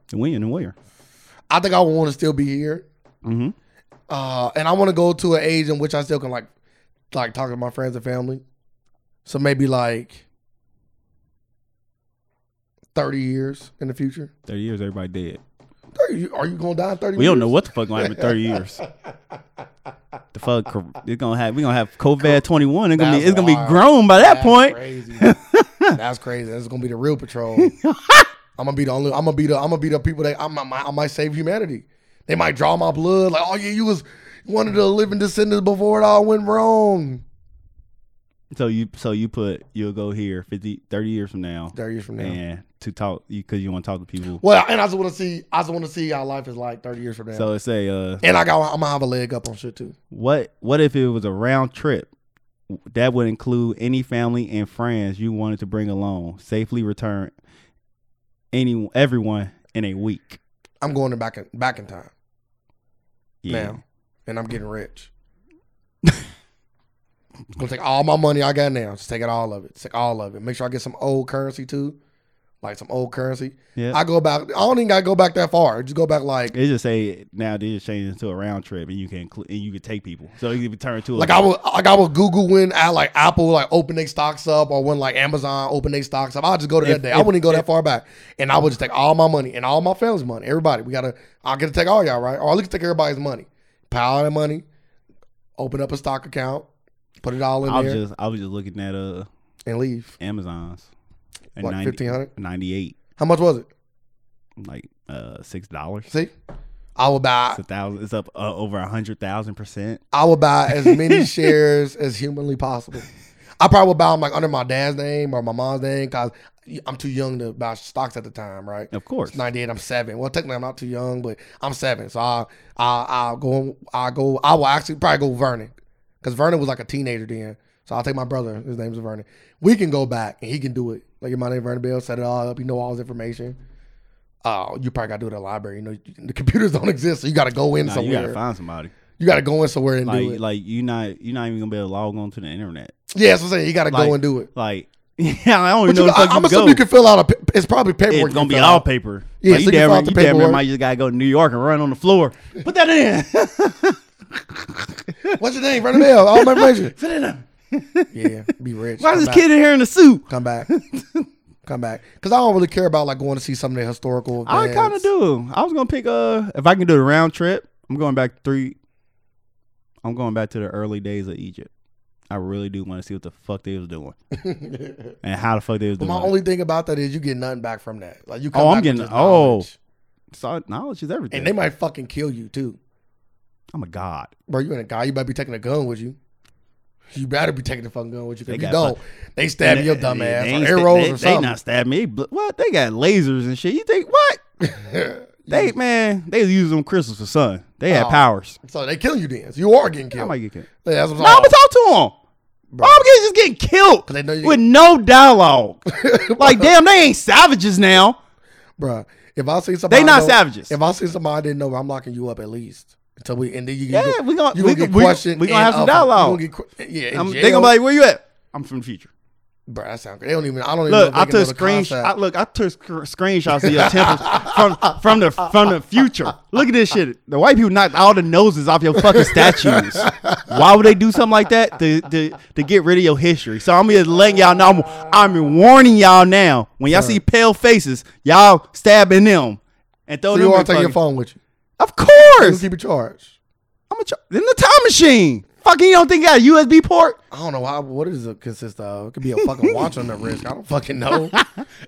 The win and where?
I think I want to still be here,
Mm-hmm.
uh, and I want to go to an age in which I still can like, like talk to my friends and family. So maybe like thirty years in the future.
Thirty years, everybody dead.
30, you- are you gonna die in thirty?
We don't know
years?
what the fuck gonna happen in thirty years. The fuck cor- it's gonna have. We gonna have COVID twenty one. It's gonna be.
That's
It's gonna be
wild.
grown by that
That's
point.
Crazy. That's crazy. That's gonna be the real patrol. I'm gonna be the only. I'm gonna be the. I'm gonna be the people that I might. I might save humanity. They might draw my blood. Like, oh yeah, you was one of the living descendants before it all went wrong.
So you. So you put. You'll go here 50, 30 years from now,
Thirty years from now.
and to talk because you want to talk to people.
Well, and I just want to see. I just want to see how life is like thirty years from now.
So it's a. Uh,
and I got. I'm gonna have a leg up on shit too.
what What if it was a round trip? That would include any family and friends you wanted to bring along. Safely return any everyone in a week.
I'm going back in back in time
Yeah.
now, and I'm getting rich. I'm gonna take all my money I got now. Just take it all of it. Take all of it. Make sure I get some old currency too, like some old currency.
Yeah.
I go back. I don't even gotta go back that far. Just go back like
It just say now they just changed it to a round trip and you can inclu- and you can take people. So you can turn to a
like I will like I will Google when I like Apple like open their stocks up or when like Amazon open their stocks up. I'll just go to
If-
that day. I
if-
wouldn't even go that far back, and I would just take all my money and all my family's money. Everybody, we gotta. I gotta take all y'all right, or at least take everybody's money. Pile all that money, open up a stock account, put it all in
I was
there,
just I was just looking at uh
and leave.
Amazon's and
Like fifteen hundred.
98
How much was it?
like uh six dollars.
See, I would buy.
It's a thousand. It's up uh, over a hundred thousand percent.
I would buy as many shares as humanly possible. I probably would buy them like under my dad's name or my mom's name because I'm too young to buy stocks at the time, right?
Of course.
It's 98. I'm seven. Well, technically, I'm not too young, but I'm seven. So I, I, I'll go. I go. I will actually probably go Vernon, because Vernon was like a teenager then. So I'll take my brother. His name's Vernon. We can go back and he can do it. Like in my name, Vernon Bell, set it all up. You know all his information. Uh, you probably got to do it at the library. You know, the computers don't exist, so you got to go in
Nah, you
somewhere.
gotta find somebody.
you got to go in somewhere and do
Like
it.
like you not you're not even gonna be able to log on to the internet.
yeah, that's what I'm saying. You got to
like-
go and do it.
Like yeah, I don't even know.
But you,
where the
I,
fuck
I'm
you
assuming
go.
you can fill out a. pa- It's probably paperwork.
it's
you
gonna be
fill
all
out.
paper.
Yeah,
Like,
so
you
you
damn,
fill
right-
out the
you damn right
paperwork.
might just gotta go to New York and run on the floor. Put that in.
What's your name? Vernon Bell. All my information.
Put it in.
yeah, be rich.
Why is
Come
this
back.
kid in here in a suit?
Come back. Come back. Because I don't really care about like going to see some of the historical.
I kind of
events.
do. I was gonna pick uh if I can do the round trip, I'm going back three. I'm going back to the early days of Egypt. I really do want to see what the fuck they was doing and how the fuck they was
But
doing.
my only thing about that is you get nothing back from that. Like you. Come
Oh, I'm
back with
getting-
just
oh.
knowledge.
so knowledge is everything.
And they might fucking kill you too,
I'm a god.
bro. You ain't a guy. You better be taking a gun with you. You better be taking the fucking gun with you. 'cause
They
If
got
you don't, they stab
And
your
they-
dumb
they
ass
ain't
or
sta-
arrows
they,
or
They
something.
not stabbing me. But what they got lasers and shit. You think what? They man, they use them crystals for sun. They had
Mm. Oh.
powers.
so they kill you then. So you are getting
I
killed.
might get killed.
Yeah, that's what
No,
I'm
but talk to him.
Bro.
All I'm getting is just getting killed
'Cause they know you-
with no dialogue. like, damn, they ain't savages now.
Bruh, if I see somebody, I
not
know-
savages.
If I see somebody I didn't know, I'm locking you up at least until we and then you
Yeah, we gonna-
you
we
gonna
gon-
get
we-
questioned.
we gonna
and
have some
up. You
dialogue.
gonna get que- yeah, in
I'm, they
jail.
gonna be like, where you at? I'm from the future.
Bro, that sound. They don't even. I don't even.
Look,
know
I
if they can
took
know the
screenshots.
concept.
I, look, I took sc- screenshots of your temples from from the from the future. Look at this shit. The white people knocked all the noses off your fucking statues. Why would they do something like that to to, to get rid of your history? So I'm just letting y'all know. I'm, I'm warning y'all now. When y'all see pale faces, y'all stabbing them and throw
So
them.
you
in
want to take your
fucking-
phone with you?
Of
You
course,
keep it charged.
I'm a ch- in the time machine. Fucking, you don't think I got a USB port?
I don't know how. What does it consist of? It could be a fucking watch on the wrist. I don't fucking know.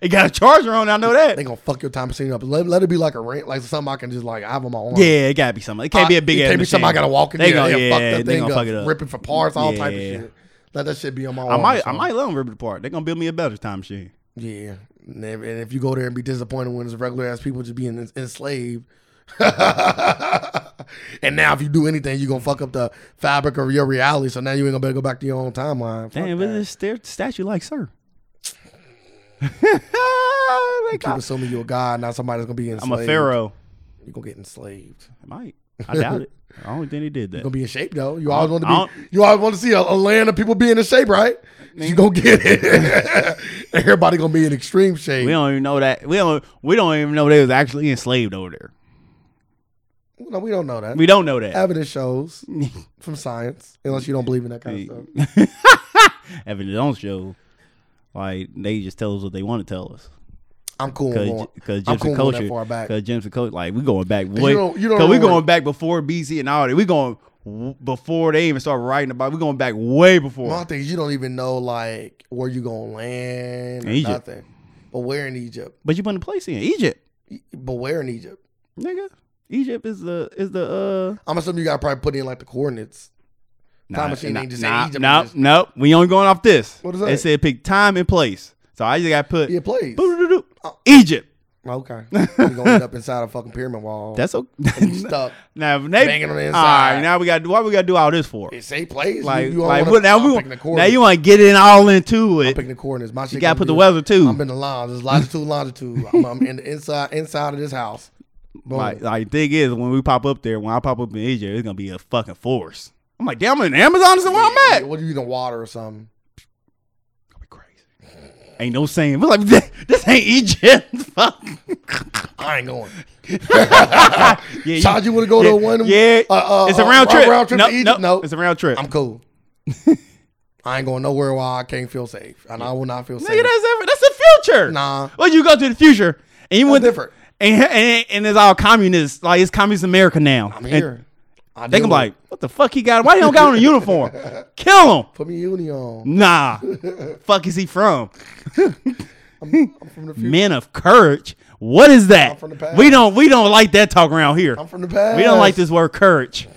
It got a charger on. it, I know that.
They gonna fuck your time machine up. Let, let it be like a rant, like something I can just like I have on my arm.
Yeah, it gotta be something. It can't
I-
be a big.
It
ass
can't be something I
machine.
gotta walk in
They
there
gonna-
and
yeah,
fuck the
they
thing
gonna
up,
fuck it up.
rip it for parts, all type of
Yeah.
shit. Oh, Let that shit be on my.
I
arm,
might,
so.
I might let them rip it apart. They're gonna build me a better time machine.
Yeah, and if, and if you go there and be disappointed when it's regular ass people just being en- enslaved, and now if you do anything, you are gonna fuck up the fabric of your reality. So now you ain't gonna better go back to your own timeline. Fuck
Damn,
that.
but this stair- statue like sir. They
Keep
got-
assuming you're a god, now somebody's gonna be
I'm
enslaved.
a pharaoh.
You're gonna get enslaved.
I might. I doubt it. I don't think he did
You're gonna
that.
be in shape though. You always want
Uh-huh. I
to
don't-
be. You always want to see a, a land of people being in shape, right? You gonna get it. Everybody gonna be in extreme shape.
We don't even know that. We don't. We don't even know they was actually enslaved over there.
no, we don't know that.
We don't know that.
Evidence shows from science, unless you don't believe in that kind of stuff.
Evidence don't show. Like they just tell us what they want to tell us.
I'm cool with
Because
going.
gypsy
I'm cool going that
culture,
far back.
because gypsy culture, like we going back way,
don't- you don't
because we
remember-
going back before BC and all that. We going w- before they even start writing about. it. We going back way before.
My thing is you don't even know like where you gonna land or
Egypt.
nothing. But where in Egypt?
But you putting the place in Egypt,
But where in Egypt?
nigga. Egypt is the is the uh.
I'm assuming you gotta probably put in like the coordinates. Time machine
nah,
ain't just say
nah,
Egypt,
Nope,
it's just-
nope. We only going off this.
What is
It
that?
said pick time and place. So I just got to put
Yeah, place.
boo-doo-doo-doo,
Oh.
Egypt.
Okay. You're gonna end up inside a fucking pyramid wall.
That's
and you
okay.
stuck.
now if they
Banging on the
all
inside.
right. Now we got why we got to do all this for?
It say place.
Like,
you, you don't
like
wanna-
what, now
I'm
we
picking
want-
the
now
coordinates.
you want to get in all into
I'm
it.
picking the coordinates. My shit
You got to
gonna
put the
be-
weather too.
I'm in the lines. It's longitude, longitude. I'm, I'm in the inside inside of this house. Boom.
Like, like thing is, when we pop up there, when I pop up in Asia, it's gonna be a fucking forest. I'm like, damn, I'm in Amazon is where I'm at.
What do you eating water or something?
Gonna be crazy. Ain't no saying. But like, this, this ain't Egypt. Fuck.
I ain't going.
Yeah, you-
Todd, you want to go
yeah,
to one?
Yeah,
uh, uh,
it's a
uh,
round trip.
Round trip
no,
to Egypt?
no,
No.
it's a round trip.
I'm cool. I ain't going nowhere where I can't feel safe, and I will not feel
Nigga,
safe.
that's every, that's the future.
Nah.
Well, you go to the future and you went
different.
and, and and it's all communist. Like it's communist America now.
I'm
And
here. I
They
do
gonna be
it.
like, what the fuck he got? Why he don't got on a uniform? Kill him.
put me uni on.
Nah. Fuck is he from?
I'm from the future.
Men of courage. What is
I'm
that?
from the past.
We don't we don't like that talk around here.
I'm from the past.
We don't like this word courage.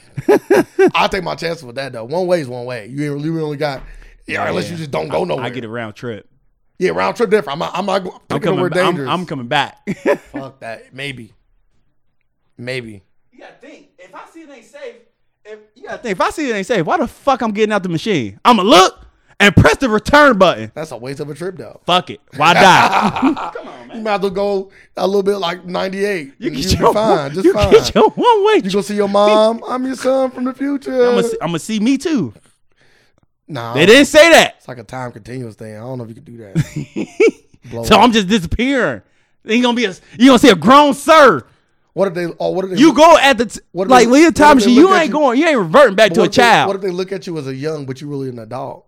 I take my chances with that though. One way is one way. You ain't really only got. Yeah, unless you just don't go nowhere.
I get a round trip.
Yeah, round trip different. I'm not. I'm not. go-
I'm
picking
coming.
nowhere
ba- I'm,
dangerous.
I'm coming back. you
Fuck that. Maybe. Maybe.
gotta think. If I see it ain't safe, if you gotta think, if I see it ain't safe, why the fuck I'm getting out the machine? I'ma look and press the return button.
That's a waste of a trip though.
Fuck it. Why die?
You might have to go a little bit like 98.
you get
and you'll be
your
fine. Just
you
fine.
get your one way.
You gonna see your mom? I'm your son from the future.
I'm gonna see, I'ma see me too.
nah,
They didn't say that.
it's like a time continuous thing. I don't know if you can do that. Blow
So
up.
I'm just disappearing. Ain't gonna be a you gonna see a grown sir.
what if they? Oh, what if they?
You go at the t-
What if
like
they-
with your time
what if they
machine. You
look at
ain't
you-
going. You ain't reverting back
what
to a
if they-
child.
what if they look at you as a young, but you really an adult?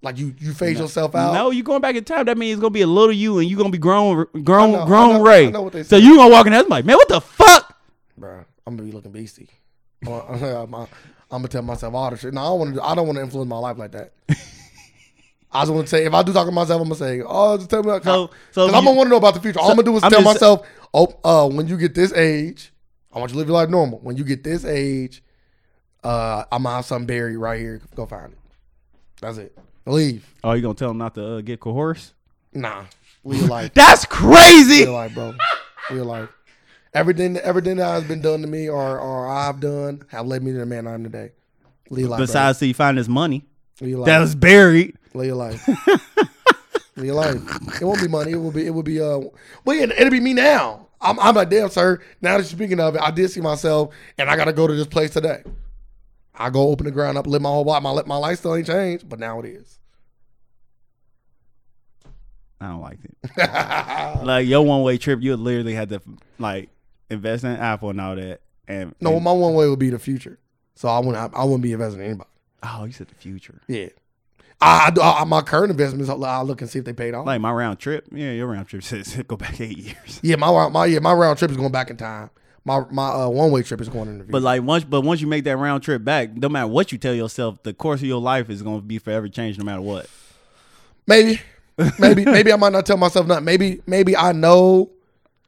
Like you, you phase yourself out.
no, you going back in time. That means it's gonna be a little you, and you gonna be grown, grown,
I know- I
grown
know-
Ray.
I know what they
so
say.
you gonna walk in there and be like, man, what the fuck?
Bruh, I'm gonna be looking beastie. I'm, I'm- I'm gonna tell myself all the shit. No, I don't want to. I don't want to influence my life like that. I just want to say if I do talk to myself, I'm gonna say, oh, just tell me. Like,
So- so
I'm
you-
gonna want to know about the future. all I'm gonna do is
I'm
tell
just-
myself, oh, uh, when you get this age, I want you to live your life normal. When you get this age, uh, I'm gonna have something buried right here. Go find it. That's it. Leave.
Oh, you gonna tell him not to uh, get coerced?
Nah. Live your life.
That's crazy.
Real life, bro. Real life. Everything, everything that has been done to me or or I've done have led me to the man I am today. Live your life, Besides,
Besides, see, find his money
live your
that
life.
was buried.
Live your life. live your life. It won't be money. It will be. It will be. Uh, well, yeah, it'll be me now. I'm. I'm like, damn, sir. Now that you're speaking of it, I did see myself, and I got to go to this place today. I go open the ground up, live my whole life. My my lifestyle ain't changed, but now it is.
I don't like it. Like your one way trip, you would literally had to like invest in Apple and all that. And
no,
and-
my one way would be the future. So I wouldn't. I, I wouldn't be investing in anybody.
oh, you said the future.
Yeah. I, I do- I- my current investments. I'll, I'll look and see if they paid off.
Like my round trip. Yeah, your round trip says go back eight years.
yeah, my round- my yeah my round trip is going back in time. My my uh, one way trip is going in the future.
But like once, but once you make that round trip back, no matter what you tell yourself, the course of your life is going to be forever changed, no matter what.
Maybe, maybe, maybe I might not tell myself nothing. Maybe, maybe I know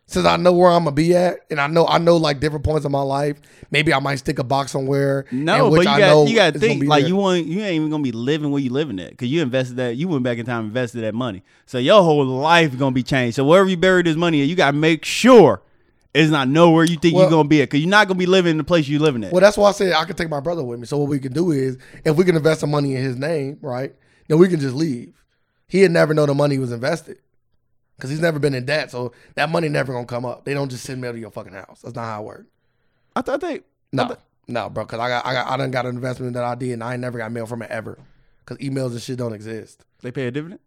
since I know where I'm gonna be at, and I know I know like different points of my life. Maybe I might stick a box somewhere.
No,
in
but you got you got to
is gonna
think
be
like
there.
you want you ain't even gonna be living where you living at because you invested that you went back in time and invested that money, so your whole life gonna be changed. So wherever you bury this money, at, you gotta make sure it's not nowhere you think
Well-
you're gonna be at because you're not gonna be living in the place you're living at.
Well, that's why I said I could take my brother with me. So what we can do is, if we can invest some money in his name, right? Then we can just leave. He'd never know the money was invested because he's never been in debt. So that money never gonna come up. They don't just send mail to your fucking house. That's not how it works.
I thought they
No, no, bro. Because I got, I got, I done got an investment that I did, and I ain't never got mail from it ever. Because emails and shit don't exist.
they pay a dividend.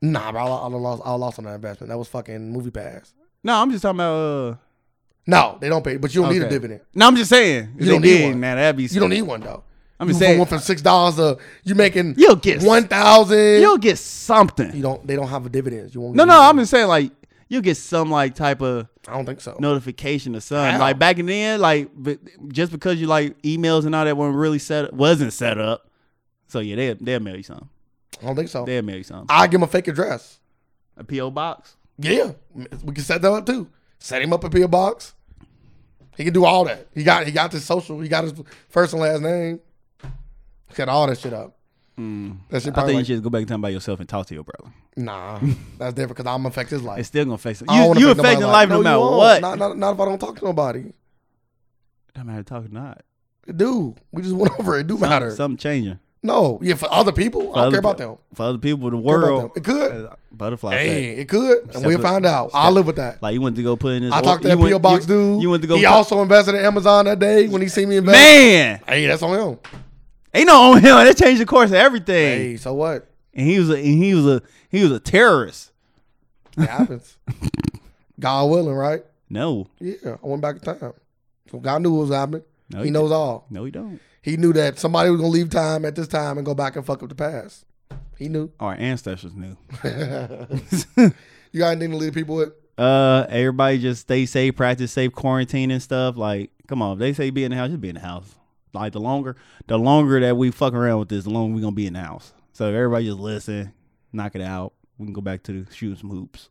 Nah, bro. I, lo- I done lost, I lost on that investment. That was fucking Movie Pass.
No, I'm just talking about. Uh,
No, they don't pay, but you don't need a
Okay.
dividend.
no, I'm just saying. If
You don't
they
need
did,
one.
man, that'd be.
You don't need one though.
I'm
you
just saying.
went from six dollars to you making
You'll get s-
one thousand.
You'll get something.
You don't. They don't have a dividend. You won't.
No,
get
no,
dividends.
I'm just saying like you'll get some like type of
I don't think so.
notification or something.
Wow.
Like back in the end, like but just because you like emails and all that weren't really set up, wasn't set up. So yeah, they they'll mail you something.
I don't think so.
They'll mail you something.
I give him a fake address.
A PO box.
Yeah, we can set that up too. Set him up a PO box. He can do all that. He got he got his social. He got his first and last name. He got all that shit up. That shit
Hmm. I think
probably
you should go back in time by yourself and talk to your brother.
like- nah. That's different because I'm gonna affect his life.
It's still gonna affect
I don't
you.
wanna
You
affect
affecting
nobody's
life no
you
matter
won't.
what.
Not, not, not if I don't talk to nobody.
No matter talk or not.
It do. We just went over it. It do matter.
Something changing
no, yeah, for other people, I don't
other
care about them.
people. for other people. The
Care about
world
them. It could.
uh, butterfly. effect.
Hey, it could, and we'll
Separate-
find out. I'll live with that.
Like you went to go put in this.
I
or-
talked to
you
that PO
went-
box
you-
dude.
You went to go.
He
put-
also invested in Amazon that day when he seen me invest.
man,
Hey, that's on him.
ain't no on him. That changed the course of everything.
Hey, so what?
and he was a, and he was a he was a terrorist.
It happens. God willing, right?
No,
Yeah, I went back in time. So God knew what was happening.
No,
he
he
knows all.
no, he don't.
He knew that somebody was gonna leave time at this time and go back and fuck up the past. He knew.
Our ancestors knew.
you got anything to leave people with?
uh, everybody just stay safe, practice safe quarantine and stuff. Like, come on, if they say be in the house, just be in the house. Like the longer the longer that we fuck around with this, the longer we gonna be in the house. So if everybody just listen, knock it out. We can go back to shooting some hoops.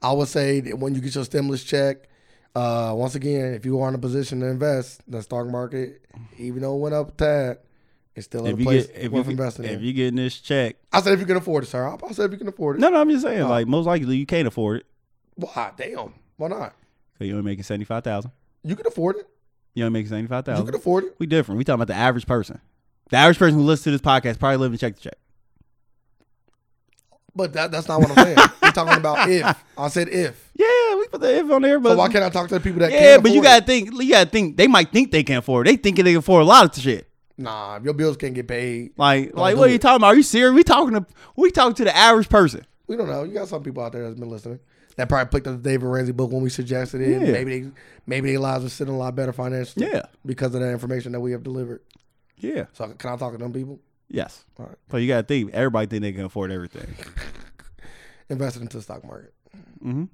I would say that when you get your stimulus check, uh, once again, if you are in a position to invest, the stock market, even though it went up a tad, it's still
If
a
you
place
get if you
worth
get-
investing
if
in.
you getting this check,
I said if you can afford it, sir. I, I said if you can afford it.
no, no, I'm just saying like most likely you can't afford it
Why? Damn. Why not?
because you only making seventy five thousand.
You can afford it.
You only making seventy five
You
thousand.
can afford it.
We different. We talking about the average person. The average person who listens to this podcast probably living check to check.
But that, that's not what I'm saying. We're talking about if. I said if.
Yeah, we put the if on there, but
So why can't I talk to the people that
yeah,
can
but you
afford
gotta
it?
think. You gotta think. They might think they can afford. it. They thinking they can afford a lot of shit.
Nah, if your bills can't get paid.
Like,
Don't
like
do
what are you
it.
talking about? Are you serious? We talking to we talking to the average person.
We don't know. You got some people out there that's been listening that probably picked up the David Ramsey book when we suggested it.
Yeah.
Maybe they maybe their lives are sitting a lot better financially.
Yeah.
Because of that information that we have delivered.
Yeah.
So can I talk to them people?
Yes.
All right.
So you gotta think. Everybody think they can afford everything.
Invested into the stock market.
Mm-hmm.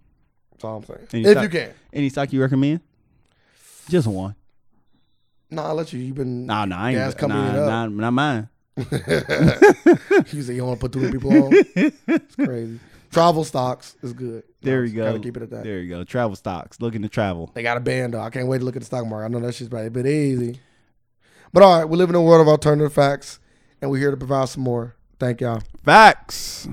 That's all I'm saying.
And you
if
stock-
you can.
Any stock you recommend? Just one.
Nah, I let you. You've been
Nah, nah, I ain't,
Gas company it
nah,
up.
nah, not mine.
you say you want to put too many people on. It's crazy. Travel stocks is good.
There
Nah,
you go.
Gotta keep it at that.
There you go. Travel stocks. Looking to travel.
They got a ban though. I can't wait to look at the stock market. I know that shit's probably a bit easy. But all right, we live in a world of alternative facts, and we're here to provide some more. Thank y'all.
Facts.